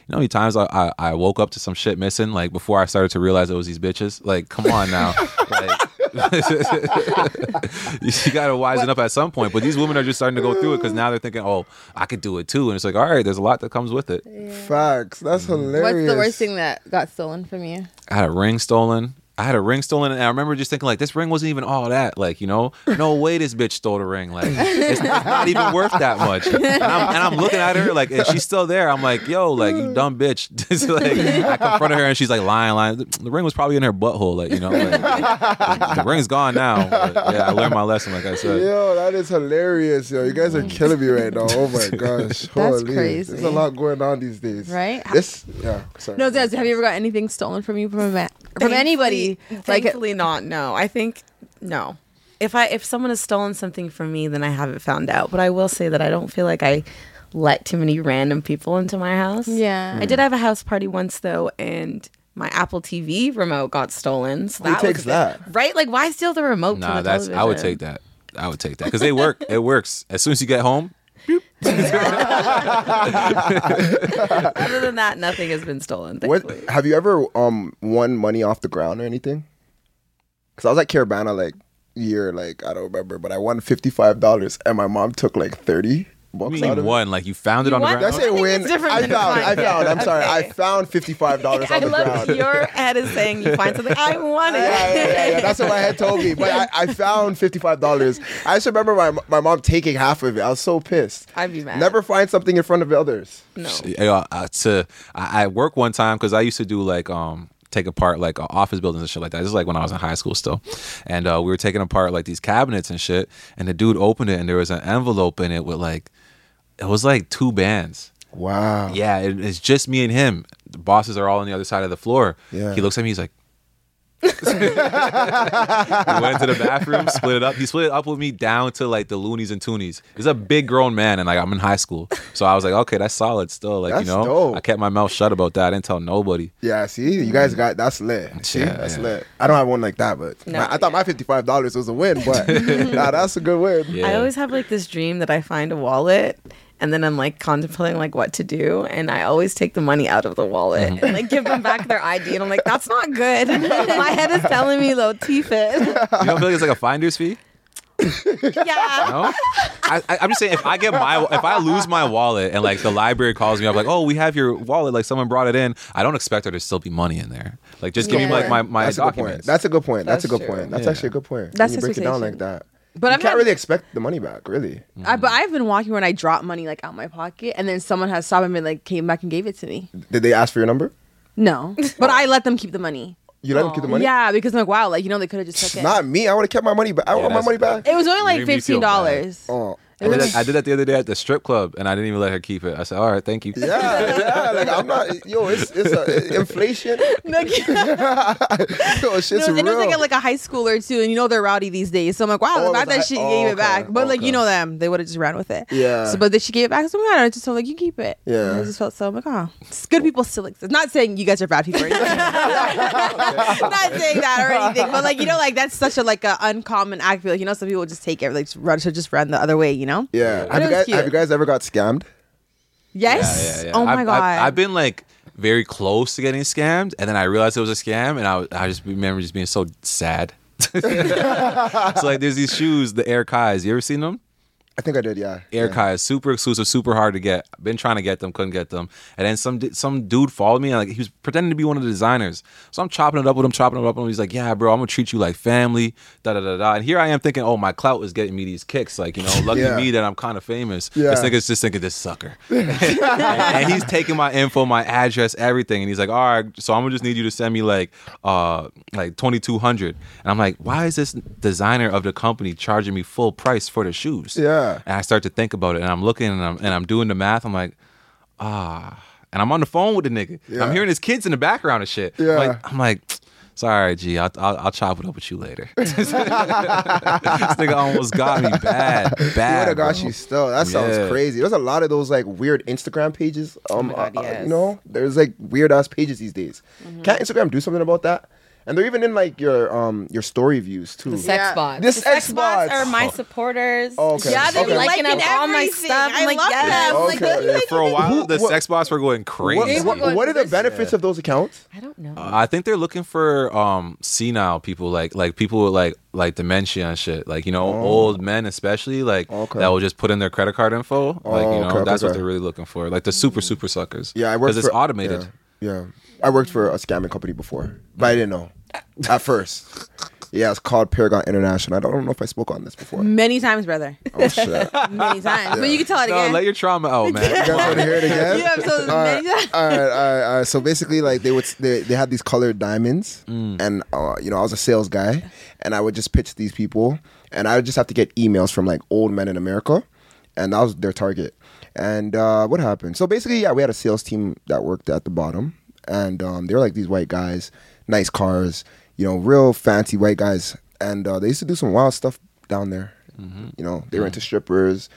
C: know how many times I, I I woke up to some shit missing like before I started to realize it was these bitches. Like come on now, like. you gotta wisen up at some point. But these women are just starting to go through it because now they're thinking, "Oh, I could do it too." And it's like, all right, there's a lot that comes with it.
D: Facts. That's
C: Mm-hmm.
D: hilarious.
B: What's the worst thing that got stolen from you?
C: I had a ring stolen. I had a ring stolen, and I remember just thinking, like, this ring wasn't even all that. Like, you know, no way this bitch stole the ring. Like, it's, it's not even worth that much. And I'm, and I'm looking at her, like, and she's still there. I'm like, yo, like, you dumb bitch. Just, like, I confronted her, and she's like, lying, lying. The ring was probably in her butthole, like, you know, like, the, the ring's gone now. But, yeah, I learned my lesson, like I said.
D: Yo, that is hilarious. Yo, you guys are killing me right now. Oh my gosh. Holy.
B: Mm. crazy.
D: There's a lot going on these days.
B: Right?
D: This. Yeah. Sorry.
B: No, Des, have you ever got anything stolen from you from a ma- from
A: Thankfully-
B: anybody? Like,
A: thankfully not no i think no if i if someone has stolen something from me then i haven't found out but i will say that i don't feel like i let too many random people into my house
B: Yeah.
A: i did have a house party once though and my apple tv remote got stolen so that was
D: takes
A: a bit-
D: that?
A: right like why steal the remote from
C: Nah,
A: the
C: that's I would
A: television?
C: take that. I would take that because they work. it works. As soon as you get home,
A: other than that nothing has been stolen
D: What
A: thankfully.
D: have you ever um won money off the ground or anything? Because I was at Caravana like year, like I don't remember, but I won fifty five dollars, and my mom took like thirty bucks
C: You
D: out
C: mean
D: of it.
C: one? Like you found it on the
A: won?
C: ground?
D: That's
A: I
D: a
A: think
D: win.
A: it's different
D: I
A: than
D: found. I
A: mine.
D: found. I'm sorry. I
A: Okay.
D: found fifty five dollars
A: I
D: on the
A: love
D: ground.
A: your head is saying you find something. I want it.
D: yeah, yeah, yeah, yeah. That's what my head told me. But I, I found fifty five dollars. I just remember my my mom taking half of it. I was so pissed.
A: I'd be mad.
D: Never find something in front of others.
C: Yeah, uh, to I, I work one time because I used to do like um take apart like uh, office buildings and shit like that. This is like when I was in high school still, and uh, we were taking apart like these cabinets and shit. And the dude opened it and there was an envelope in it with like it was like two bands.
D: Wow.
C: Yeah, it, it's just me and him. The bosses are all on the other side of the floor.
D: Yeah.
C: He looks at me. He's like. we went to the bathroom, split it up. He split it up with me down to like the loonies and toonies. He's a big grown man, and like I'm in high school, so I was like, okay, that's solid still. Like
D: That's
C: you know,
D: dope.
C: I kept my mouth shut about that. I didn't tell nobody.
D: Yeah, see, you guys got that's lit. See,
C: Mm. Yeah,
D: that's
C: yeah.
D: lit. I don't have one like that, but
A: No,
D: my- I thought my fifty five dollars was a win, but nah, that's a good win.
C: Yeah.
A: I always have like this dream that I find a wallet and then I'm like contemplating like what to do and I always take the money out of the wallet and like give them back their ID and I'm like that's not good. My head is telling me Latif it.
C: You don't feel like it's like a finder's fee?
A: yeah.
C: No. I, I, I'm just saying, if I get my, if I lose my wallet and like the library calls me up, like, oh, we have your wallet, like someone brought it in. I don't expect there to still be money in there. Like, just give
A: Yeah.
C: me like my my
D: that's a good point.
C: documents.
D: That's a good point. That's, a
A: That's
D: good
A: true.
D: point. That's
C: Yeah.
D: actually a good point.
B: That's
D: when you break it down
B: expectation.
D: like that.
B: But
D: you
B: I've
D: can't
B: had-
D: really expect the money back, really.
C: Mm.
B: I, but I've been walking when I drop money like out my pocket, and then someone has stopped and been like came back and gave it to me.
D: Did they ask for your number?
B: No, but I let them keep the money.
D: You let them keep the money.
B: Oh, Yeah, because I'm like, wow, like you know, they could have just took it.
D: Not me. I would have kept my money back. I want
C: Yeah,
D: my money
C: that's-
D: back.
B: it was only like
C: You're gonna be
B: fifteen
C: feel bad.
B: dollars.
D: Oh.
C: I did, that, I did that the other day at the strip club, and I didn't even let her keep it. I said, all right, thank you.
D: Yeah, yeah. Like I'm not. Yo, it's it's a, inflation.
B: Like,
D: Yo, shit's
B: it was,
D: real.
B: and it was like a, like a high schooler too, and you know they're rowdy these days. So I'm like, wow,
D: Oh,
B: the
D: it
B: fact
D: was
B: that
D: a-
B: she
D: oh,
B: gave
D: okay.
B: it back, but like
D: Okay.
B: you know them, they would have just ran with it.
D: Yeah.
B: So, but then she gave it back. So I just told her, like you keep it.
D: Yeah.
B: And I just felt so I'm like, oh, it's good people still exist. Not saying you guys are bad people. or anything. Not saying that or anything, but like you know, like that's such a like a uncommon act. Like you know, some people just take it, like just run, should just run the other way. You know.
D: yeah.
B: But
D: Have
B: it
D: you,
B: was
D: guys,
B: cute.
D: have you guys ever got scammed?
B: Yes.
C: Yeah, yeah, yeah.
B: Oh my
C: I've, I've-
B: god.
C: I've, been like very close to getting scammed, and then I realized it was a scam, and I was- I just remember just being so sad. so like, there's these shoes, the Air Kais. You ever seen them?
D: I think I did. Yeah.
C: Air
D: yeah.
C: Kais, super exclusive, super hard to get. Been trying to get them, couldn't get them. And then some di- some dude followed me, and like he was pretending to be one of the designers. So I'm chopping it up with him, chopping it up with him. He's like, "Yeah, bro, I'm gonna treat you like family." Da da da da. And here I am thinking, "Oh, my clout is getting me these kicks." Like you know, lucky
D: Yeah.
C: me that I'm kind of famous.
D: Yeah.
C: This nigga's just thinking this sucker, and he's taking my info, my address, everything. And he's like, "All right, so I'm gonna just need you to send me like uh like 2200." And I'm like, "Why is this designer of the company charging me full price for the shoes?"
D: Yeah.
C: And I start to think about it, and I'm looking, and I'm and I'm doing the math. I'm like, ah, and I'm on the phone with the nigga.
D: Yeah.
C: I'm hearing his kids in the background and shit. I'm
D: Yeah.
C: like, I'm like, sorry, G, I'll, I'll I'll chop it up with you later. this nigga almost got me bad,
D: He would
C: bad.
D: have got
C: bro.
D: you still. That sounds
C: Yeah.
D: crazy. There's a lot of those like weird Instagram pages. Um,
A: Oh God,
D: uh, uh,
A: yes. Mm-hmm.
D: you know, there's like weird ass pages these days. Can't Instagram do something about that? And they're even in like your um your story views too.
A: Sex
B: Yeah.
A: bots.
D: This
A: The sex
D: Xbox.
A: bots are my supporters.
D: Oh, okay.
B: Yeah, they're
D: Okay.
B: liking,
A: Liking up
B: all my stuff. i
A: I'm like,
B: love
A: yes.
B: them.
D: Okay.
B: Like, what do you
D: Yeah,
B: think
C: For a
B: of
C: while, the
D: Who-
C: sex bots were going crazy.
D: What, what,
A: going
D: what are the
A: crazy.
D: benefits of those accounts?
A: I don't know.
C: I think they're looking for um senile people, like like people with like like dementia and shit. Like you know, old men especially, like
D: Oh. Okay.
C: that will just put in their credit card info. Like
D: Oh,
C: you know,
D: okay,
C: that's what
D: okay. Mm.
C: they're really looking for. Like the super super suckers.
D: Yeah, I worked
C: because it's
D: for-
C: automated.
D: Yeah, yeah. I worked for a scamming company before, but I didn't know at first. Yeah, it's called Paragon International. I don't know if I spoke on this before.
B: Many times, brother.
D: Oh shit!
B: Many times. But you can tell it
C: No,
B: again.
C: let your trauma out, man.
D: You guys want to hear it again?
B: You have so
D: all, right,
B: many times.
D: all, right, all right, all right. So basically, like they would, they, they had these colored diamonds, and uh, you know, I was a sales guy, and I would just pitch these people, and I would just have to get emails from like old men in America, and that was their target. And uh, what happened? So basically, yeah, we had a sales team that worked at the bottom, and um, they were like these white guys, nice cars, you know, real fancy white guys, and uh, they used to do some wild stuff down there. You know, they were into strippers.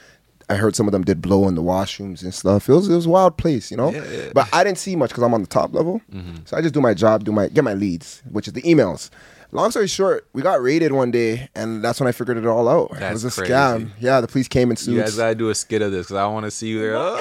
D: I heard some of them did blow in the washrooms and stuff. It was it was a wild place, you know.
C: Mm-hmm.
D: But I didn't see much because I'm on the top level, so I just do my job, do my get my leads, which is the emails. Long story short, we got raided one day, and that's when I figured it all out. it
C: That's
D: was a
C: crazy.
D: scam. Yeah, the police came in
C: You guys
D: suits.
C: gotta do a skit of this because I want to see you there. Oh.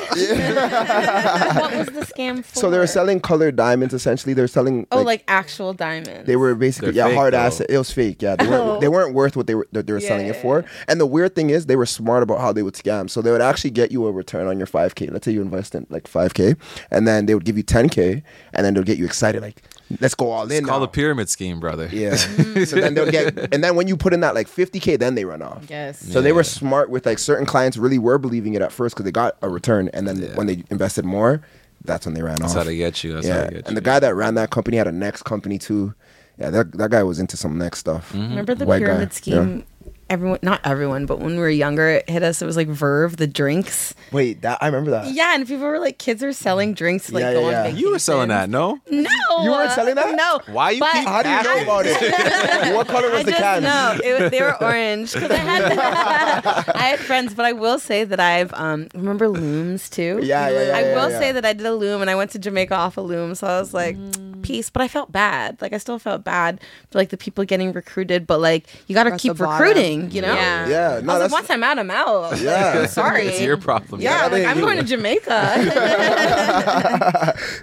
A: what was the scam for?
D: so they were selling colored diamonds. Essentially, they were selling.
A: Oh, like, actual diamonds.
D: They were basically
C: They're
D: yeah
C: fake,
D: hard
C: though.
D: asset. It was fake. Yeah, they weren't,
A: Oh.
D: they weren't worth what they were that they were selling it
A: Yeah.
D: for. And the weird thing is, they were smart about how they would scam. So they would actually get you a return on your 5k. Let's say you invest in like 5k, and then they would give you 10k, and then they'll get you excited like, let's go all in.
C: It's called
D: now.
C: a pyramid scheme, brother.
D: yeah. so then they'll get, and then when you put in that like 50k, then they run off.
A: Yes.
D: So they were smart with like certain clients really were believing it at first because they got a return, and then when they invested more, that's when they ran
C: That's
D: off.
C: how they get you. That's how
D: Yeah,
C: they get you.
D: and the guy that ran that company had a next company too. Yeah, that that guy was into some next stuff.
C: Mm-hmm.
A: Remember the
D: White guy,
A: pyramid
D: yeah.
A: scheme? Everyone, not everyone, but when we were younger, it hit us. It was like Verve, the drinks.
D: Wait, that I remember that.
A: Yeah, and people were like, kids are selling drinks to like
D: Yeah,
A: go
D: yeah,
A: on
D: yeah.
A: vacation.
C: you were selling that, no?
A: No,
D: You weren't
A: uh,
D: selling that?
A: No.
C: Why you
A: but
C: keep
D: How do you know
C: I-
D: about it? what color was
A: I
D: the
A: just
D: can?
A: know it, was- they were orange because I had I had friends, but I will say that I've um remember looms too.
D: Yeah, yeah, yeah,
A: I
D: yeah,
A: will
D: yeah.
A: say that I did a loom and I went to Jamaica off a loom, so I was like
C: Mm.
A: peace. But I felt bad, like I still felt bad for like the people getting recruited, but like you got to
B: At the
A: keep
B: bottom.
A: recruiting, you know?
B: Yeah.
D: Yeah, no,
A: I was
D: that's
A: like, once I'm out, I'm out.
D: Yeah.
A: Like, I'm sorry.
C: it's your problem.
A: Yeah,
D: Yeah,
A: like,
D: they-
A: I'm going to Jamaica.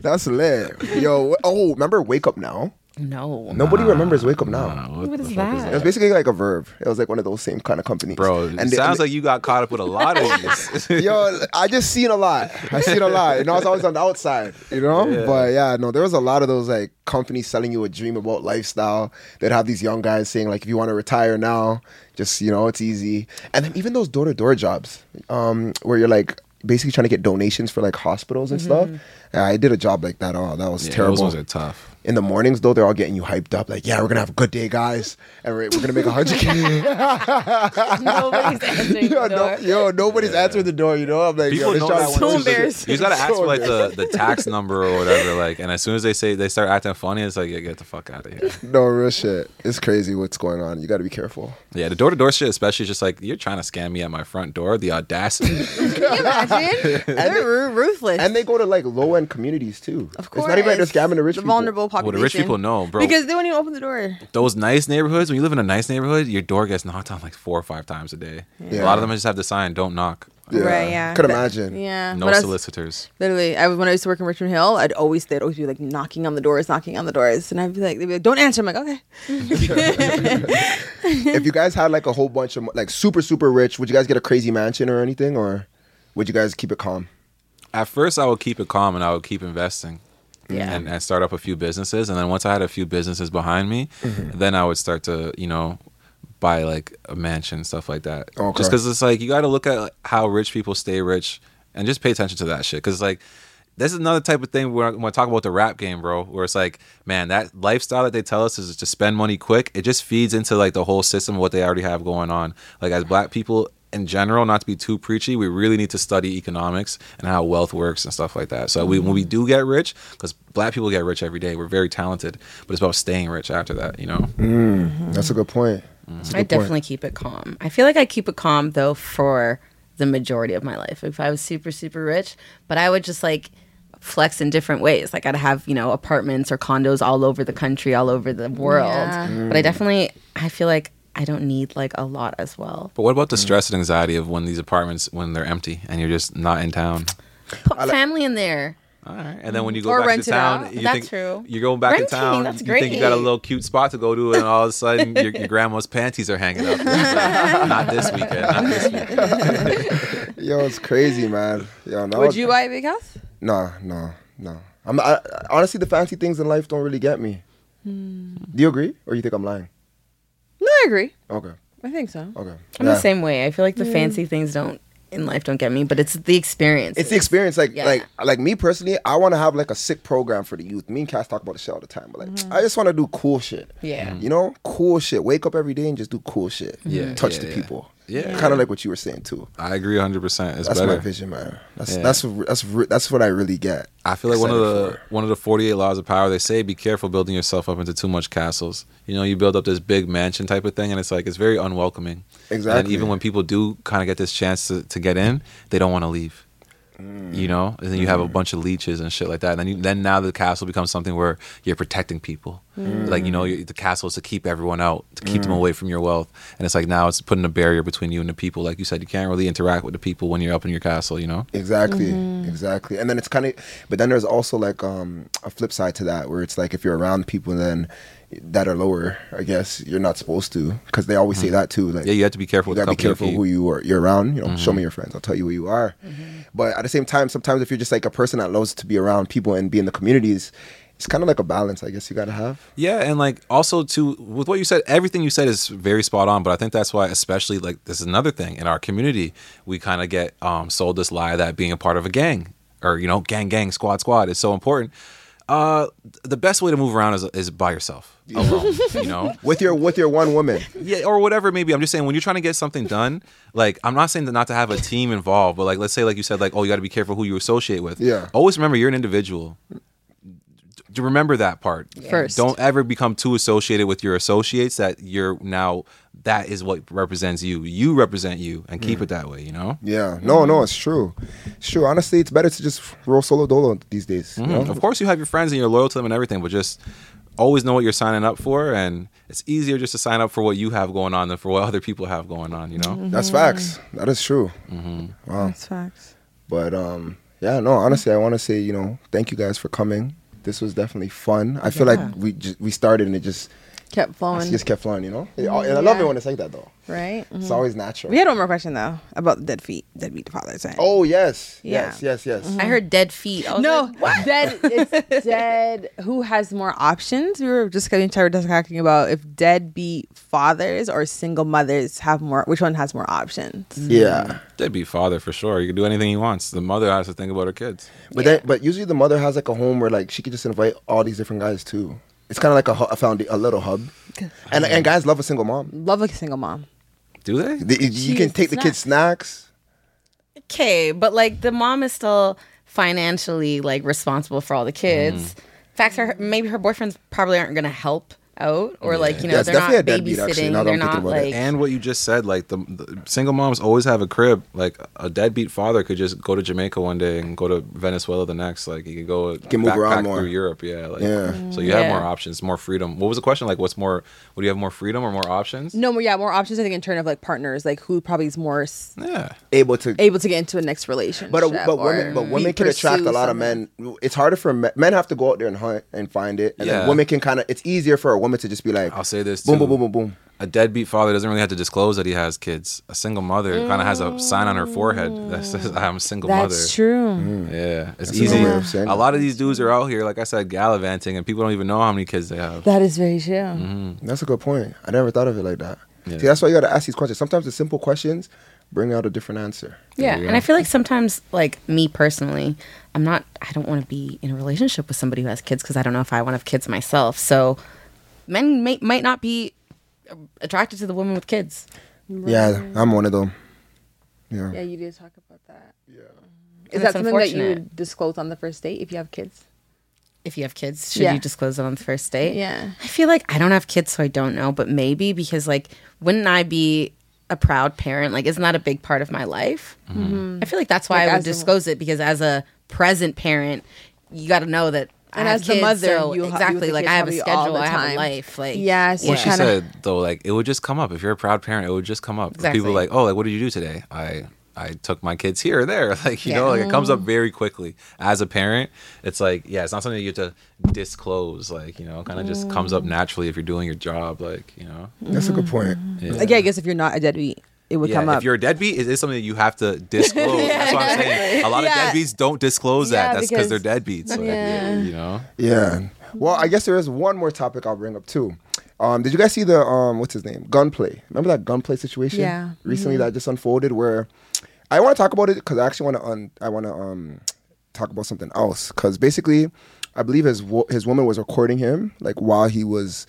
D: that's lit. Yo, wh- oh, remember Wake Up Now?
A: no.
D: Nobody remembers Wake Up Now.
C: What,
A: What is
C: the fuck
D: It was
A: that?
D: basically like a verb. It was like one of those same kind of companies,
C: Bro, it
D: they-
C: sounds like you got caught up with a lot of these.
D: Yo, I just seen a lot. I seen a lot. And I was always on the outside, you know? But yeah, no, there was a lot of those like companies selling you a dream about lifestyle that have these young guys saying, like, if you want to retire now, just, you know, it's easy. And then even those door to door jobs um, where you're like basically trying to get donations for like hospitals and stuff. And I did a job like that. Oh, that was
C: Mm-hmm. Yeah,
D: terrible.
C: Those ones are tough.
D: In the mornings though, they're all getting you hyped up, like, yeah, we're gonna have a good day, guys, and we're, we're gonna make a hundred k.
A: Nobody's answering the
D: yo, no,
A: door.
D: yo, nobody's answering the door. You know, I'm like,
C: People
D: yo, this
C: know
D: job
C: that
D: is
C: one.
A: So
D: bullshit.
A: embarrassing.
C: You just gotta ask
D: So
C: for like the, the tax number or whatever, like, and as soon as they say they start acting funny, it's like, yeah, get the fuck out of here.
D: No real shit. It's crazy what's going on. You got to be careful.
C: Yeah, the door to door shit, especially, is just like you're trying to scam me at my front door. The audacity.
B: Can you imagine? They're ru- ruthless.
D: And they go to like low end communities too.
B: of course.
D: it's not even like they're scamming the rich people.
B: vulnerable
C: well,
B: population.
C: the rich people know, bro.
B: because they won't even open the door.
C: those nice neighborhoods, when you live in a nice neighborhood, your door gets knocked on like four or five times a day.
D: Yeah.
C: A lot of them just have the sign, don't knock.
B: Right, yeah.
D: Could
B: That-
D: imagine.
B: Yeah.
C: No
B: But that's-
C: solicitors.
B: Literally, I was when I used to work in Richmond Hill, I'd always they'd always be like knocking on the doors, knocking on the doors, and I'd be like, they'd be like, "Don't answer." I'm like, "Okay."
D: if you guys had like a whole bunch of mo- like super super rich, would you guys get a crazy mansion or anything, or would you guys keep it calm?
C: At first, I would keep it calm and I would keep investing.
A: Yeah.
C: And, and start up a few businesses. And then once I had a few businesses behind me, then I would start to, you know, buy like a mansion, stuff like that.
D: Okay.
C: Just because it's like, you got to look at how rich people stay rich and just pay attention to that shit. Because, like, this is another type of thing when I talk about the rap game, bro, where it's like, man, that lifestyle that they tell us is to spend money quick. It just feeds into like the whole system of what they already have going on. Like as black people in general, not to be too preachy, we really need to study economics and how wealth works and stuff like that. So we, when we do get rich, because black people get rich every day, we're very talented, but it's about staying rich after that, you know?
D: That's a good point.
B: Mm.
D: That's a
A: I
D: good point.
A: definitely keep it calm. I feel like I keep it calm though for the majority of my life. If I was super super rich, but I would just like flex in different ways. Like I'd have, you know, apartments or condos all over the country, all over the world.
B: Yeah.
A: But I definitely I feel like I don't need like a lot as well.
C: But what about the stress and anxiety of when these apartments, when they're empty and you're just not in town?
A: Put family in there.
C: All right. And then when you go
B: Or
C: back
B: rent
C: to
B: it
C: town,
B: out.
C: you
A: That's
C: think
A: true.
C: you're going back to
A: Renting,
C: town.
A: that's
C: You think you got a
A: great.
C: little cute spot to go to, and all of a sudden your, your grandma's panties are hanging up. not this weekend. Not this weekend.
D: Yo, it's crazy, man. Yo, no,
B: Would you uh, buy a big house?
D: Nah, nah, nah. I'm I, I- honestly the fancy things in life don't really get me.
B: Hmm.
D: Do you agree, or you think I'm lying?
B: No, I agree.
D: Okay,
B: I think so.
D: okay.
A: I'm
D: Yeah.
A: the same way. I feel like the fancy things don't in life don't get me, but it's the experience.
D: It's the experience, like
A: Yeah.
D: like like me personally. I want to have like a sick program for the youth. Me and Cass talk about this shit all the time, but like I just want to do cool shit.
A: Mm-hmm. Yeah. Mhm.
D: you know, cool shit. Wake up every day and just do cool shit.
C: Mm-hmm. Yeah,
D: touch
C: yeah,
D: the
C: yeah.
D: people.
C: Yeah.
D: kind of like what you were saying too.
C: I agree 100. percent It's
D: That's
C: better.
D: my vision, man. That's
C: Yeah.
D: that's that's re- that's what I really get.
C: I feel like one of
D: excited
C: the
D: for.
C: one of the 48 laws of power. They say be careful building yourself up into too much castles. You know, you build up this big mansion type of thing, and it's like it's very unwelcoming. And
D: Exactly.
C: even when people do kind of get this chance to, to get in, they don't want to leave.
D: Mm.
C: You know, and then you have a bunch of leeches and shit like that. And then, you, then now the castle becomes something where you're protecting people.
D: Mm.
C: Like you know, you, the castle is to keep everyone out, to keep them away from your wealth. And it's like now it's putting a barrier between you and the people. Like you said, you can't really interact with the people when you're up in your castle. You know,
D: Exactly,
A: Mm-hmm.
D: exactly. And then it's kind of, but then there's also like um, a flip side to that where it's like if you're around people then that are lower, I guess you're not supposed to because they always say that too. Like,
C: Mm-hmm. yeah, you have to be careful.
D: you
C: with the
D: gotta be
C: company you
D: careful
C: keep. Mm-hmm.
D: who you are. You're around. You know, show me your friends. I'll tell you who you are.
B: Mm-hmm.
D: But at the same time, sometimes if you're just like a person that loves to be around people and be in the communities, it's kind of like a balance. I guess you gotta have.
C: Yeah, and like also too with what you said, everything you said is very spot on. But I think that's why, especially like this is another thing in our community, we kind of get um, sold this lie that being a part of a gang or you know gang gang squad squad is so important. Uh, the best way to move around is is by yourself, alone. you know,
D: With your with your one woman,
C: yeah, or whatever. Maybe I'm just saying when you're trying to get something done, like I'm not saying that not to have a team involved, but like let's say like you said, like oh you got to be careful who you associate with.
D: Yeah.
C: Always remember you're an individual. D- Remember that part
A: First.
C: Don't ever become too associated with your associates that you're now. That is what represents you. You represent you, and keep it that way. You know.
D: yeah. No, no, it's true. It's true. Honestly, it's better to just roll solo dolo these days. you know?
C: Of course, you have your friends and you're loyal to them and everything, but just always know what you're signing up for. And it's easier just to sign up for what you have going on than for what other people have going on. You know.
D: That's facts. That is true.
B: That's facts.
D: But um, yeah, no. Honestly, I want to say you know thank you guys for coming. This was definitely fun. I feel
B: Yeah.
D: like we just, we started and it just
B: Kept
D: it
B: flowing,
D: just kept flowing. You know, It- and I love
B: Mm-hmm. Yeah.
D: it when it's like that though.
B: right?
D: It's always natural.
B: We had one more question though about the dead feet, dead feet fathers. right?
D: Oh yes,
B: Yeah. Mm-hmm.
D: yes, yes, yes.
A: I heard dead feet. I was
B: no,
A: like,
B: dead. It's dead. Who has more options? We were just getting tired of talking about if deadbeat fathers or single mothers have more. Which one has more options?
D: Yeah,
C: Deadbeat father for sure. He can do anything he wants. The mother has to think about her kids.
D: but then but usually the mother has like a home where like she could just invite all these different guys too. It's kind of like a, hu- a found a little hub, and and guys love a single mom.
B: Love a single mom.
C: Do they?
D: The- you can
A: is
D: take the kids snacks.
A: okay, but like the mom is still financially like responsible for all the kids. Facts are maybe her boyfriends probably aren't going to help out or like you know
D: Yeah, it's
A: they're not
D: definitely a deadbeat,
A: babysitting.
D: actually, now that
A: they're
D: I'm thinking
A: not
D: about it.
A: like
C: And what you just said, like the, the single moms always have a crib. Like a deadbeat father could just go to Jamaica one day and go to Venezuela the next. Like he could go
D: Can move around
C: backpack
D: more.
C: through Europe. Yeah. Like,
D: Yeah.
C: So you have
A: Yeah.
C: more options, more freedom. What was the question? Like, what's more? Would you have more freedom or more options?
B: No, more. Yeah, more options. I think in terms of like partners, like who probably is more s-
C: Yeah.
D: Able to
B: able to get into a next relationship.
D: But but
B: or
D: women but
B: be-
D: women can attract a
B: pursue
D: lot of
B: something.
D: men. It's harder for men. Men have to go out there and hunt and find it, and
C: Yeah.
D: then women can kind of. It's easier for a woman to just be like,
C: I'll say this
D: boom,
C: too.
D: boom, boom, boom, boom.
C: A deadbeat father doesn't really have to disclose that he has kids. A single mother kind of has a sign on her forehead that says, "I'm a single mother."
B: That's true.
D: Mm-hmm.
C: Yeah, it's
D: another
C: easy.
D: way of saying
C: A
D: it.
C: lot of these dudes are out here, like I said, gallivanting, and people don't even know how many uh, kids they have.
B: That is very true.
D: Mm-hmm. That's a good point. I never thought of it like that.
C: Yeah.
D: See, that's why you got to ask these questions. Sometimes the simple questions bring out a different answer.
A: Yeah,
C: you
A: and
C: go.
A: I feel like sometimes, like me personally, I'm not. I don't want to be in a relationship with somebody who has kids because I don't know if I want to have kids myself. So, men may, might not be attracted to the woman with kids.
D: Yeah, I'm one of them. Yeah.
B: you did talk about that. Yeah. Is
A: And
B: that
A: that's
B: something that you
A: unfortunate.
B: would disclose on the first date if you have kids?
A: If you have kids, should
B: Yeah.
A: you disclose it on the first date?
B: Yeah.
A: I feel like I don't have kids, so I don't know. But maybe because like, wouldn't I be a proud parent? Like, isn't that a big part of my life? I feel like that's why
B: Mm-hmm.
A: I
B: Like,
A: would
B: as a-
A: disclose it because as a present parent, you got to know that.
B: And
A: I
B: as
A: have
B: the
A: kids,
B: mother,
A: so
B: you ha- you with
A: exactly
B: the
A: like
B: kids
A: I have a
B: probably all
A: schedule,
B: the
A: I have
B: time.
A: a life. Like,
B: Yeah, so
A: yeah.
C: What she
B: Kinda-
C: said though, like it would just come up if you're a proud parent. It would just come up.
A: Exactly.
C: People are like, oh, like what did you do today? I I took my kids here or there. Like you
A: Yeah.
C: know, like it comes up very quickly. As a parent, it's like yeah, it's not something you have to disclose. Like you know, kind of just comes
B: Mm.
C: up naturally if you're doing your job. Like you know,
D: That's a good point.
B: Like, yeah, I guess if you're not a deadbeat, it would
C: yeah,
B: come up.
C: If you're a deadbeat, it is something that you have to disclose. That's what I'm saying. A lot
B: Yeah.
C: of deadbeats don't disclose that.
B: Yeah,
C: That's because they're deadbeats.
B: because-
C: Like,
B: Yeah.
C: You know.
D: Yeah. Well, I guess there is one more topic I'll bring up too. Um, did you guys see the um, what's his name? Gunplay. Remember that gunplay situation?
B: Yeah.
D: Recently, that just unfolded. Where I want to talk about it because I actually want to un- I want to um, talk about something else because basically, I believe his wo- his woman was recording him like while he was.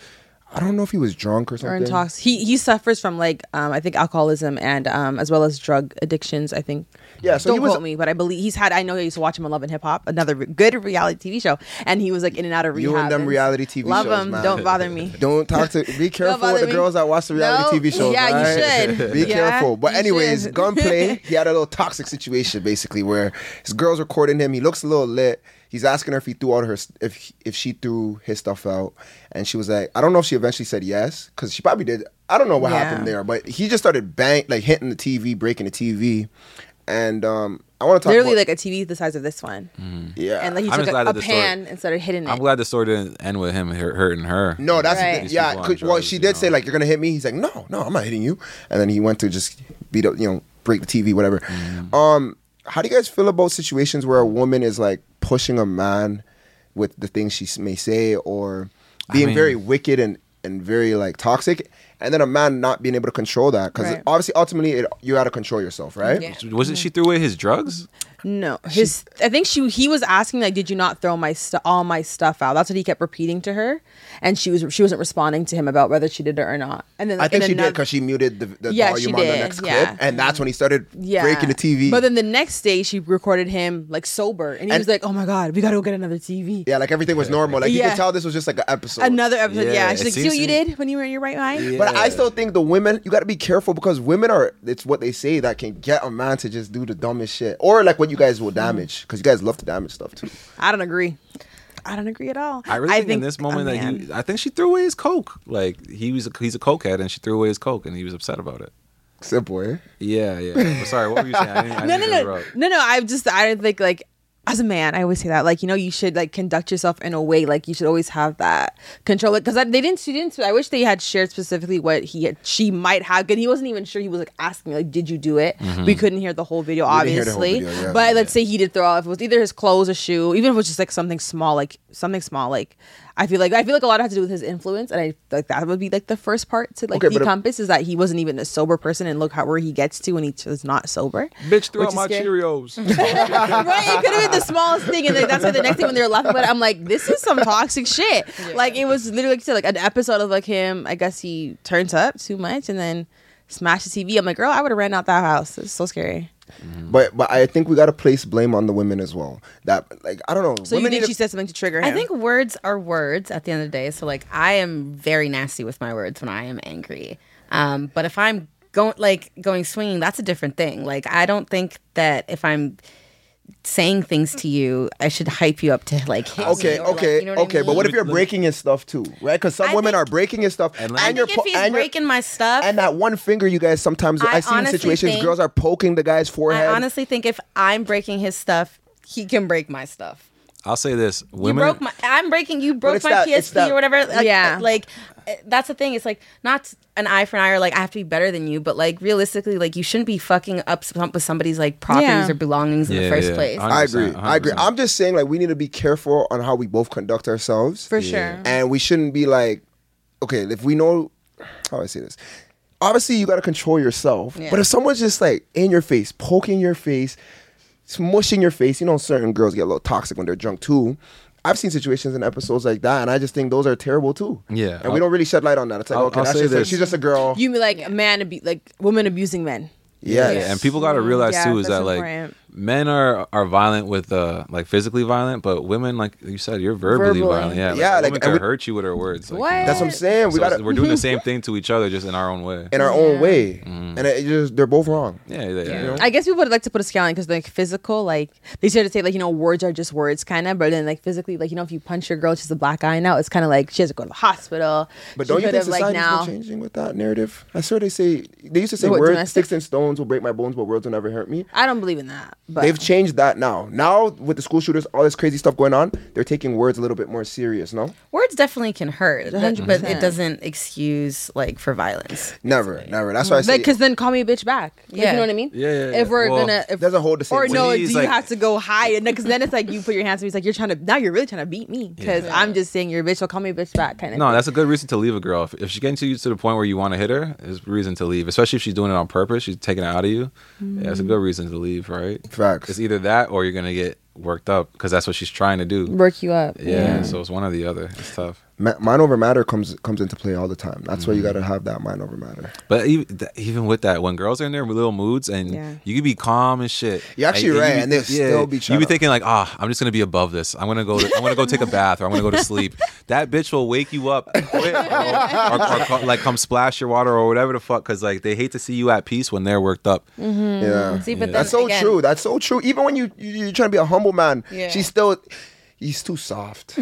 D: I don't know if he was drunk or
B: or
D: something.
B: intox. He he suffers from like um, I think alcoholism and um, as well as drug addictions. I think.
D: Yeah, so he
B: don't
D: was-
B: quote me, but I believe he's had. I know I used to watch him on Love and Hip Hop, another re- good reality TV show, and he was like in and out of
D: You
B: rehab.
D: and them reality TV
B: Love
D: shows,
B: him.
D: man.
B: Don't bother me.
D: Don't talk to. Be careful
B: bother
D: with the
B: me.
D: girls that watch the reality
B: No.
D: TV shows.
B: Yeah, you
D: alright?
B: should.
D: Be
B: Yeah,
D: careful. But
B: you
D: anyways,
B: should.
D: Gunplay, he had a little toxic situation basically where his girls recording him. He looks a little lit. He's asking her if he threw out her if if she threw his stuff out, and she was like, I don't know if she eventually said yes because she probably did. I don't know what
B: Yeah.
D: happened there, but he just started bang like hitting the TV, breaking the TV, and um, I want to talk
B: Literally
D: about-
B: like a TV the size of this one,
D: yeah,
B: and like he
C: Mm. I'm
B: took
C: just glad
B: a, a
C: that the story-
B: pan and started hitting it.
C: I'm glad the story didn't end with him hur- hurting her.
D: No, that's
B: Right.
D: the,
B: These
D: yeah.
C: people on
D: 'cause- well,
C: drugs,
D: she
C: you
D: did say
C: know.
D: like you're gonna hit me. He's like, no, no, I'm not hitting you. And then he went to just beat up, you know, break the TV, whatever.
C: Mm-hmm.
D: Um, how do you guys feel about situations where a woman is like pushing a man with the things she s- may say or being
C: mean-
D: very wicked and and very like toxic, and then a man not being able to control that because
B: Right.
D: obviously ultimately it, you got to control yourself, right?
B: Yeah.
C: Wasn't she threw away his drugs?
B: No, his. I think she. He was asking like, "Did you not throw my stu- all my stuff out?" That's what he kept repeating to her, and she was she wasn't responding to him about whether she did it or not. And then
D: I think
B: in
D: she did
B: another-
D: because she muted the, the
B: Yeah, she
D: volume on the
B: did,
D: next
B: yeah.
D: clip, and that's when he started
B: yeah.
D: breaking the TV.
B: But then the next day, she recorded him like sober, and he
D: And-
B: was like, "Oh my god, we gotta go get another TV."
D: yeah, like everything was normal. Like you
B: Yeah.
D: could tell this was just like an episode.
B: Another episode, yeah.
C: Yeah,
B: She's
C: it
B: like, "See
C: seems
B: what you
C: to me-
B: did when you were in your right mind."
D: But I
C: Yeah.
D: still think the women, you got to be careful because women are, it's what they say that can get a man to just do the dumbest shit. Or like what you guys will damage because you guys love to damage stuff too.
B: I don't agree. I don't agree at all.
C: I really think, in this
B: a
C: moment that
B: man-
C: he, I think she threw away his coke. Like he was, a, he's a cokehead, and she threw away his coke, and he was upset about it.
D: Simple, eh?
C: Yeah, yeah. Well, sorry, what were you saying? I didn't, I
B: no,
C: didn't
B: no,
C: hear
B: no,
C: about-
B: no, no. I just I don't think like as a man, I always say that like you know you should like conduct yourself in a way like you should always have that control because they didn't she didn't I wish they had shared specifically what he had, she might have and he wasn't even sure he was like asking me like did you do it we couldn't hear the whole video
D: Mm-hmm. didn't hear the whole
B: obviously
D: video, yeah.
B: but let's say he did throw out if it was either his clothes a shoe even if it was just like something small like something small like I feel like I feel like a lot had to do with his influence and I like that would be like the first part to like
D: Okay, but if-
B: decompass is that he wasn't even a sober person and look how where he gets to when he is not sober
C: Bitch threw
B: Which
C: out
B: is
C: my
B: scary.
C: Cheerios.
B: right? It could have been the smallest thing, and then that's why the next thing when they were laughing about it, I'm like, this is some toxic shit. Like it was literally like, you said, like an episode of like him. I guess he turns up too much and then smashes the TV. I'm like, girl, I would have ran out that house. It's so scary.
D: Mm-hmm. But but I think we got to place blame on the women as well. That, like, I don't know.
B: So you
D: women
B: think
D: need
B: she
D: to-
B: said something to trigger him?
A: I think words are words at the end of the day. So like I am very nasty with my words when I am angry. Um, but if I'm going like going swinging, that's a different thing. Like I don't think that if I'm saying things to you, I should hype you up to like hit
D: Okay,
A: me or, like,
D: okay,
A: you know what I
D: okay. But what if
A: mean?
D: you're breaking his stuff too, right? Because some
A: I
D: women
A: think-
D: are breaking his stuff,
C: And
D: and,
C: like-
A: I
D: you're
A: think
D: po-
A: if he's
D: and you're-
A: breaking my stuff,
D: and that one finger, you guys. Sometimes
A: I
D: I've seen
A: honestly
D: situations
A: think-
D: girls are poking the guy's
A: I
D: forehead.
A: honestly think if I'm breaking his stuff, he can break my stuff.
C: I'll say this: women,
A: you broke my i'm breaking you broke
D: it's
A: my
D: that- it's
A: psp
D: that-
A: or whatever like,
B: Yeah.
A: like uh, that's the thing it's like not an eye for an eye or like i have to be better than you but like realistically like you shouldn't be fucking up some- with somebody's like properties
B: Yeah.
A: or belongings in the
C: Yeah,
A: first
C: yeah.
A: place
C: I-
D: I agree.
C: 100%,
D: I agree.
C: 100%.
D: I'm just saying, like, we need to be careful on how we both conduct ourselves.
B: for sure.
D: and we shouldn't be like, okay, if we know how do I say this. Obviously, you got to control yourself. But if someone's just like in your face, poking your face, smushing your face, you know, certain girls get a little toxic when they're drunk too. I've seen situations and episodes like that, and I just think those are terrible too.
C: Yeah,
D: and we don't really shed light on that. It's like,
C: I'll-
D: okay,
C: I'll
D: that's
C: say
D: just like,
C: this.
D: she's just a girl.
B: You mean like a man abu- like women abusing men?
D: yes.
C: Yeah, and people got to
B: Mm,
C: realize
B: yeah,
C: too is
B: that's
C: that like
B: important.
C: men are are violent with uh like physically violent, but women like you said you're verbally,
B: Verbally.
C: violent. Yeah,
D: Yeah,
C: like,
D: like,
C: women
D: and
C: can
D: we-
C: hurt you with her words. Like,
B: What?
C: you know?
D: that's what I'm saying. We
C: So
D: got
C: it's- we're doing the same thing to each other, just in our own way.
D: in our own way,
C: Mm.
D: and it, you're just, they're both wrong.
C: yeah, yeah, yeah.
B: I guess people would like to put a scale on because like physical, like they started to say like you know words are just words kind of, but then like physically, like you know if you punch your girl, she's a black eye now. It's kind of like she has to go to the hospital.
D: But
B: She
D: don't you
B: could
D: think
B: have, like,
D: society's been changing with that narrative? I swear they say they used to say
B: What,
D: words,
B: domestic?
D: sticks and stones will break my bones, but words will never hurt me.
B: I don't believe in that. But
D: They've changed that now. Now with the school shooters, all this crazy stuff going on, they're taking words a little bit more serious. No,
A: words definitely can hurt that- but
B: 100%.
A: it doesn't excuse like for violence
D: never, never. That's why I say
B: because then call me a bitch back. Like,
A: Yeah.
B: you know what I mean.
C: Yeah, yeah, yeah.
B: If we're
C: Well,
B: gonna, if,
D: there's a whole
B: or
D: distinction.
B: no,
C: To
B: do
C: me, it's
B: you
C: like-
B: have to go high? Because then it's like you put your hands to me. It's like you're trying to now. You're really trying to beat me because I'm just saying you're a bitch. So call me a bitch back, kind of.
C: No, that's a good reason to leave a girl. If, if she's getting to you to the point where you want to hit her, it's a reason to leave. Especially if she's doing it Mm-hmm. on purpose, she's taking it out of you. Yeah, it's a good reason to leave, right?
D: Facts.
C: It's either that or you're gonna get worked up because that's what she's trying to do.
B: Work you up.
C: Yeah, so it's one or the other. It's tough.
D: Ma- mind over matter comes comes into play all the time. That's why you
C: Mm.
D: got to have that mind over matter.
C: But even, th- even with that, when girls are in their little moods and
B: Yeah.
C: you could be calm and shit,
D: You're actually
C: you
D: right,
C: be-
D: and they'll still be
C: You
D: shut
C: be
D: up.
C: thinking like, ah, I'm just gonna be above this. I'm gonna go. To, I'm gonna go take a bath, or I'm gonna go to sleep. That bitch will wake you up, quick, or, or, or co- like come splash your water or whatever the fuck, because like they hate to see you at peace when they're worked up.
B: Mm.
D: Yeah.
A: See, but
D: That's
A: then
D: so
A: again-
D: true. That's so true. Even when you, you you're trying to be a humble man,
A: Yeah.
D: she's still he's too soft.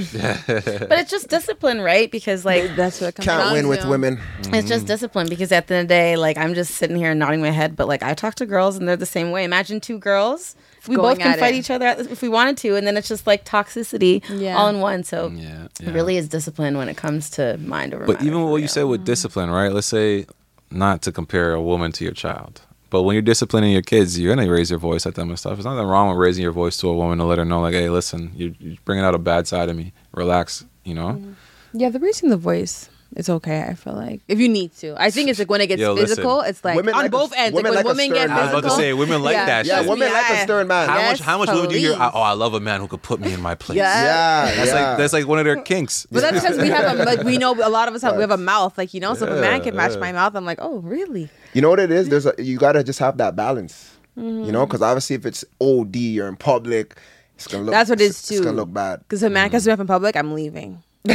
A: But it's just discipline, right? Because like
B: That's what it comes
D: Can't
B: down
D: win with
B: to.
D: women.
A: It's
C: Mm.
A: just discipline because at the end of the day, like I'm just sitting here nodding my head, but like I talk to girls and they're the same way. Imagine two girls. We
B: Going
A: both can
B: at
A: fight
B: it.
A: each other at- if we wanted to, and then it's just like toxicity
B: Yeah.
A: all in one. So
C: Yeah, Mm, yeah.
A: it really is discipline when it comes to mind over
C: But
A: matter,
C: even
A: for
C: what you
A: real.
C: said with discipline, right? Let's say not to compare a woman to your child. But when you're disciplining your kids, you're gonna raise your voice at them and stuff. There's nothing wrong with raising your voice to a woman to let her know, like, "Hey, listen, you're, you're bringing out a bad side of me. Relax, you know."
B: Mm-hmm. Yeah, the raising the voice. It's okay. I feel like if you need to, I think it's like when it gets
C: Yo, listen.
B: physical, it's like
D: Women
B: on
D: like a-
B: both ends.
D: women
B: like
D: like a
B: when women get
D: stern
B: physical,
D: man.
C: I was about to say, women like that
D: Yeah,
C: shit.
D: women like a stern man.
C: How
B: Yes,
C: much? How much women do you hear?
B: please.
C: Oh, I love a man who could put me in my place.
B: Yeah.
D: Yeah,
C: That's
D: yeah.
C: like that's like one of their kinks.
B: But that's because we have a like we know a lot of us have we have a mouth like you know so if a man
C: Yeah,
B: can match
C: yeah.
B: my mouth I'm like oh really
D: you know what it is. There's a you gotta just have that balance. You
B: Mm-hmm.
D: know, because obviously if it's OD, you're in public. It's gonna look.
B: that's what it is too
D: It's gonna look bad.
B: because if a man cuts me up in public I'm leaving I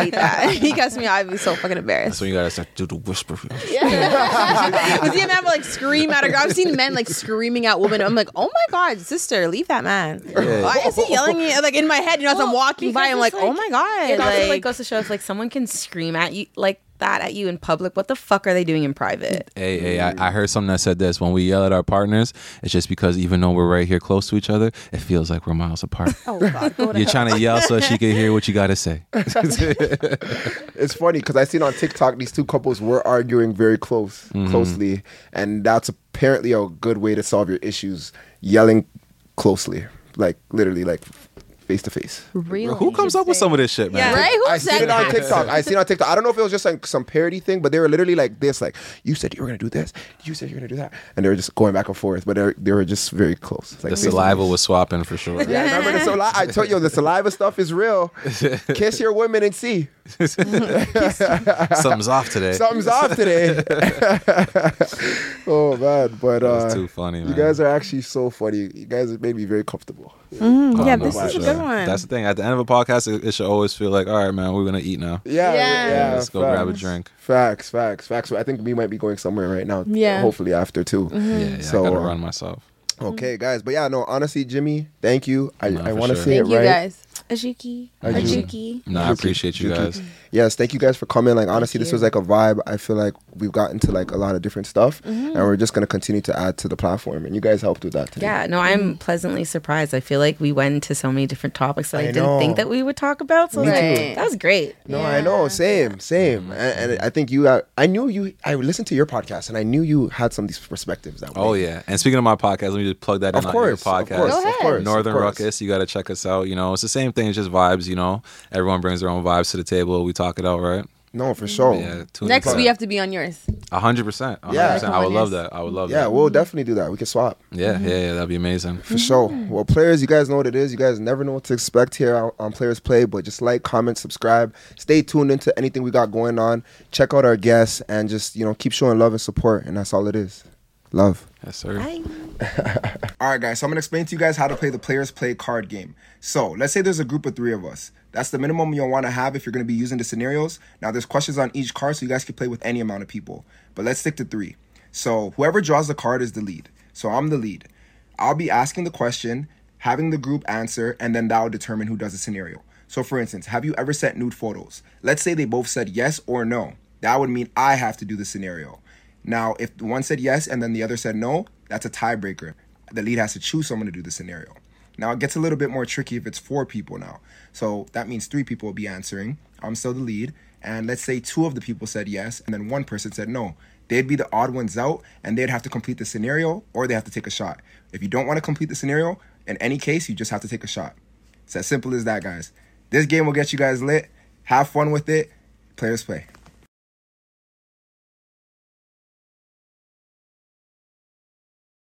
B: hate that he cuts me I'd be so fucking
C: That's
B: embarrassed
C: when you gotta start do the whisper.
B: you see a man will, like scream at a girl I've seen men like screaming at women I'm like oh my god sister leave that man why is he yelling at- like in my head you know as I'm
A: Well,
B: walking by
A: because
B: I'm like,
A: it's
B: oh my god
A: It also like
B: like
A: goes to show if like someone can scream at you like that at you in public, what the fuck are they doing in private?
C: Hey, hey, I, I heard something that said this. When we yell at our partners, it's just because even though we're right here close to each other, it feels like we're miles apart.
B: oh god go to
C: You're trying to yell so she can hear what you gotta say.
D: It's funny because I seen on TikTok these two couples were arguing very close,
C: Mm-hmm.
D: closely, and that's apparently a good way to solve your issues. Yelling closely, like literally, like face to face.
B: real
C: Who comes up with some of this shit, man?
B: yeah right who
D: I
B: said
D: seen it on
B: that?
D: TikTok. I seen it on TikTok. I don't know if it was just like some parody thing, but they were literally like this, like you said you were gonna do this, you said you were gonna do that, and they were just going back and forth. But they were, they were just very close. Like
C: The
D: face to
C: saliva
D: face.
C: was swapping for sure.
D: Yeah, remember the saliva? I told you the saliva stuff is real. Kiss your women and see
C: Something's off today.
D: something's off today. oh man, but uh,
C: was too funny,
D: You
C: man.
D: guys are actually so funny. You guys made me very comfortable.
C: Oh,
B: yeah
C: no,
B: this
C: for
B: is a
C: sure.
B: good one
C: That's the thing. At the end of a podcast, it, it should always feel like, all right, man, we're gonna eat now.
D: Yeah,
B: Yeah.
D: yeah.
C: Let's go
D: facts.
C: grab a drink.
D: Facts, facts, facts. I think we might be going somewhere right now.
B: Yeah. Mm-hmm.
D: Hopefully after too.
B: Mm.
C: Yeah, yeah.
D: So,
C: I gotta
D: uh,
C: run myself.
D: Okay, guys. But yeah, no. Honestly, Jimmy, thank you. I,
C: Nah,
D: I
C: for
D: want to
C: sure.
D: say
B: Thank
D: it
B: you
D: right.
B: guys.
A: Ajuki.
D: Ajuki.
A: Ajuki.
C: No, I appreciate you
D: Juki.
C: guys.
D: Yes, thank you guys for coming. Like honestly, this
A: you.
D: was like a vibe. I feel like we've gotten to like a lot of different stuff, and
A: Mm-hmm.
D: we're just gonna continue to add to the platform. And you guys helped with that. Today.
A: Yeah, no,
B: Mm-hmm.
A: I'm pleasantly surprised. I feel like we went into so many different topics that I,
D: I
A: didn't
D: know.
A: think that we would talk about. So
D: Me
A: like,
B: too.
A: that was great.
D: No, I know. Same,
C: Mm-hmm.
D: same. And, and I think you. Uh, I knew you. I listened to your podcast, and I knew you had some of these perspectives. That
C: Oh
D: way.
C: yeah. And speaking of my podcast, let me just plug that
D: Of
C: in
D: course,
C: on
D: of
C: your podcast.
D: course,
B: Go
D: of
B: ahead.
D: course, of
C: Northern
D: course.
C: Ruckus, you gotta check us out. You know, it's the same thing, it's just vibes, you know. Everyone brings their own vibes to the table. We talk it out, right?
D: No, for sure.
C: Yeah.
D: Yeah,
C: tune
B: Next,
C: into
B: we
C: that.
B: have to be on yours.
C: a hundred percent. a hundred
D: Yeah.
C: percent. I would love that. I would love that.
D: we'll definitely do that. We can swap
C: Yeah, yeah, yeah, that'd be amazing.
D: for sure. Well, players, you guys know what it is. You guys never know what to expect here on, on Players Play, but just like, comment, subscribe, stay tuned into anything we got going on. Check out our guests, and just you know keep showing love and support, and that's all it is. Love.
C: Yes, sir.
D: All right, guys. So I'm gonna explain to you guys how to play the players play card game. So let's say there's a group of three of us. That's the minimum you'll want to have if you're gonna be using the scenarios. Now there's questions on each card, so you guys can play with any amount of people. But let's stick to three. So whoever draws the card is the lead. So I'm the lead. I'll be asking the question, having the group answer, and then that'll determine who does the scenario. So for instance, have you ever sent nude photos? Let's say they both said yes or no. That would mean I have to do the scenario. Now, if one said yes and then the other said no, that's a tiebreaker. The lead has to choose someone to do the scenario. Now, it gets a little bit more tricky if it's four people now. So that means three people will be answering. I'm still the lead. And let's say two of the people said yes and then one person said no. They'd be the odd ones out and they'd have to complete the scenario or they have to take a shot. If you don't want to complete the scenario, in any case, you just have to take a shot. It's as simple as that, guys. This game will get you guys lit. Have fun with it. Players play.